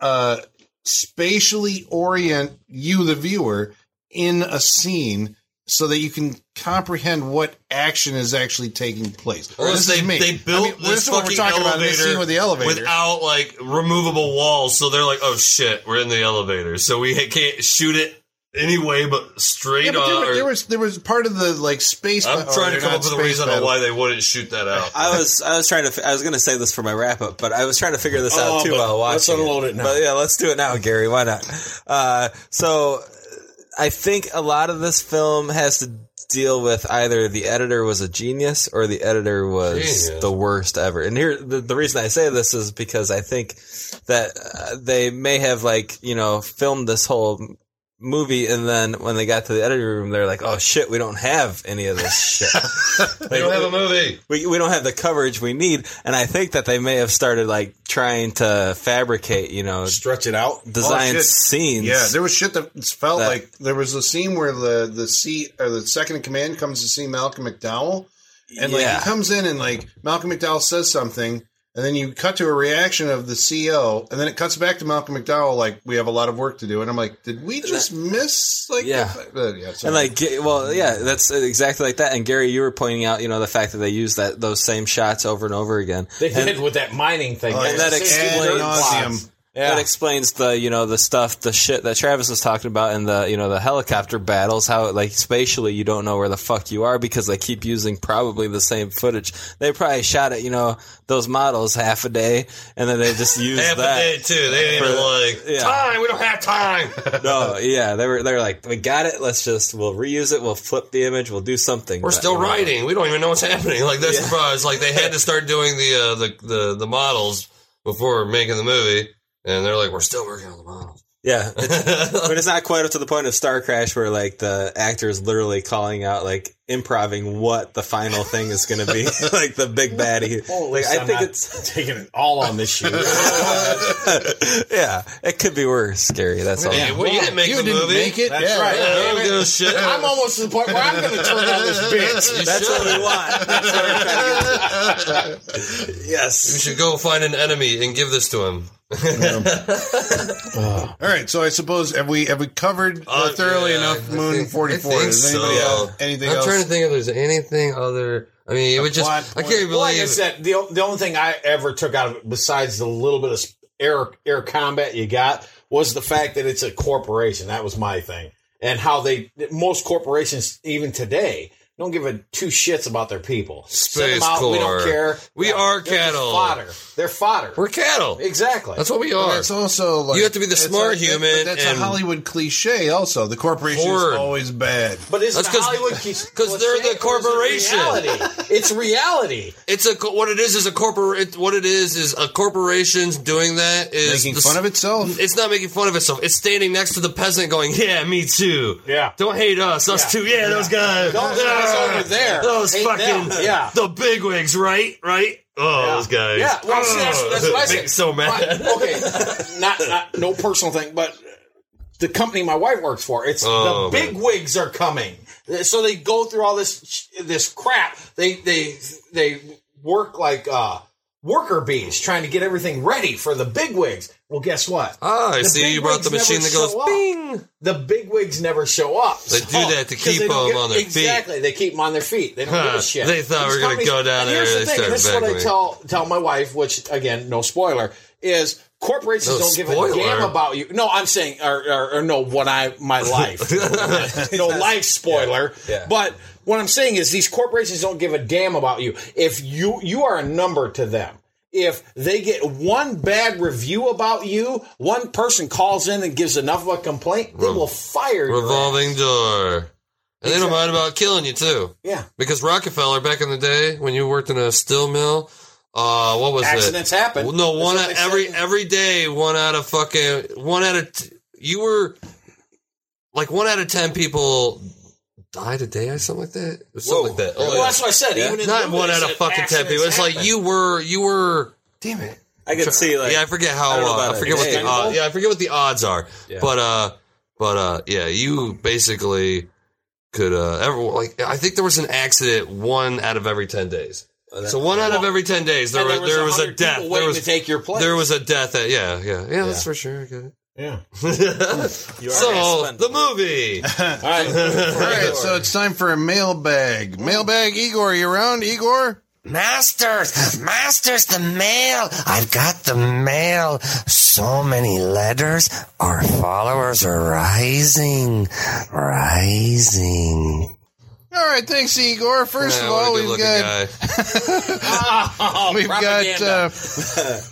Speaker 10: uh spatially orient you the viewer in a scene so that you can comprehend what action is actually taking place.
Speaker 11: Or
Speaker 10: this
Speaker 11: else they,
Speaker 10: is me.
Speaker 11: they built
Speaker 10: I mean,
Speaker 11: this,
Speaker 10: is what
Speaker 11: fucking
Speaker 10: we're talking about
Speaker 11: elevator
Speaker 10: in this scene with the elevator.
Speaker 11: without like removable walls. So they're like, oh shit, we're in the elevator, so we can't shoot it anyway, but straight
Speaker 10: yeah, but there,
Speaker 11: on.
Speaker 10: were-
Speaker 11: or-
Speaker 10: there was there was part of the like space.
Speaker 11: I'm
Speaker 10: oh,
Speaker 11: trying
Speaker 10: they're
Speaker 11: to come
Speaker 10: not
Speaker 11: up with a
Speaker 10: space
Speaker 11: reason on
Speaker 10: battle.
Speaker 11: why they wouldn't shoot that out.
Speaker 9: I was I was trying to I was going to say this for my wrap up, but I was trying to figure this
Speaker 11: Oh,
Speaker 9: out too
Speaker 11: but
Speaker 9: while watching.
Speaker 11: let's unload it now.
Speaker 9: But yeah, let's do it now, Gary. Why not? Uh, so I think a lot of this film has to deal with either the editor was a genius or the editor was
Speaker 11: Genius.
Speaker 9: the worst ever. And here the, the reason I say this is because I think that uh, they may have like you know filmed this whole movie and then when they got to the editing room they're like oh shit we don't have any of this shit
Speaker 11: we don't have a movie.
Speaker 9: we, we don't have the coverage we need, and I think that they may have started like trying to fabricate, you know,
Speaker 7: stretch it out,
Speaker 9: design
Speaker 10: Oh, shit.
Speaker 9: scenes.
Speaker 10: Yeah, there was shit that felt like there was a scene where the the seat or the second in command comes to see Malcolm McDowell, and like
Speaker 9: Yeah.
Speaker 10: he comes in and like Malcolm McDowell says something, and then you cut to a reaction of the CEO, and then it cuts back to Malcolm McDowell like we have a lot of work to do, and I'm like, did we just miss like
Speaker 9: Yeah.
Speaker 10: the fact that- yeah,
Speaker 9: and
Speaker 10: sorry.
Speaker 9: like, Ga- well, yeah, that's exactly like that. And Gary, you were pointing out, you know, the fact that they use that those same shots over and over again.
Speaker 7: They
Speaker 9: and,
Speaker 7: did with that mining thing.
Speaker 9: and that explains that explains the you know the stuff the shit that Travis was talking about in the you know the helicopter battles how like spatially you don't know where the fuck you are because they keep using probably the same footage they probably shot at you know those models half a day and then they just used
Speaker 11: Half
Speaker 9: that
Speaker 11: a day too. They didn't
Speaker 9: for-
Speaker 11: even like
Speaker 9: yeah.
Speaker 11: time. We don't have time.
Speaker 9: no yeah they were they were like we got it let's just we'll reuse it we'll flip the image we'll do something
Speaker 11: We're
Speaker 9: But,
Speaker 11: still
Speaker 9: you know,
Speaker 11: writing. We don't even know what's happening. Like that's the problem. It's like they had to start doing the uh, the, the the models before making the movie, and they're like, we're still working on the models.
Speaker 9: Yeah, it's, but it's not quite up to the point of Star Crash where like the actor is literally calling out, like improving what the final thing is going to be, like the big baddie. Like, I think it's
Speaker 7: taking it all on this shoot.
Speaker 9: yeah, it could be worse. Scary. That's all.
Speaker 11: Yeah, well, you didn't make
Speaker 7: You
Speaker 11: the
Speaker 7: didn't
Speaker 11: movie.
Speaker 7: make it. That's Yeah. right.
Speaker 11: I
Speaker 7: Damn
Speaker 11: don't
Speaker 7: it.
Speaker 11: give a shit.
Speaker 7: I'm almost to the point where I'm going to turn on this bitch.
Speaker 9: That's what we want. yes.
Speaker 11: You should go find an enemy and give this to him.
Speaker 10: All right, so I suppose have we have we covered uh,
Speaker 11: Uh,
Speaker 10: thoroughly
Speaker 11: yeah,
Speaker 10: enough
Speaker 11: I
Speaker 10: Moon
Speaker 11: think-
Speaker 10: Forty
Speaker 11: I
Speaker 10: Four?
Speaker 11: think
Speaker 10: Does anybody
Speaker 11: so.
Speaker 10: have anything
Speaker 11: I'm
Speaker 10: else?
Speaker 11: trying to think if there's anything other. I mean, it would just. I
Speaker 7: plot
Speaker 11: can't believe.
Speaker 7: Well, like I said, the, the only thing I ever took out of it, besides the little bit of s- air air combat you got, was the fact that it's a corporation. That was my thing, and how they most corporations even today don't give a two shits about their people. Send
Speaker 11: Space
Speaker 7: them out, we
Speaker 11: Corps.
Speaker 7: don't care.
Speaker 11: We are
Speaker 7: they're just
Speaker 11: cattle.
Speaker 7: Fodder. They're fodder.
Speaker 11: We're cattle.
Speaker 7: Exactly.
Speaker 11: That's what we
Speaker 10: But
Speaker 11: are.
Speaker 10: That's also like
Speaker 11: You have to be the
Speaker 10: that's
Speaker 11: smart
Speaker 10: a-
Speaker 11: human
Speaker 10: but that's
Speaker 11: and-
Speaker 10: a Hollywood cliche. Also, the corporation
Speaker 11: Horrid.
Speaker 10: is always bad.
Speaker 7: But isn't
Speaker 11: That's 'cause-
Speaker 7: Hollywood keeps
Speaker 11: 'cause they're the
Speaker 7: or is it
Speaker 11: corporation.
Speaker 7: reality? it's reality.
Speaker 11: It's a co- what it is is a corporate. it- What it is is a corporation's doing that is
Speaker 10: Making
Speaker 11: the s-
Speaker 10: fun of itself.
Speaker 11: It's not making fun of itself. It's standing next to the peasant, going, "Yeah, me too.
Speaker 7: Yeah.
Speaker 11: don't hate us. Us
Speaker 7: Yeah.
Speaker 11: too. Yeah, those guys.
Speaker 7: Those guys
Speaker 11: Ah,
Speaker 7: over there.
Speaker 11: Those
Speaker 7: Hate
Speaker 11: fucking
Speaker 7: them. Yeah.
Speaker 11: the bigwigs, right? Right. Oh, those guys.
Speaker 7: Yeah, well, see, that's,
Speaker 11: Oh,
Speaker 7: that's what I
Speaker 11: make
Speaker 7: said.
Speaker 11: me so mad.
Speaker 7: My- okay, not, not no personal thing, but the company my wife works for, it's
Speaker 11: Oh,
Speaker 7: the
Speaker 11: man.
Speaker 7: big wigs are coming, so they go through all this sh- this crap. They they they work like uh worker bees trying to get everything ready for the bigwigs. Well, guess what?
Speaker 11: Ah, I see you brought the
Speaker 7: bigwigs
Speaker 11: machine
Speaker 7: never
Speaker 11: that goes
Speaker 7: show up. The bigwigs never show up.
Speaker 11: They do that to
Speaker 7: 'cause
Speaker 11: keep
Speaker 7: they don't
Speaker 11: them
Speaker 7: give-
Speaker 11: on their feet.
Speaker 7: Exactly, they keep them on their feet. They don't give
Speaker 11: Huh,
Speaker 7: a shit.
Speaker 11: they thought
Speaker 7: These
Speaker 11: we were gonna
Speaker 7: companies-
Speaker 11: go down
Speaker 7: and
Speaker 11: there
Speaker 7: Here's
Speaker 11: and
Speaker 7: the
Speaker 11: they
Speaker 7: thing. and This is what I
Speaker 11: started
Speaker 7: tell tell my wife, which again, no spoiler, is corporations
Speaker 11: No
Speaker 7: don't give
Speaker 11: spoiler.
Speaker 7: a damn about you. No, I'm saying, or, or, or no, what I my life, no life spoiler.
Speaker 9: Yeah.
Speaker 7: But what I'm saying is, these corporations don't give a damn about you. If you you are a number to them. If they get one bad review about you, one person calls in and gives enough of a complaint, they will fire you.
Speaker 11: Revolving door. And they don't mind about killing you too.
Speaker 7: Yeah.
Speaker 11: Because Rockefeller back in the day, when you worked in a steel mill, uh, what was
Speaker 7: Accidents
Speaker 11: it?
Speaker 7: happen.
Speaker 11: Well, no,
Speaker 7: That's
Speaker 11: one
Speaker 7: what
Speaker 11: out,
Speaker 7: they
Speaker 11: every
Speaker 7: said.
Speaker 11: every day, one out of fucking one out of t- you were like one out of ten people died a day or something like that. Or something like that. Oh,
Speaker 7: Well, that's what I said. Even in the
Speaker 11: not
Speaker 7: movie,
Speaker 11: one
Speaker 7: they
Speaker 11: out of
Speaker 7: said
Speaker 11: fucking ten people.
Speaker 7: accidents
Speaker 11: It's like
Speaker 7: happen.
Speaker 11: you were you were.
Speaker 7: Damn
Speaker 11: it.
Speaker 9: I could see like
Speaker 11: yeah, I forget how.
Speaker 9: I don't know
Speaker 11: uh,
Speaker 9: about
Speaker 11: I forget what the
Speaker 9: it.
Speaker 11: odds. Yeah, I forget what the odds are.
Speaker 9: Yeah.
Speaker 11: But uh, but uh, yeah, you basically could uh, ever like I think there was an accident one out of every ten days.
Speaker 7: that-
Speaker 11: So one out of every ten days there
Speaker 7: And
Speaker 11: was
Speaker 7: there was
Speaker 11: there was a
Speaker 7: 100
Speaker 11: death.
Speaker 7: people
Speaker 11: There
Speaker 7: waiting
Speaker 11: was
Speaker 7: to take your place.
Speaker 11: There was a death. At, yeah, yeah, yeah, That's for sure. I get it. so the movie.
Speaker 7: All right.
Speaker 10: All right, so it's time for a mailbag. Mailbag, Igor, are you around, Igor?
Speaker 16: Masters, masters, the mail. I've got the mail. So many letters. Our followers are rising, rising.
Speaker 10: All right, thanks, Igor. First
Speaker 16: Yeah,
Speaker 10: of
Speaker 16: what a
Speaker 10: all, we've
Speaker 16: good-looking
Speaker 10: got we've got uh,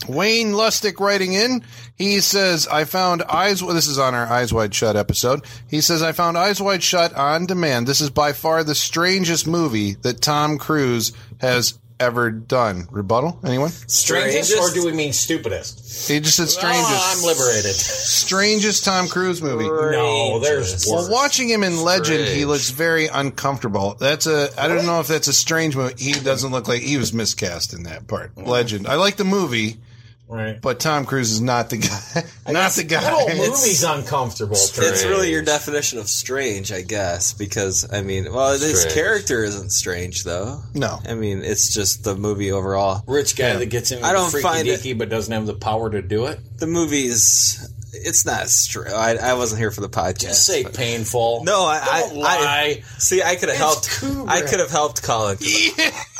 Speaker 10: Wayne Lustick writing in. He says, "I found eyes." Well, this is on our Eyes Wide Shut episode. He says, "I found Eyes Wide Shut on demand. This is by far the strangest movie that Tom Cruise has ever done." Rebuttal? Anyone?
Speaker 7: Strangest, or do we mean stupidest?
Speaker 10: He just said strangest.
Speaker 7: Oh, I'm liberated.
Speaker 10: Strangest Tom Cruise movie.
Speaker 7: No, there's
Speaker 10: Well,
Speaker 7: worse.
Speaker 10: watching him in Legend, he
Speaker 7: Strange.
Speaker 10: looks very uncomfortable. That's a. I don't know if that's a strange movie. He doesn't look like he was miscast in that part. Legend. I like the movie,
Speaker 7: right?
Speaker 10: But Tom Cruise is not the guy.
Speaker 7: I
Speaker 10: not
Speaker 7: guess
Speaker 10: the guy.
Speaker 7: That whole Oh, movie's uncomfortable.
Speaker 9: It's really your definition of strange, I guess, because I mean, well, his
Speaker 7: Strange.
Speaker 9: character isn't strange though.
Speaker 10: No,
Speaker 9: I mean, it's just the movie overall.
Speaker 7: rich guy that gets in.
Speaker 9: I don't
Speaker 7: freaky
Speaker 9: find it.
Speaker 7: deaky, but doesn't have the power to do it.
Speaker 9: The movie is. It's not. Str- I, I wasn't here for the podcast.
Speaker 7: Just say
Speaker 9: but-
Speaker 7: painful.
Speaker 9: No, I, I,
Speaker 7: Don't
Speaker 9: I see. I could
Speaker 7: It's
Speaker 9: have helped.
Speaker 7: Kubrick.
Speaker 9: I could have helped Colin. 'cause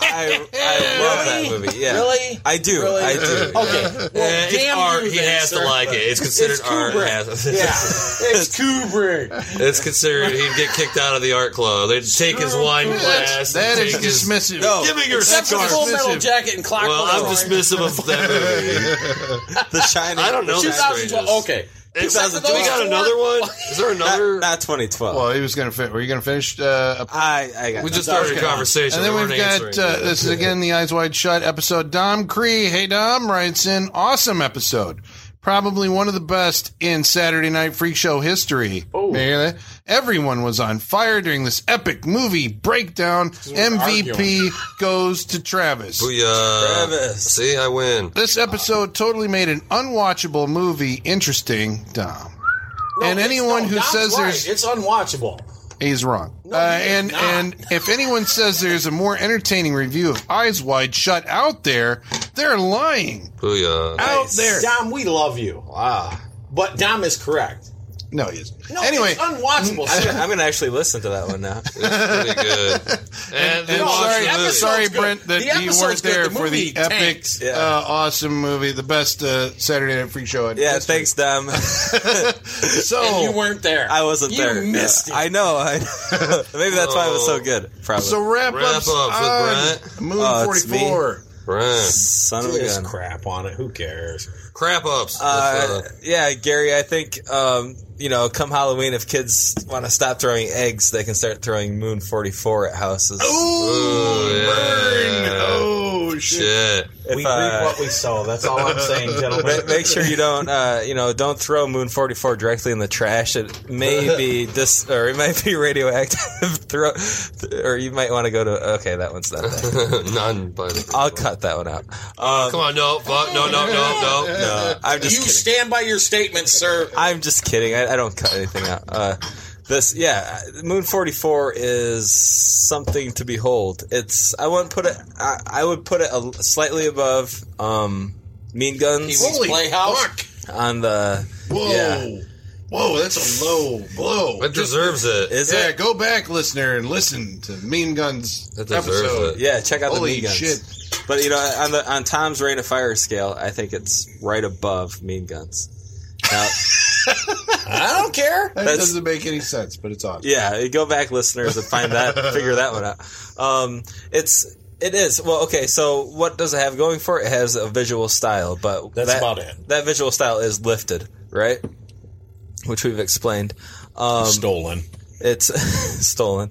Speaker 9: I, I love that movie. Yeah,
Speaker 7: Really?
Speaker 9: I do.
Speaker 7: Really?
Speaker 9: I do.
Speaker 7: Okay. Well,
Speaker 11: Yeah, uh, it's
Speaker 7: damn
Speaker 11: art.
Speaker 7: You
Speaker 11: He
Speaker 7: then,
Speaker 11: has to
Speaker 7: sir.
Speaker 11: like it. It's considered art. It
Speaker 7: Kubrick.
Speaker 11: has-
Speaker 7: yeah, it's Kubrick.
Speaker 11: It's considered he'd get kicked out of the art club. They'd take his wine glass.
Speaker 10: that
Speaker 11: and
Speaker 10: is
Speaker 11: take his-
Speaker 10: dismissive.
Speaker 11: give me your
Speaker 7: Except for
Speaker 11: scarf.
Speaker 7: Full Metal Jacket and Clockwork
Speaker 11: Well, I'm
Speaker 7: Orange.
Speaker 11: dismissive of that movie.
Speaker 9: The Shining.
Speaker 11: I don't know.
Speaker 7: 2012. Okay.
Speaker 11: Except for those four- Is there another?
Speaker 9: Not, 2012.
Speaker 10: Well, Oh, he was going to finish. Were you going to finish? Uh, a-
Speaker 9: I, I got
Speaker 11: We just started a conversation.
Speaker 10: And then
Speaker 11: We
Speaker 10: we've
Speaker 11: weren't
Speaker 10: got
Speaker 11: answering
Speaker 10: uh,
Speaker 11: it.
Speaker 10: this is again the Eyes Wide Shut episode. Dom Cree, hey Dom, writes in awesome episode. Probably one of the best in Saturday Night Freak Show history. Oh. Everyone was on fire during this epic movie breakdown. MVP goes to Travis.
Speaker 11: Booyah. See, I win.
Speaker 10: This episode totally made an unwatchable movie interesting, Dom. and anyone who
Speaker 7: Dom's
Speaker 10: says
Speaker 7: right.
Speaker 10: there's
Speaker 7: it's unwatchable.
Speaker 10: He's wrong. uh, and and if anyone says there's a more entertaining review of Eyes Wide Shut out there, they're lying.
Speaker 11: Booyah.
Speaker 10: Out there.
Speaker 7: Dom, we love you. Wow. But Dom is correct.
Speaker 10: No, he isn't.
Speaker 7: No,
Speaker 10: Anyway.
Speaker 7: it's unwatchable.
Speaker 9: I'm,
Speaker 7: sir.
Speaker 9: gonna- I'm gonna actually listen to that one now.
Speaker 11: Pretty good. And then
Speaker 10: No,
Speaker 11: watch
Speaker 10: sorry,
Speaker 11: the movie.
Speaker 10: sorry Brent, that
Speaker 7: The
Speaker 10: you
Speaker 7: episode's
Speaker 10: weren't
Speaker 7: good.
Speaker 10: there
Speaker 7: The
Speaker 10: for the
Speaker 7: movie
Speaker 10: epic,
Speaker 7: tanks.
Speaker 10: uh, awesome movie, the best uh, Saturday Night Freak Show. I'd-
Speaker 9: Yeah, thanks, Dom.
Speaker 10: So
Speaker 7: And you weren't there.
Speaker 9: I wasn't
Speaker 7: You
Speaker 9: there.
Speaker 7: missed
Speaker 9: I know. I, maybe that's why it was
Speaker 11: Oh.
Speaker 9: so good. Probably.
Speaker 10: so wrap,
Speaker 11: Wrap
Speaker 10: ups
Speaker 11: ups with
Speaker 10: on
Speaker 11: Brent.
Speaker 10: Moon
Speaker 9: Oh, it's me.
Speaker 10: 44.
Speaker 11: Brent.
Speaker 9: Son of
Speaker 7: Do
Speaker 9: a
Speaker 7: this
Speaker 9: gun.
Speaker 7: crap on it. Who cares?
Speaker 11: Crap ups. That's,
Speaker 9: Uh,
Speaker 11: uh,
Speaker 9: yeah, Gary. I think um, you know, come Halloween, if kids want to stop throwing eggs, they can start throwing Moon Forty Four at houses.
Speaker 11: Ooh, yeah.
Speaker 10: Oh,
Speaker 11: uh, shit.
Speaker 9: If,
Speaker 7: we
Speaker 9: uh,
Speaker 7: reap what we sow. That's all I'm saying,
Speaker 9: Ma-
Speaker 7: gentlemen.
Speaker 9: Make sure you don't, uh, you know, don't throw Moon Forty Four directly in the trash. It may be dis, or it might be radioactive. throw, or you might want to go to. Okay, that one's not. There.
Speaker 11: None by the.
Speaker 9: I'll cut that one out. Um,
Speaker 11: Uh, Come on, no, fuck, no, no, no, no, no.
Speaker 9: I'm
Speaker 7: you
Speaker 9: just kidding.
Speaker 7: stand by your statement, sir.
Speaker 9: I'm just kidding. I, I don't cut anything out. Uh, This, yeah, Moon Forty Four is something to behold. It's I wouldn't put it. I, I would put it a, slightly above um, Mean Guns.
Speaker 10: Holy Playhouse. fuck.
Speaker 9: on the
Speaker 10: Whoa.
Speaker 9: yeah.
Speaker 10: Whoa, that's a low blow.
Speaker 11: It deserves it.
Speaker 10: Is yeah, go back, listener, and listen to Mean Guns
Speaker 11: That deserves
Speaker 10: episode.
Speaker 11: it.
Speaker 9: Yeah, check out
Speaker 10: Holy
Speaker 9: the Mean Guns.
Speaker 10: shit.
Speaker 9: But you know, on the on Tom's Rain of Fire scale, I think it's right above Mean Guns. Now,
Speaker 10: I don't care. That
Speaker 9: That's-
Speaker 10: doesn't make any sense, but it's odd.
Speaker 9: yeah, go back, listeners, and find that, figure that one out. Um, it's it is well, okay. So what does it have going for it? It has a visual style, but
Speaker 7: That's
Speaker 9: that,
Speaker 7: about it.
Speaker 9: That visual style is lifted, right? Which we've explained. Um,
Speaker 7: stolen.
Speaker 9: It's stolen.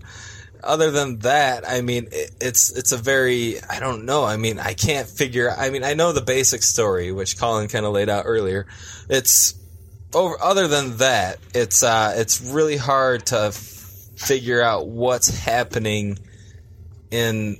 Speaker 9: Other than that, I mean, it, it's it's a very I don't know. I mean, I can't figure. I mean, I know the basic story, which Colin kind of laid out earlier. It's over. Other than that, it's uh, it's really hard to f- figure out what's happening in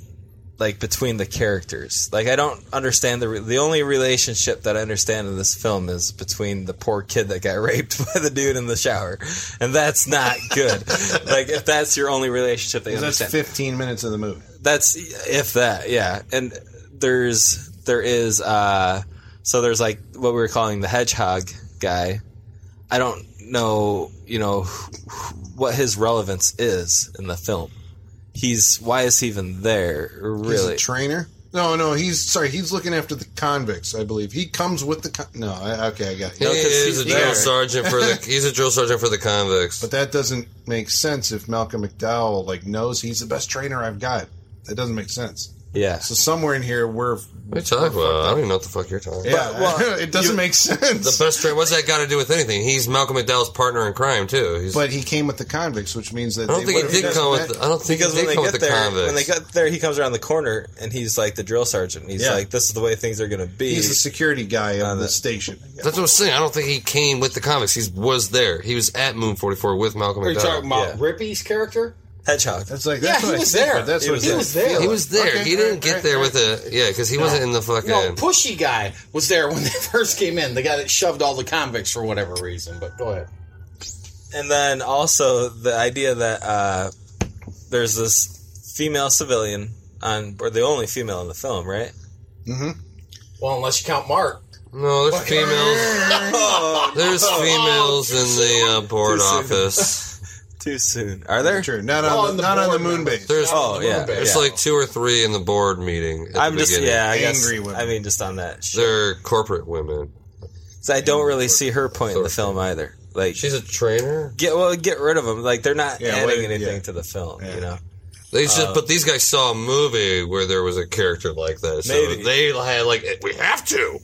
Speaker 9: like between the characters. Like I don't understand the re- the only relationship that I understand in this film is between the poor kid that got raped by the dude in the shower, and that's not good. like if that's your only relationship, they
Speaker 10: Because that's
Speaker 9: understand.
Speaker 10: 15 minutes of the movie.
Speaker 9: That's if that, yeah. And there's there is uh so there's like what we were calling the hedgehog guy. I don't know, you know, wh- wh- what his relevance is in the film. He's why is he even there? Really,
Speaker 10: He's a trainer? No, no, he's sorry. He's looking after the convicts, I believe. He comes with the con- no. I, okay, I got it.
Speaker 11: He is a drill sergeant for the. He's a drill sergeant for the convicts.
Speaker 10: But that doesn't make sense if Malcolm McDowell like knows he's the best trainer I've got. That doesn't make sense.
Speaker 9: Yeah.
Speaker 10: So somewhere in here, we're
Speaker 11: What are you talking about? I don't even know what the fuck you're talking
Speaker 10: yeah,
Speaker 11: about.
Speaker 10: it doesn't make sense.
Speaker 11: The best trade. What's that got to do with anything? He's Malcolm McDowell's partner in crime too. He's,
Speaker 10: But he came with the convicts, which means that
Speaker 11: I don't
Speaker 10: they
Speaker 11: think he
Speaker 10: would've
Speaker 11: did
Speaker 10: just
Speaker 11: come with-
Speaker 10: met-
Speaker 11: I don't think
Speaker 9: because
Speaker 11: They
Speaker 9: when they
Speaker 11: come
Speaker 9: get
Speaker 11: with the
Speaker 9: there,
Speaker 11: convicts.
Speaker 9: when they get there, he comes around the corner and he's like the drill sergeant. And he's
Speaker 10: Yeah.
Speaker 9: like, "This is the way things are going to be."
Speaker 10: He's the security guy
Speaker 11: Uh,
Speaker 10: of the station.
Speaker 11: That's what I'm saying. I don't think he came with the convicts. He was there. He was at Moon 44 with Malcolm
Speaker 7: Are you
Speaker 11: McDowell.
Speaker 7: talking about Rippy's character?
Speaker 9: Hedgehog.
Speaker 10: That's like
Speaker 7: Yeah,
Speaker 10: that's
Speaker 7: he
Speaker 10: what I
Speaker 7: was
Speaker 10: think,
Speaker 7: there.
Speaker 10: but That's
Speaker 7: He
Speaker 10: what
Speaker 7: was
Speaker 10: it
Speaker 7: there.
Speaker 10: is.
Speaker 7: He was
Speaker 11: He was there.
Speaker 7: Okay,
Speaker 11: he didn't
Speaker 7: right,
Speaker 11: get
Speaker 7: right,
Speaker 11: there with a yeah, because he
Speaker 7: No.
Speaker 11: wasn't in the fucking.
Speaker 7: No, pushy guy was there when they first came in. The guy that shoved all the convicts for whatever reason. But go ahead.
Speaker 9: And then also the idea that uh, there's this female civilian on, or the only female in the film, right?
Speaker 7: Mm-hmm. Well, unless you count Mark.
Speaker 11: No, there's
Speaker 7: females.
Speaker 11: There's females in the uh, board
Speaker 9: Too soon.
Speaker 11: office.
Speaker 9: Too soon. Are there?
Speaker 10: True. Not
Speaker 9: Oh,
Speaker 10: on
Speaker 9: on
Speaker 10: the,
Speaker 9: the
Speaker 10: not on the
Speaker 9: board
Speaker 10: moon base.
Speaker 11: There's
Speaker 9: Oh, yeah,
Speaker 11: There's
Speaker 9: yeah.
Speaker 11: like two or three in the board meeting. at
Speaker 9: I'm
Speaker 11: the
Speaker 9: just
Speaker 11: beginning.
Speaker 9: yeah, I guess. I mean, just on that. shit.
Speaker 11: They're corporate women.
Speaker 9: So I don't really see her point in the film either. Like
Speaker 11: she's a trainer.
Speaker 9: Get well, get rid of them. Like they're not
Speaker 11: Yeah,
Speaker 9: adding
Speaker 11: wait,
Speaker 9: anything to the film. You know.
Speaker 11: They just,
Speaker 9: Uh,
Speaker 11: but these guys saw a movie where there was a character like that, so
Speaker 9: Maybe.
Speaker 11: they had like, we have to.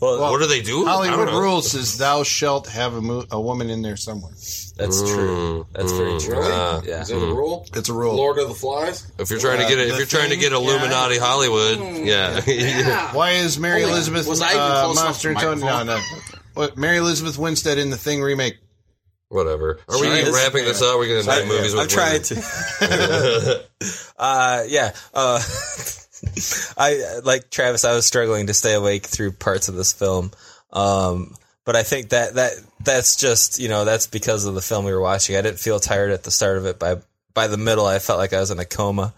Speaker 9: Well,
Speaker 11: what do they do? I don't
Speaker 10: Hollywood
Speaker 11: know.
Speaker 10: rules says thou shalt have a, mo- a woman in there somewhere.
Speaker 9: That's true. That's very true.
Speaker 7: Really?
Speaker 11: Ah,
Speaker 7: Is that
Speaker 9: mm-hmm.
Speaker 7: a
Speaker 11: mm.
Speaker 7: rule?
Speaker 10: It's a rule.
Speaker 7: Lord of the Flies.
Speaker 11: If you're trying to
Speaker 10: Uh,
Speaker 11: get it,
Speaker 10: the
Speaker 11: if you're trying to
Speaker 10: thing,
Speaker 11: get
Speaker 10: yeah.
Speaker 11: Illuminati Hollywood, yeah.
Speaker 10: Why is Mary
Speaker 7: Holy-
Speaker 10: Elizabeth
Speaker 7: Ah. Oh, was I even
Speaker 10: uh,
Speaker 7: close enough
Speaker 10: Monster
Speaker 7: to the
Speaker 10: Antonio? No, no. What, Mary Elizabeth Winstead in the Thing remake.
Speaker 11: Whatever. Are we
Speaker 10: Sorry, this-
Speaker 11: wrapping this up? We're gonna
Speaker 10: Sorry,
Speaker 11: make movies
Speaker 10: yeah.
Speaker 11: with
Speaker 10: I'm trying
Speaker 11: women.
Speaker 9: to. uh, yeah. Uh, I like Travis. I was struggling to stay awake through parts of this film, um, but I think that that that's just you know that's because of the film we were watching. I didn't feel tired at the start of it. By by the middle, I felt like I was in a coma.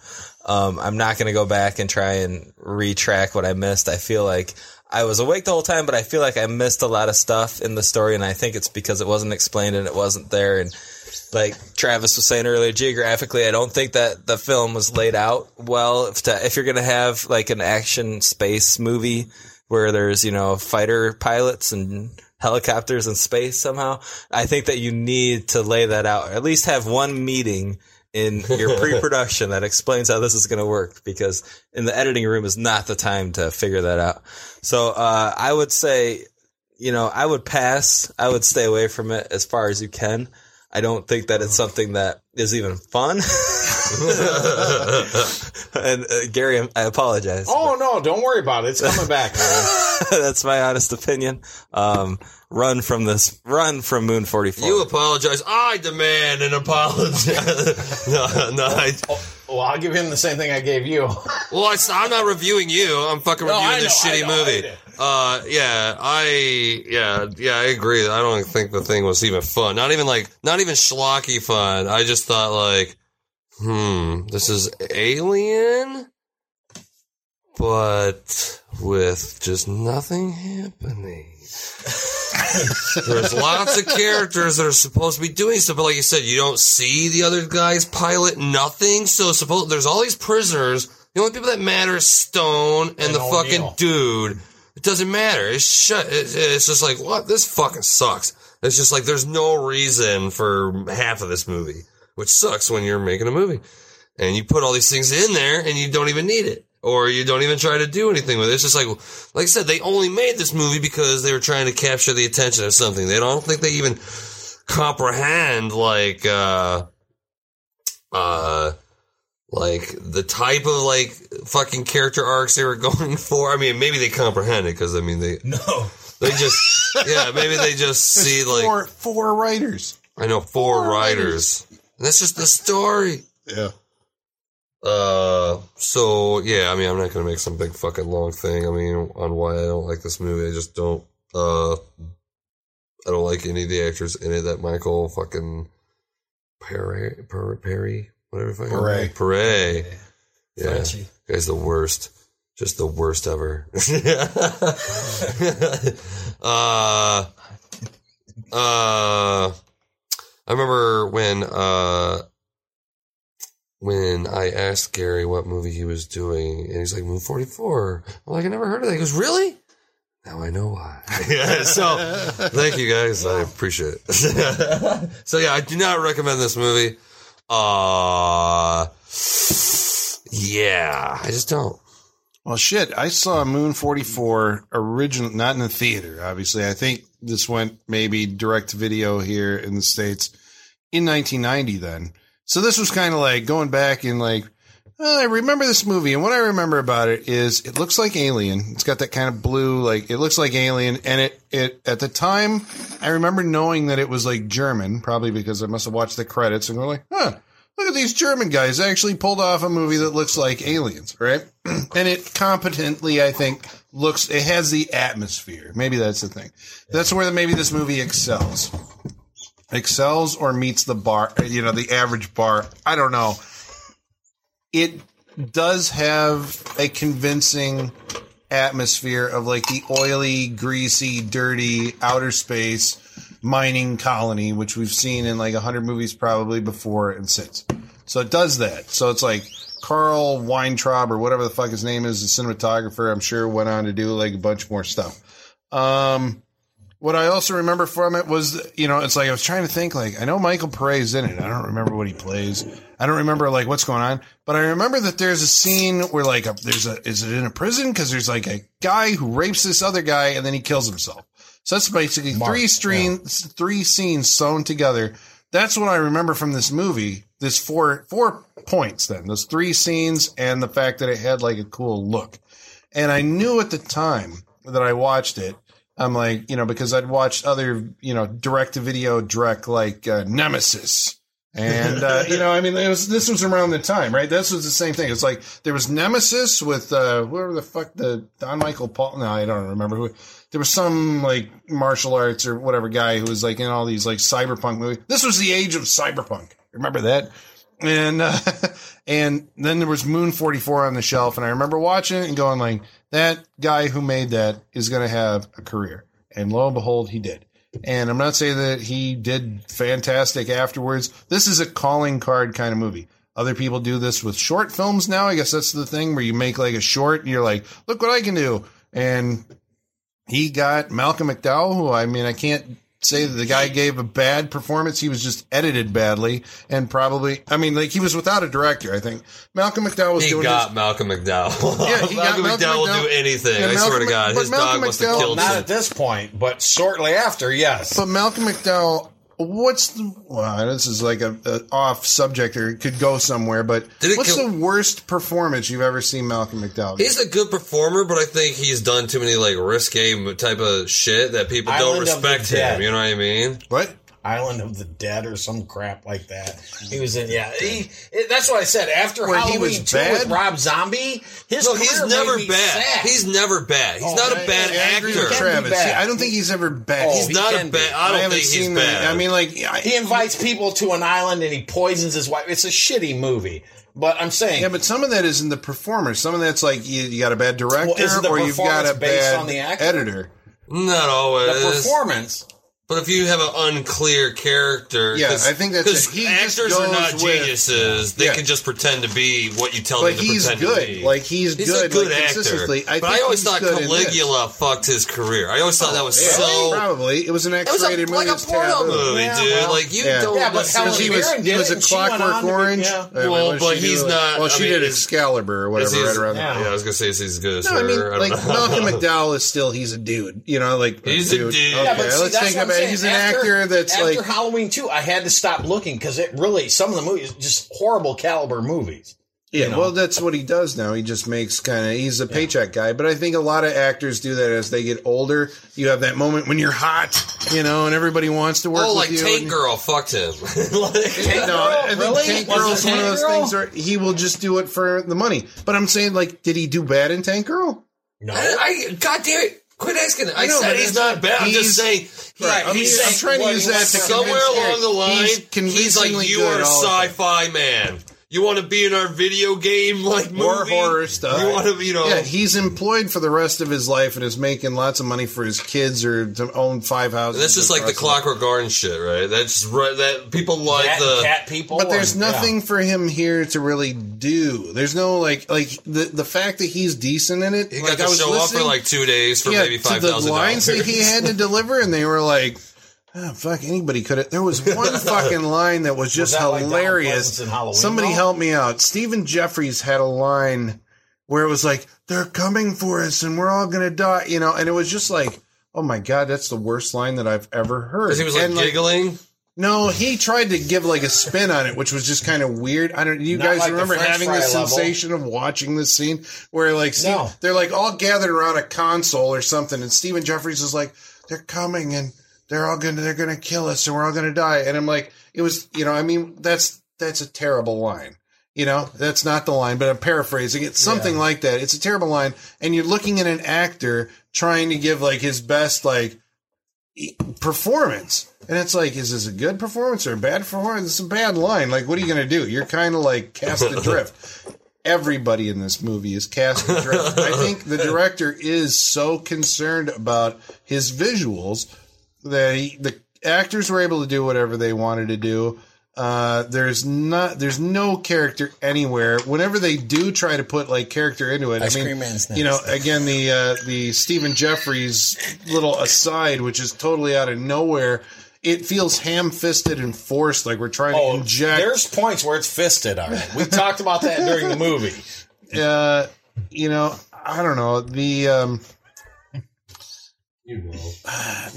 Speaker 9: Um, I'm not going to go back and try and retrack what I missed. I feel like I was awake the whole time, but I feel like I missed a lot of stuff in the story, and I think it's because it wasn't explained and it wasn't there. And like Travis was saying earlier, geographically, I don't think that the film was laid out well. If, to, if you're going to have like an action space movie where there's, you know, fighter pilots and helicopters in space somehow, I think that you need to lay that out. At least have one meeting in your pre production that explains how this is going to work because in the editing room is not the time to figure that out. So uh, I would say you know, I would pass. I would stay away from it as far as you can. I don't think that it's something that is even fun. and uh, Gary, I apologize.
Speaker 7: Oh no! Don't worry about it. It's coming back.
Speaker 9: That's my honest opinion. Um, run from this. Run from Moon Forty Four.
Speaker 11: You apologize. I demand an apology. no, no. I,
Speaker 7: well, I'll give him the same thing I gave you.
Speaker 11: well, I, am not reviewing you. I'm fucking
Speaker 7: No,
Speaker 11: reviewing
Speaker 7: I
Speaker 11: this
Speaker 7: know, I
Speaker 11: shitty
Speaker 7: know, I
Speaker 11: movie.
Speaker 7: know.
Speaker 11: Uh, yeah, I, yeah, yeah, I agree. I don't think the thing was even fun. Not even like, not even schlocky fun. I just thought like, hmm, this is Alien, but with just nothing happening. There's lots of characters that are supposed to be doing stuff, but like you said, you don't see the other guys pilot nothing. So suppose there's all these prisoners. The only people that matter is Stone and, the fucking dude. It doesn't matter. It's shut. It, it's just like what this fucking sucks. It's just like there's no reason for half of this movie, which sucks when you're making a movie and you put all these things in there and you don't even need it or you don't even try to do anything with it. It's just like, like I said, they only made this movie because they were trying to capture the attention of something. They don't think they even comprehend like, uh, uh, like the type of like fucking character arcs they were going for. I mean, maybe they comprehend it because I mean they no, they just yeah, maybe they just see like
Speaker 10: four, four writers.
Speaker 11: I know four, writers. And that's just the story.
Speaker 10: Yeah.
Speaker 11: Uh, so yeah, I mean, I'm not gonna make some big fucking long thing. I mean, on why I don't like this movie, I just don't. Uh, I don't like any of the actors in it. That Michael fucking Perry, Perry, Perry whatever the fuck his
Speaker 10: Perret.
Speaker 11: name- Perret. Yeah,
Speaker 10: Frenchie.
Speaker 11: guy's the worst. Just the worst ever. uh, uh, I remember when uh, when I asked Gary what movie he was doing, and he's like, "Move 44." I'm like, "I never heard of that." He goes, "Really?" Now I know why. yeah. So thank you guys. I appreciate it. so yeah, I do not recommend this movie. Uh yeah, I just don't.
Speaker 10: Well, shit. I saw Moon 44 original, not in the theater, obviously. I think this went maybe direct to video here in the States in 1990 then. So this was kind of like going back and like, oh, I remember this movie. And what I remember about it is it looks like Alien. It's got that kind of blue, like it looks like Alien. And it, it, at the time, I remember knowing that it was like German, probably because I must have watched the credits and going like, huh, look at these German guys They actually pulled off a movie that looks like aliens, right? and it competently, I think, looks it has the atmosphere. Maybe that's the thing. That's where maybe this movie excels. Excels or meets the bar, you know, the average bar. I don't know. It does have a convincing atmosphere of like the oily, greasy, dirty outer space mining colony, which we've seen in like a hundred movies probably before and since. So it does that. So it's like Carl Weintraub or whatever the fuck his name is, the cinematographer, I'm sure went on to do like a bunch more stuff. Um, what I also remember from it was, you know, it's like I was trying to think, like, I know Michael Perret's in it. I don't remember what he plays. I don't remember, like, what's going on. But I remember that there's a scene where, like, a, there's a, is it in a prison? Because there's, like, a guy who rapes this other guy and then he kills himself. So that's basically three stream, three scenes sewn together. That's what I remember from this movie. This four, four points then, those three scenes and the fact that it had, like, a cool look. And I knew at the time that I watched it, I'm like, you know, because I'd watched other, you know, direct to video direct like uh, Nemesis. And, uh, you know, I mean, it was, this was around the time, right? This was the same thing. It's like there was Nemesis with, uh, whoever the fuck the Don Michael Paul. No, I don't remember who. There was some like martial arts or whatever guy who was like in all these like cyberpunk movies. This was the age of cyberpunk. Remember that? and uh, and then there was Moon 44 on the shelf, and I remember watching it and going like, that guy who made that is going to have a career, and lo and behold, he did. And I'm not saying that he did fantastic afterwards. This is a calling card kind of movie. Other people do this with short films now. I guess that's the thing where you make like a short and you're like, look what I can do. And he got Malcolm McDowell, who I mean, I can't say that the guy gave a bad performance. He was just edited badly and probably, I mean, like he was without a director, I think. Malcolm McDowell was
Speaker 11: He
Speaker 10: doing
Speaker 11: got
Speaker 10: his-
Speaker 11: Malcolm McDowell.
Speaker 10: Yeah, he got
Speaker 11: Malcolm
Speaker 10: Malcolm
Speaker 11: McDowell will do
Speaker 10: McDowell.
Speaker 11: anything.
Speaker 10: Yeah,
Speaker 11: I swear to
Speaker 10: Malcolm-
Speaker 11: God,
Speaker 10: but
Speaker 11: his
Speaker 10: Malcolm
Speaker 11: dog wants to
Speaker 10: McDowell-
Speaker 11: kill
Speaker 7: Not
Speaker 11: him.
Speaker 7: at this point, but shortly after, yes.
Speaker 10: But Malcolm McDowell, what's the, well, this is like a, a off subject or it could go somewhere, but
Speaker 11: Did it
Speaker 10: what's
Speaker 11: kill-
Speaker 10: the worst performance you've ever seen Malcolm McDowell? do?
Speaker 11: He's a good performer, but I think he's done too many like risque type of shit that people don't
Speaker 7: Island of the
Speaker 11: respect him.
Speaker 7: Dead.
Speaker 11: You know what I mean?
Speaker 10: What?
Speaker 7: Island of the Dead or some crap like that. He was in, yeah. He, it- that's what I said. After
Speaker 11: Where he
Speaker 7: Halloween
Speaker 11: was
Speaker 7: 2
Speaker 11: bad?
Speaker 7: with Rob Zombie, his
Speaker 11: no,
Speaker 7: career
Speaker 11: he's
Speaker 7: made
Speaker 11: never
Speaker 7: me
Speaker 11: bad.
Speaker 7: sad.
Speaker 11: He's never bad. He's
Speaker 7: Oh,
Speaker 11: not
Speaker 7: I-
Speaker 11: a bad
Speaker 7: I agree
Speaker 11: actor.
Speaker 7: with Travis. He-
Speaker 10: I don't think he's ever bad.
Speaker 7: Oh,
Speaker 11: He's
Speaker 7: he
Speaker 11: not
Speaker 7: can
Speaker 11: a
Speaker 7: be.
Speaker 11: bad. I don't
Speaker 7: haven't
Speaker 11: think he's
Speaker 7: seen the-
Speaker 11: bad.
Speaker 10: I mean, like
Speaker 7: he invites people to an island and he poisons his wife. It's a shitty movie, but I'm saying
Speaker 10: Yeah, but some of that isn't the performer. Some of that's like you, you got a bad director,
Speaker 7: isn't the
Speaker 10: or you've got a
Speaker 7: performance based
Speaker 10: bad
Speaker 7: on the actor?
Speaker 10: editor.
Speaker 11: Not always.
Speaker 10: The performance.
Speaker 11: But if you have an unclear character,
Speaker 10: Yeah,
Speaker 11: 'cause-
Speaker 10: I think that's
Speaker 11: 'cause
Speaker 10: it. He just
Speaker 11: actors are
Speaker 10: goes
Speaker 11: not
Speaker 10: with-
Speaker 11: geniuses. They
Speaker 10: Yeah.
Speaker 11: can just pretend to be what you tell
Speaker 10: But
Speaker 11: them to
Speaker 10: he's
Speaker 11: pretend to
Speaker 10: good.
Speaker 11: be.
Speaker 10: Like, he's
Speaker 11: a
Speaker 10: good,
Speaker 11: good
Speaker 10: like,
Speaker 11: actor.
Speaker 10: consistently. I
Speaker 11: but I
Speaker 10: think
Speaker 11: always
Speaker 10: he's
Speaker 11: thought
Speaker 10: good in this. Oh,
Speaker 11: Caligula fucked his career. I always thought that was
Speaker 10: Yeah,
Speaker 11: so
Speaker 10: probably it was an
Speaker 11: It was a-
Speaker 10: X-rated movie.
Speaker 11: like a
Speaker 10: it's
Speaker 11: porno
Speaker 10: taboo.
Speaker 11: movie, Yeah, dude. well. Like, you don't Yeah, but necessarily-
Speaker 10: Because he
Speaker 11: Helen
Speaker 10: was,
Speaker 11: Mirren
Speaker 10: he
Speaker 11: did
Speaker 10: was
Speaker 11: it
Speaker 10: a
Speaker 11: and she went on
Speaker 10: Clockwork
Speaker 11: to be-
Speaker 10: Orange.
Speaker 11: yeah.
Speaker 10: I mean,
Speaker 11: Well,
Speaker 10: what did
Speaker 11: but
Speaker 10: she do?
Speaker 11: he's not-
Speaker 10: Well,
Speaker 11: I
Speaker 10: she
Speaker 11: mean,
Speaker 10: did
Speaker 11: it's-
Speaker 10: Excalibur or whatever,
Speaker 11: Is he
Speaker 10: right
Speaker 11: as-
Speaker 10: around.
Speaker 11: Yeah. I was gonna say is he's as good as
Speaker 10: No, I
Speaker 11: her.
Speaker 10: mean,
Speaker 11: I don't
Speaker 10: like
Speaker 11: know.
Speaker 10: Malcolm McDowell is still he's a dude. You know, like
Speaker 11: He's a dude.
Speaker 10: Okay,
Speaker 11: Yeah, but see,
Speaker 10: let's
Speaker 7: that's
Speaker 10: think
Speaker 7: what I'm
Speaker 10: about it.
Speaker 7: saying.
Speaker 10: He's an
Speaker 7: After-
Speaker 10: actor that's
Speaker 7: after
Speaker 10: like
Speaker 7: Halloween 2, I had to stop looking because it really some of the movies just horrible caliber movies.
Speaker 10: Yeah,
Speaker 7: you know?
Speaker 10: well, that's what he does now. He just makes kind of he's a paycheck guy, but I think a lot of actors do that as they get older. You have that moment when you're hot, you know, and everybody wants to work
Speaker 11: oh,
Speaker 10: with
Speaker 11: like
Speaker 10: you.
Speaker 11: Tank
Speaker 10: and-
Speaker 11: Girl fucked him. like,
Speaker 10: no, I think
Speaker 11: Really?
Speaker 10: Tank Girl is
Speaker 11: Was it
Speaker 10: one of
Speaker 11: Tank
Speaker 10: those
Speaker 11: Girl?
Speaker 10: things where he will just do it for the money. But I'm saying, like, did he do bad in Tank Girl?
Speaker 7: No,
Speaker 11: I, I- God damn it! Quit asking. that. I,
Speaker 10: I know,
Speaker 11: said
Speaker 10: but
Speaker 11: he's
Speaker 10: it's-
Speaker 11: not bad. I'm
Speaker 10: he's-
Speaker 11: just saying. he-
Speaker 10: Right, I'm
Speaker 11: he's
Speaker 10: just- I'm
Speaker 11: saying
Speaker 10: trying to
Speaker 11: what
Speaker 10: use
Speaker 11: he
Speaker 10: that
Speaker 11: was-
Speaker 10: to
Speaker 11: somewhere
Speaker 10: convince
Speaker 11: along
Speaker 10: Eric.
Speaker 11: the line.
Speaker 10: He's
Speaker 11: He's like
Speaker 10: convincingly
Speaker 11: you
Speaker 10: good
Speaker 11: are a
Speaker 10: all the time."
Speaker 11: sci-fi man. You want to be in our video game like movie
Speaker 10: More horror stuff.
Speaker 11: You want to, you know?
Speaker 10: Yeah, he's employed for the rest of his life and is making lots of money for his kids or to own five houses.
Speaker 11: that's just like the Clockwork Orange shit, right? That's right. That people like the
Speaker 7: people,
Speaker 10: But there's nothing for him here to really do. There's no like like the the fact that he's decent in it.
Speaker 11: He
Speaker 10: like
Speaker 11: got to show up for like two days for
Speaker 10: yeah,
Speaker 11: maybe five
Speaker 10: to the
Speaker 11: thousand
Speaker 10: lines
Speaker 11: dollars.
Speaker 10: that he had to deliver, and they were like. Oh, fuck, anybody could have. There was one fucking line that was just
Speaker 7: Was that like Donald
Speaker 10: hilarious.
Speaker 7: Pleasance in Halloween,
Speaker 10: Somebody
Speaker 7: though?
Speaker 10: help me out. Stephen Jeffries had a line where it was like, they're coming for us and we're all going to die, you know, and it was just like, oh my God, that's the worst line that I've ever heard.
Speaker 11: Because he was like
Speaker 10: And,
Speaker 11: giggling.
Speaker 10: no, he tried to give like a spin on it, which was just kind of weird. I don't. You
Speaker 7: Not
Speaker 10: guys
Speaker 7: like the
Speaker 10: remember
Speaker 7: french
Speaker 10: having
Speaker 7: fry
Speaker 10: the
Speaker 7: level.
Speaker 10: sensation of watching this scene where like Steve,
Speaker 7: No.
Speaker 10: they're like all gathered around a console or something, and Stephen Jeffries is like, "They're coming and they're all gonna they're gonna kill us and we're all gonna die." And I'm like, it was you know, I mean, that's that's a terrible line. You know, that's not the line, but I'm paraphrasing it. Something like that. It's a terrible line, and you're looking at an actor trying to give like his best, like e, performance. And it's like, is this a good performance or a bad performance? It's a bad line. Like, what are you going to do? You're kind of like cast adrift. Everybody in this movie is cast adrift. I think the director is so concerned about his visuals that he, the actors were able to do whatever they wanted to do. Uh, there's not, there's no character anywhere. Whenever they do try to put like character into it,
Speaker 7: Ice
Speaker 10: I mean,
Speaker 7: cream man's
Speaker 10: you know,
Speaker 7: next.
Speaker 10: again the uh, the Stephen Jeffries little aside, which is totally out of nowhere. It feels ham fisted and forced, like we're trying
Speaker 7: Oh,
Speaker 10: to inject.
Speaker 7: There's points where it's fisted. All right, we talked about that during the movie.
Speaker 10: uh, you know, I don't know the. Um, no,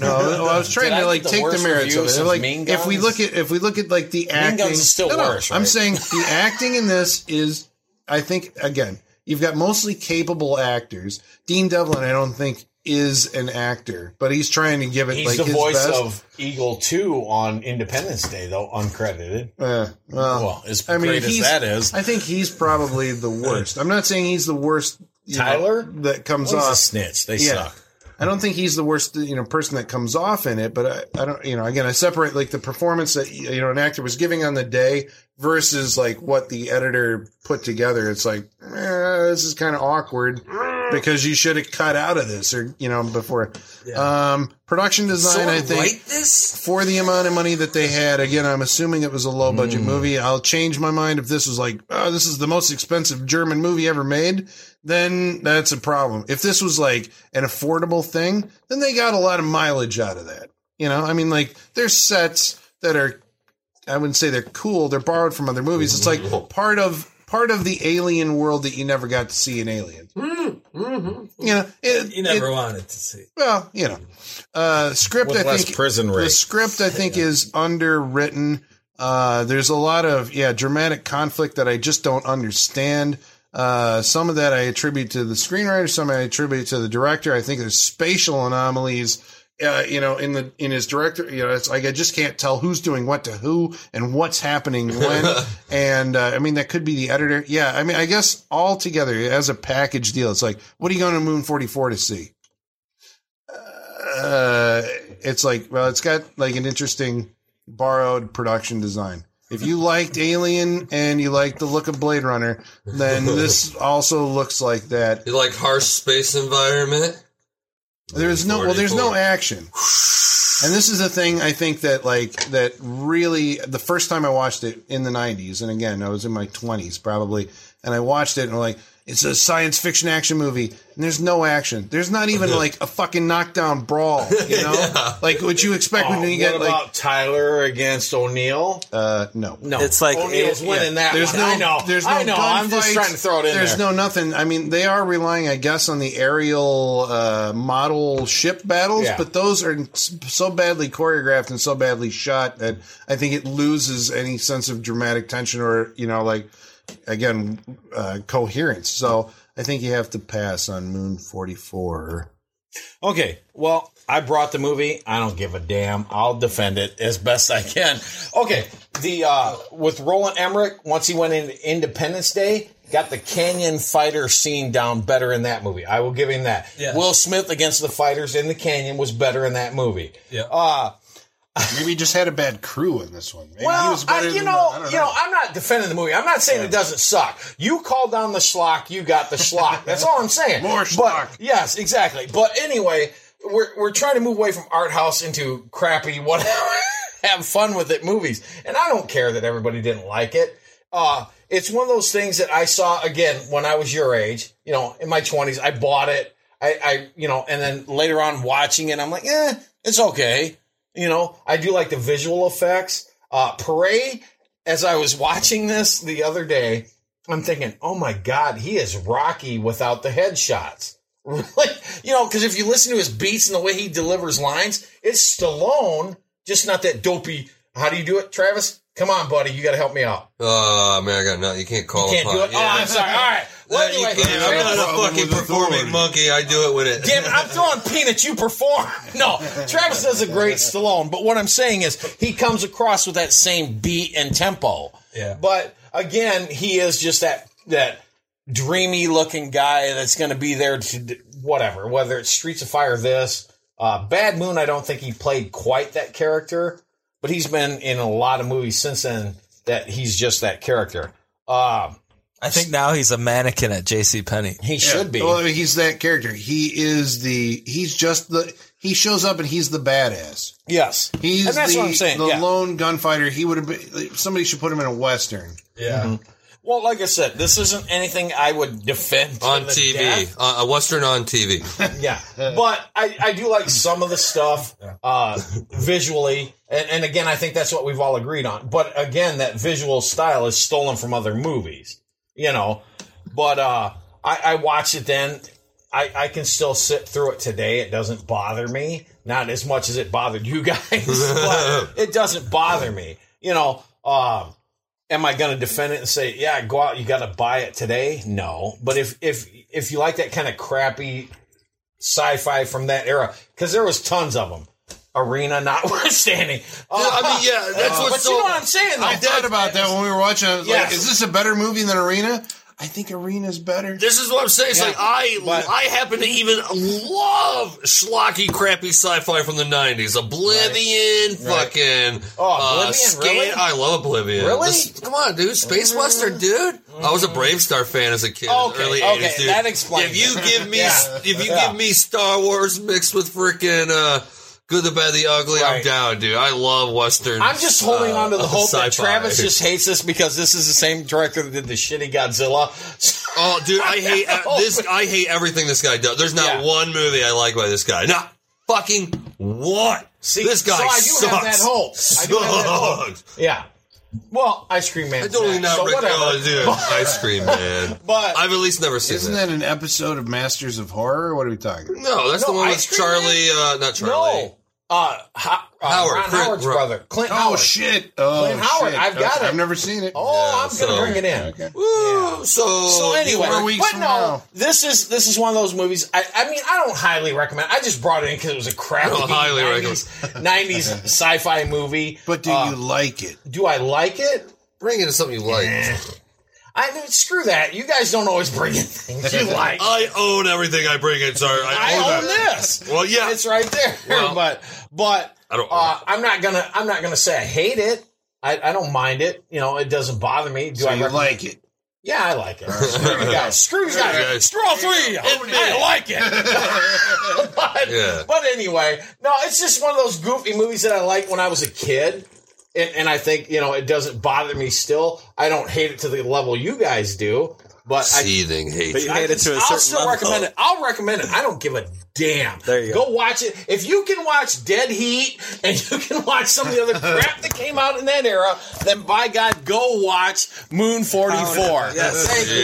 Speaker 10: no, I was trying
Speaker 7: Did I
Speaker 10: to
Speaker 7: get
Speaker 10: like
Speaker 7: the
Speaker 10: take the
Speaker 7: worst
Speaker 10: merits
Speaker 7: review
Speaker 10: of it.
Speaker 7: since
Speaker 10: Like,
Speaker 7: Mean
Speaker 10: if we
Speaker 7: Guns?
Speaker 10: look at if we look at like the acting,
Speaker 7: Guns is still worse,
Speaker 10: I'm
Speaker 7: right?
Speaker 10: saying the acting in this is, I think, again, you've got mostly capable actors. Dean Devlin, I don't think, is an actor, but he's trying to give it
Speaker 7: He's
Speaker 10: like
Speaker 7: the
Speaker 10: his
Speaker 7: voice
Speaker 10: best.
Speaker 7: of Eagle Two on Independence Day, though uncredited.
Speaker 10: Uh, well,
Speaker 7: Well, as
Speaker 10: I mean,
Speaker 7: great as
Speaker 10: he's-
Speaker 7: that is.
Speaker 10: I think he's probably the worst. I'm not saying he's the worst. you know,
Speaker 7: Tyler?
Speaker 10: that comes
Speaker 7: Well, he's a
Speaker 10: off
Speaker 7: snitch. They suck.
Speaker 10: I don't think he's the worst, you know, person that comes off in it. But I, I don't, you know, again, I separate like the performance that you know an actor was giving on the day versus like what the editor put together. It's like eh, this is kind of awkward because you should have cut out of this or you know before. Um, production design,
Speaker 11: Someone
Speaker 10: I think
Speaker 11: write this?
Speaker 10: for the amount of money that they had. Again, I'm assuming it was a low
Speaker 9: Hmm.
Speaker 10: budget movie. I'll change my mind if this was like, oh, this is the most expensive German movie ever made. Then that's a problem. If this was like an affordable thing, then they got a lot of mileage out of that. You know, I mean, like there's sets that are, I wouldn't say they're cool. They're borrowed from other movies. It's
Speaker 9: Mm-hmm.
Speaker 10: like part of part of the alien world that you never got to see in Alien. You know, it,
Speaker 9: Mm-hmm. you never
Speaker 10: it-
Speaker 9: wanted to see.
Speaker 10: Well, you know, uh, script.
Speaker 7: With
Speaker 10: I
Speaker 7: less
Speaker 10: think
Speaker 7: prison
Speaker 10: the
Speaker 7: rape.
Speaker 10: script I think is underwritten. Uh, there's a lot of yeah dramatic conflict that I just don't understand. Uh, some of that I attribute to the screenwriter, some I attribute to the director. I think there's spatial anomalies uh, you know, in the in his director, you know, it's like I just can't tell who's doing what to who and what's happening when. and uh, I mean, that could be the editor. Yeah, I mean, I guess all together as a package deal, it's like, what are you going to Moon Forty Four to see? Uh, it's like, well, it's got like an interesting borrowed production design. If you liked Alien and you liked the look of Blade Runner, then this also looks like that.
Speaker 11: You like harsh space environment?
Speaker 10: There's no well, there's no action, and this is the thing I think that like that really the first time I watched it in the '90s, and again I was in my 20s probably, and I watched it and I'm like it's a science fiction action movie, and there's no action. There's not even like a fucking knockdown brawl, you know, like what you expect when
Speaker 7: Oh,
Speaker 10: you get
Speaker 7: what
Speaker 10: like
Speaker 7: about Tyler against O'Neill?
Speaker 10: Uh, no,
Speaker 7: No. It's like- O'Neill's winning that
Speaker 10: There's
Speaker 7: one.
Speaker 10: no,
Speaker 7: I know.
Speaker 10: There's no
Speaker 7: I know. I'm just
Speaker 10: gunfights.
Speaker 7: trying to throw it in
Speaker 10: There's
Speaker 7: there.
Speaker 10: no nothing. I mean, they are relying, I guess, on the aerial uh, model ship battles,
Speaker 7: Yeah.
Speaker 10: but those are s- so badly choreographed and so badly shot that I think it loses any sense of dramatic tension or you know, like again, uh, coherence. So I think you have to pass on Moon Forty Four.
Speaker 7: Okay, well, I brought the movie. I don't give a damn. I'll defend it as best I can. Okay, the uh, with Roland Emmerich, once he went into Independence Day, got the canyon fighter scene down better in that movie. I will give him that.
Speaker 9: Yeah.
Speaker 7: Will Smith against the fighters in the canyon was better in that movie.
Speaker 9: Yeah.
Speaker 7: Uh,
Speaker 10: Maybe he just had a bad crew in this one. Maybe he
Speaker 7: well,
Speaker 10: was
Speaker 7: I,
Speaker 10: better
Speaker 7: you
Speaker 10: than-
Speaker 7: know,
Speaker 10: I don't
Speaker 7: you know, I'm not defending the movie. I'm not saying it doesn't suck. You called down the schlock, you got the schlock. That's all I'm saying. More schlock. yes, exactly. But anyway, we're we're trying to move away from art house into crappy whatever, have fun with it movies. And I don't care that everybody didn't like it. Uh, it's one of those things that I saw again when I was your age. You know, in my 20s, I bought it. I, I you know, and then later on watching it, I'm like, eh, it's okay. You know, I do like the visual effects. Uh, Parade, as I was watching this the other day, I'm thinking, oh my God, he is Rocky without the headshots. Really? You know, because if you listen to his beats and the way he delivers lines, it's Stallone, just not that dopey. How do you do it, Travis? Come on, buddy. You got to help me out.
Speaker 11: Oh, man, I got no. You can't call
Speaker 7: Can't
Speaker 11: upon.
Speaker 7: do it. Oh, I'm sorry. All right. Well,
Speaker 11: you
Speaker 7: anyway,
Speaker 11: can't. I'm
Speaker 7: Travis-
Speaker 11: not a fucking performing monkey. I do it with it.
Speaker 7: Damn it, I'm throwing peanuts, you perform. No, Travis does a great Stallone, but what I'm saying is he comes across with that same beat and tempo.
Speaker 9: Yeah.
Speaker 7: But again, he is just that that dreamy looking guy that's going to be there to d- whatever, whether it's Streets of Fire, this uh, Bad Moon. I don't think he played quite that character, but he's been in a lot of movies since then that he's just that character. Uh,
Speaker 9: I think now he's a mannequin at J.C. Penney.
Speaker 7: He
Speaker 10: Yeah. Well, he's that character. He is the. He's just the. He shows up and he's the badass.
Speaker 7: Yes,
Speaker 10: he's
Speaker 7: And that's
Speaker 10: the,
Speaker 7: what I'm saying,
Speaker 10: the
Speaker 7: yeah.
Speaker 10: lone gunfighter. He would have been. Somebody should put him in a western.
Speaker 7: Yeah. Well, like I said, this isn't anything I would defend to
Speaker 11: on
Speaker 7: the
Speaker 11: TV,
Speaker 7: death.
Speaker 11: uh, a western on TV.
Speaker 7: yeah, but I, I do like some of the stuff uh, visually, and, and again, I think that's what we've all agreed on. But again, that visual style is stolen from other movies, you know. But uh, I, I watched it then. I, I can still sit through it today. It doesn't bother me. Not as much as it bothered you guys, but it doesn't bother me. You know, um, am I going to defend it and say, yeah, go out, you got to buy it today? No, but if if if you like that kind of crappy sci-fi from that era, because there was tons of them. Arena notwithstanding.
Speaker 10: I mean, yeah, that's
Speaker 7: Uh,
Speaker 10: what's
Speaker 7: But
Speaker 10: so-
Speaker 7: you know what I'm saying? Though.
Speaker 10: I thought about that when we were watching. I was
Speaker 7: Yes.
Speaker 10: like, is this a better movie than Arena? I think Arena's better.
Speaker 11: This is what I'm saying. It's
Speaker 10: Yeah.
Speaker 11: like I
Speaker 10: But-
Speaker 11: I happen to even love schlocky, crappy sci-fi from the '90s. Oblivion,
Speaker 7: Right.
Speaker 11: fucking
Speaker 7: Oh,
Speaker 11: uh,
Speaker 7: Oblivion,
Speaker 11: Scan-
Speaker 7: really?
Speaker 11: I love Oblivion.
Speaker 7: Really? Mm.
Speaker 11: This- come on, dude. Space western, dude. I was a Brave Star fan as a kid. in the
Speaker 7: Okay,
Speaker 11: early
Speaker 7: okay,
Speaker 11: '80s, dude.
Speaker 7: that explains
Speaker 11: If you
Speaker 7: it.
Speaker 11: give me,
Speaker 7: Yeah.
Speaker 11: if you
Speaker 7: Yeah.
Speaker 11: give me Star Wars mixed with freaking uh, Good, the Bad, the Ugly, I'm
Speaker 7: Right.
Speaker 11: down, dude. I love westerns.
Speaker 7: I'm just holding
Speaker 11: uh,
Speaker 7: on to the hope that
Speaker 11: sci-fi.
Speaker 7: Travis just hates this because this is the same director that did the shitty Godzilla.
Speaker 11: Oh, dude, I hate uh, this. I hate everything this guy does. There's not one movie I like by this guy. Not fucking one. this guy
Speaker 7: so I do
Speaker 11: sucks.
Speaker 7: have that hope. I do have that hope.
Speaker 11: Sucks.
Speaker 7: Yeah. Well, Ice Cream Man.
Speaker 11: I totally not
Speaker 7: so
Speaker 11: Rick
Speaker 7: whatever.
Speaker 11: Allen, dude. Ice cream, man.
Speaker 7: But
Speaker 11: I've at least never seen
Speaker 10: Isn't
Speaker 11: that.
Speaker 10: that an episode of Masters of Horror? What are we talking? about?
Speaker 11: No, that's the one with
Speaker 7: Ice Cream
Speaker 11: Charlie. Uh, not Charlie.
Speaker 7: No. Uh, ho- uh,
Speaker 11: Howard,
Speaker 7: Ron
Speaker 11: Clint-
Speaker 7: Howard's
Speaker 11: Ro-
Speaker 7: brother, Clint
Speaker 10: Oh,
Speaker 7: Howard.
Speaker 10: shit. Oh,
Speaker 7: Clint Howard.
Speaker 10: shit.
Speaker 7: I've got
Speaker 10: Okay,
Speaker 7: it.
Speaker 10: I've never seen it.
Speaker 7: Oh,
Speaker 10: Yeah,
Speaker 7: I'm
Speaker 10: so-
Speaker 7: gonna bring it in.
Speaker 10: Okay.
Speaker 7: Woo!
Speaker 11: So,
Speaker 7: so anyway,
Speaker 10: four weeks
Speaker 7: but
Speaker 10: from
Speaker 7: no,
Speaker 10: now.
Speaker 7: this is this is one of those movies. I, I mean, I don't highly recommend. I just brought it in because it was a crappy
Speaker 11: I don't highly
Speaker 7: 90s, 90s sci-fi movie. Uh,
Speaker 10: But do you like it?
Speaker 7: Ah. Do I like it?
Speaker 11: Bring in something you like.
Speaker 7: I mean, screw that. You guys don't always bring in things you like.
Speaker 10: Oh,
Speaker 11: I own everything I bring in, sorry. I,
Speaker 7: I own
Speaker 11: that.
Speaker 7: this.
Speaker 11: Well, yeah.
Speaker 7: it's right there.
Speaker 11: Well,
Speaker 7: but but
Speaker 11: I don't-
Speaker 7: uh, I'm not gonna I'm not gonna say I hate it. I, I don't mind it. You know, it doesn't bother me. Do
Speaker 10: So
Speaker 7: I
Speaker 10: you
Speaker 7: recommend-
Speaker 10: like it?
Speaker 7: Yeah, I like it. Screw you guys. Screw you
Speaker 11: Yeah,
Speaker 7: guys.
Speaker 11: guys.
Speaker 7: Screw all three of you. I like it. but,
Speaker 11: Yeah.
Speaker 7: but anyway, no, it's just one of those goofy movies that I liked when I was a kid. And, and I think, you know, it doesn't bother me still. I don't hate it to the level you guys do. But I,
Speaker 11: Seething hate.
Speaker 9: But you
Speaker 7: I
Speaker 9: hate it to a
Speaker 7: will
Speaker 9: certain
Speaker 7: still
Speaker 9: level.
Speaker 7: recommend it. I'll recommend it. I don't give a damn.
Speaker 9: There you go.
Speaker 7: watch it. If you can watch Dead Heat and you can watch some of the other crap that came out in that era, then by God, go watch Moon 44.
Speaker 9: Yes.
Speaker 7: Thank you.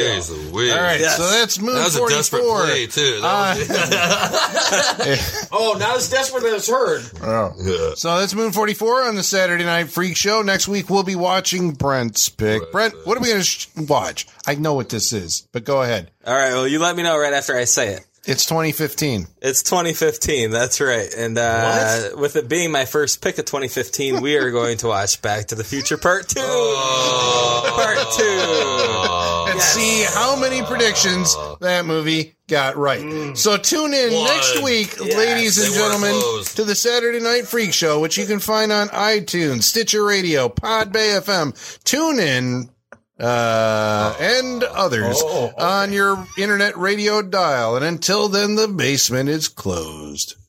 Speaker 11: Jeez Louise.
Speaker 10: All right,
Speaker 9: Yes.
Speaker 10: so that's Moon Uh,
Speaker 11: That was a
Speaker 10: 44.
Speaker 11: desperate play, too.
Speaker 7: Uh,
Speaker 11: That was-
Speaker 7: Oh, not as desperate as heard.
Speaker 10: Oh. So that's Moon 44 on the Saturday Night Freak Show. Next week, we'll be watching Brent's pick. Brent, what are we going to sh- watch? I know what this is, but go ahead.
Speaker 9: All right. Well, you let me know right after I say it.
Speaker 10: It's 2015.
Speaker 9: It's 2015. That's right. And uh, with it being my first pick of 2015, we are going to watch Back to the Future Part Two. Part Two.
Speaker 10: And see how many predictions that movie got right. So tune in
Speaker 11: Mm. One.
Speaker 10: next week,
Speaker 11: Yes,
Speaker 10: ladies and
Speaker 11: they weren't
Speaker 10: gentlemen,
Speaker 11: close.
Speaker 10: to the Saturday Night Freak Show, which you can find on iTunes, Stitcher Radio, Podbay FM. Tune in. Uh, and others
Speaker 11: Oh,
Speaker 10: on your internet radio dial. And until then, the basement is closed.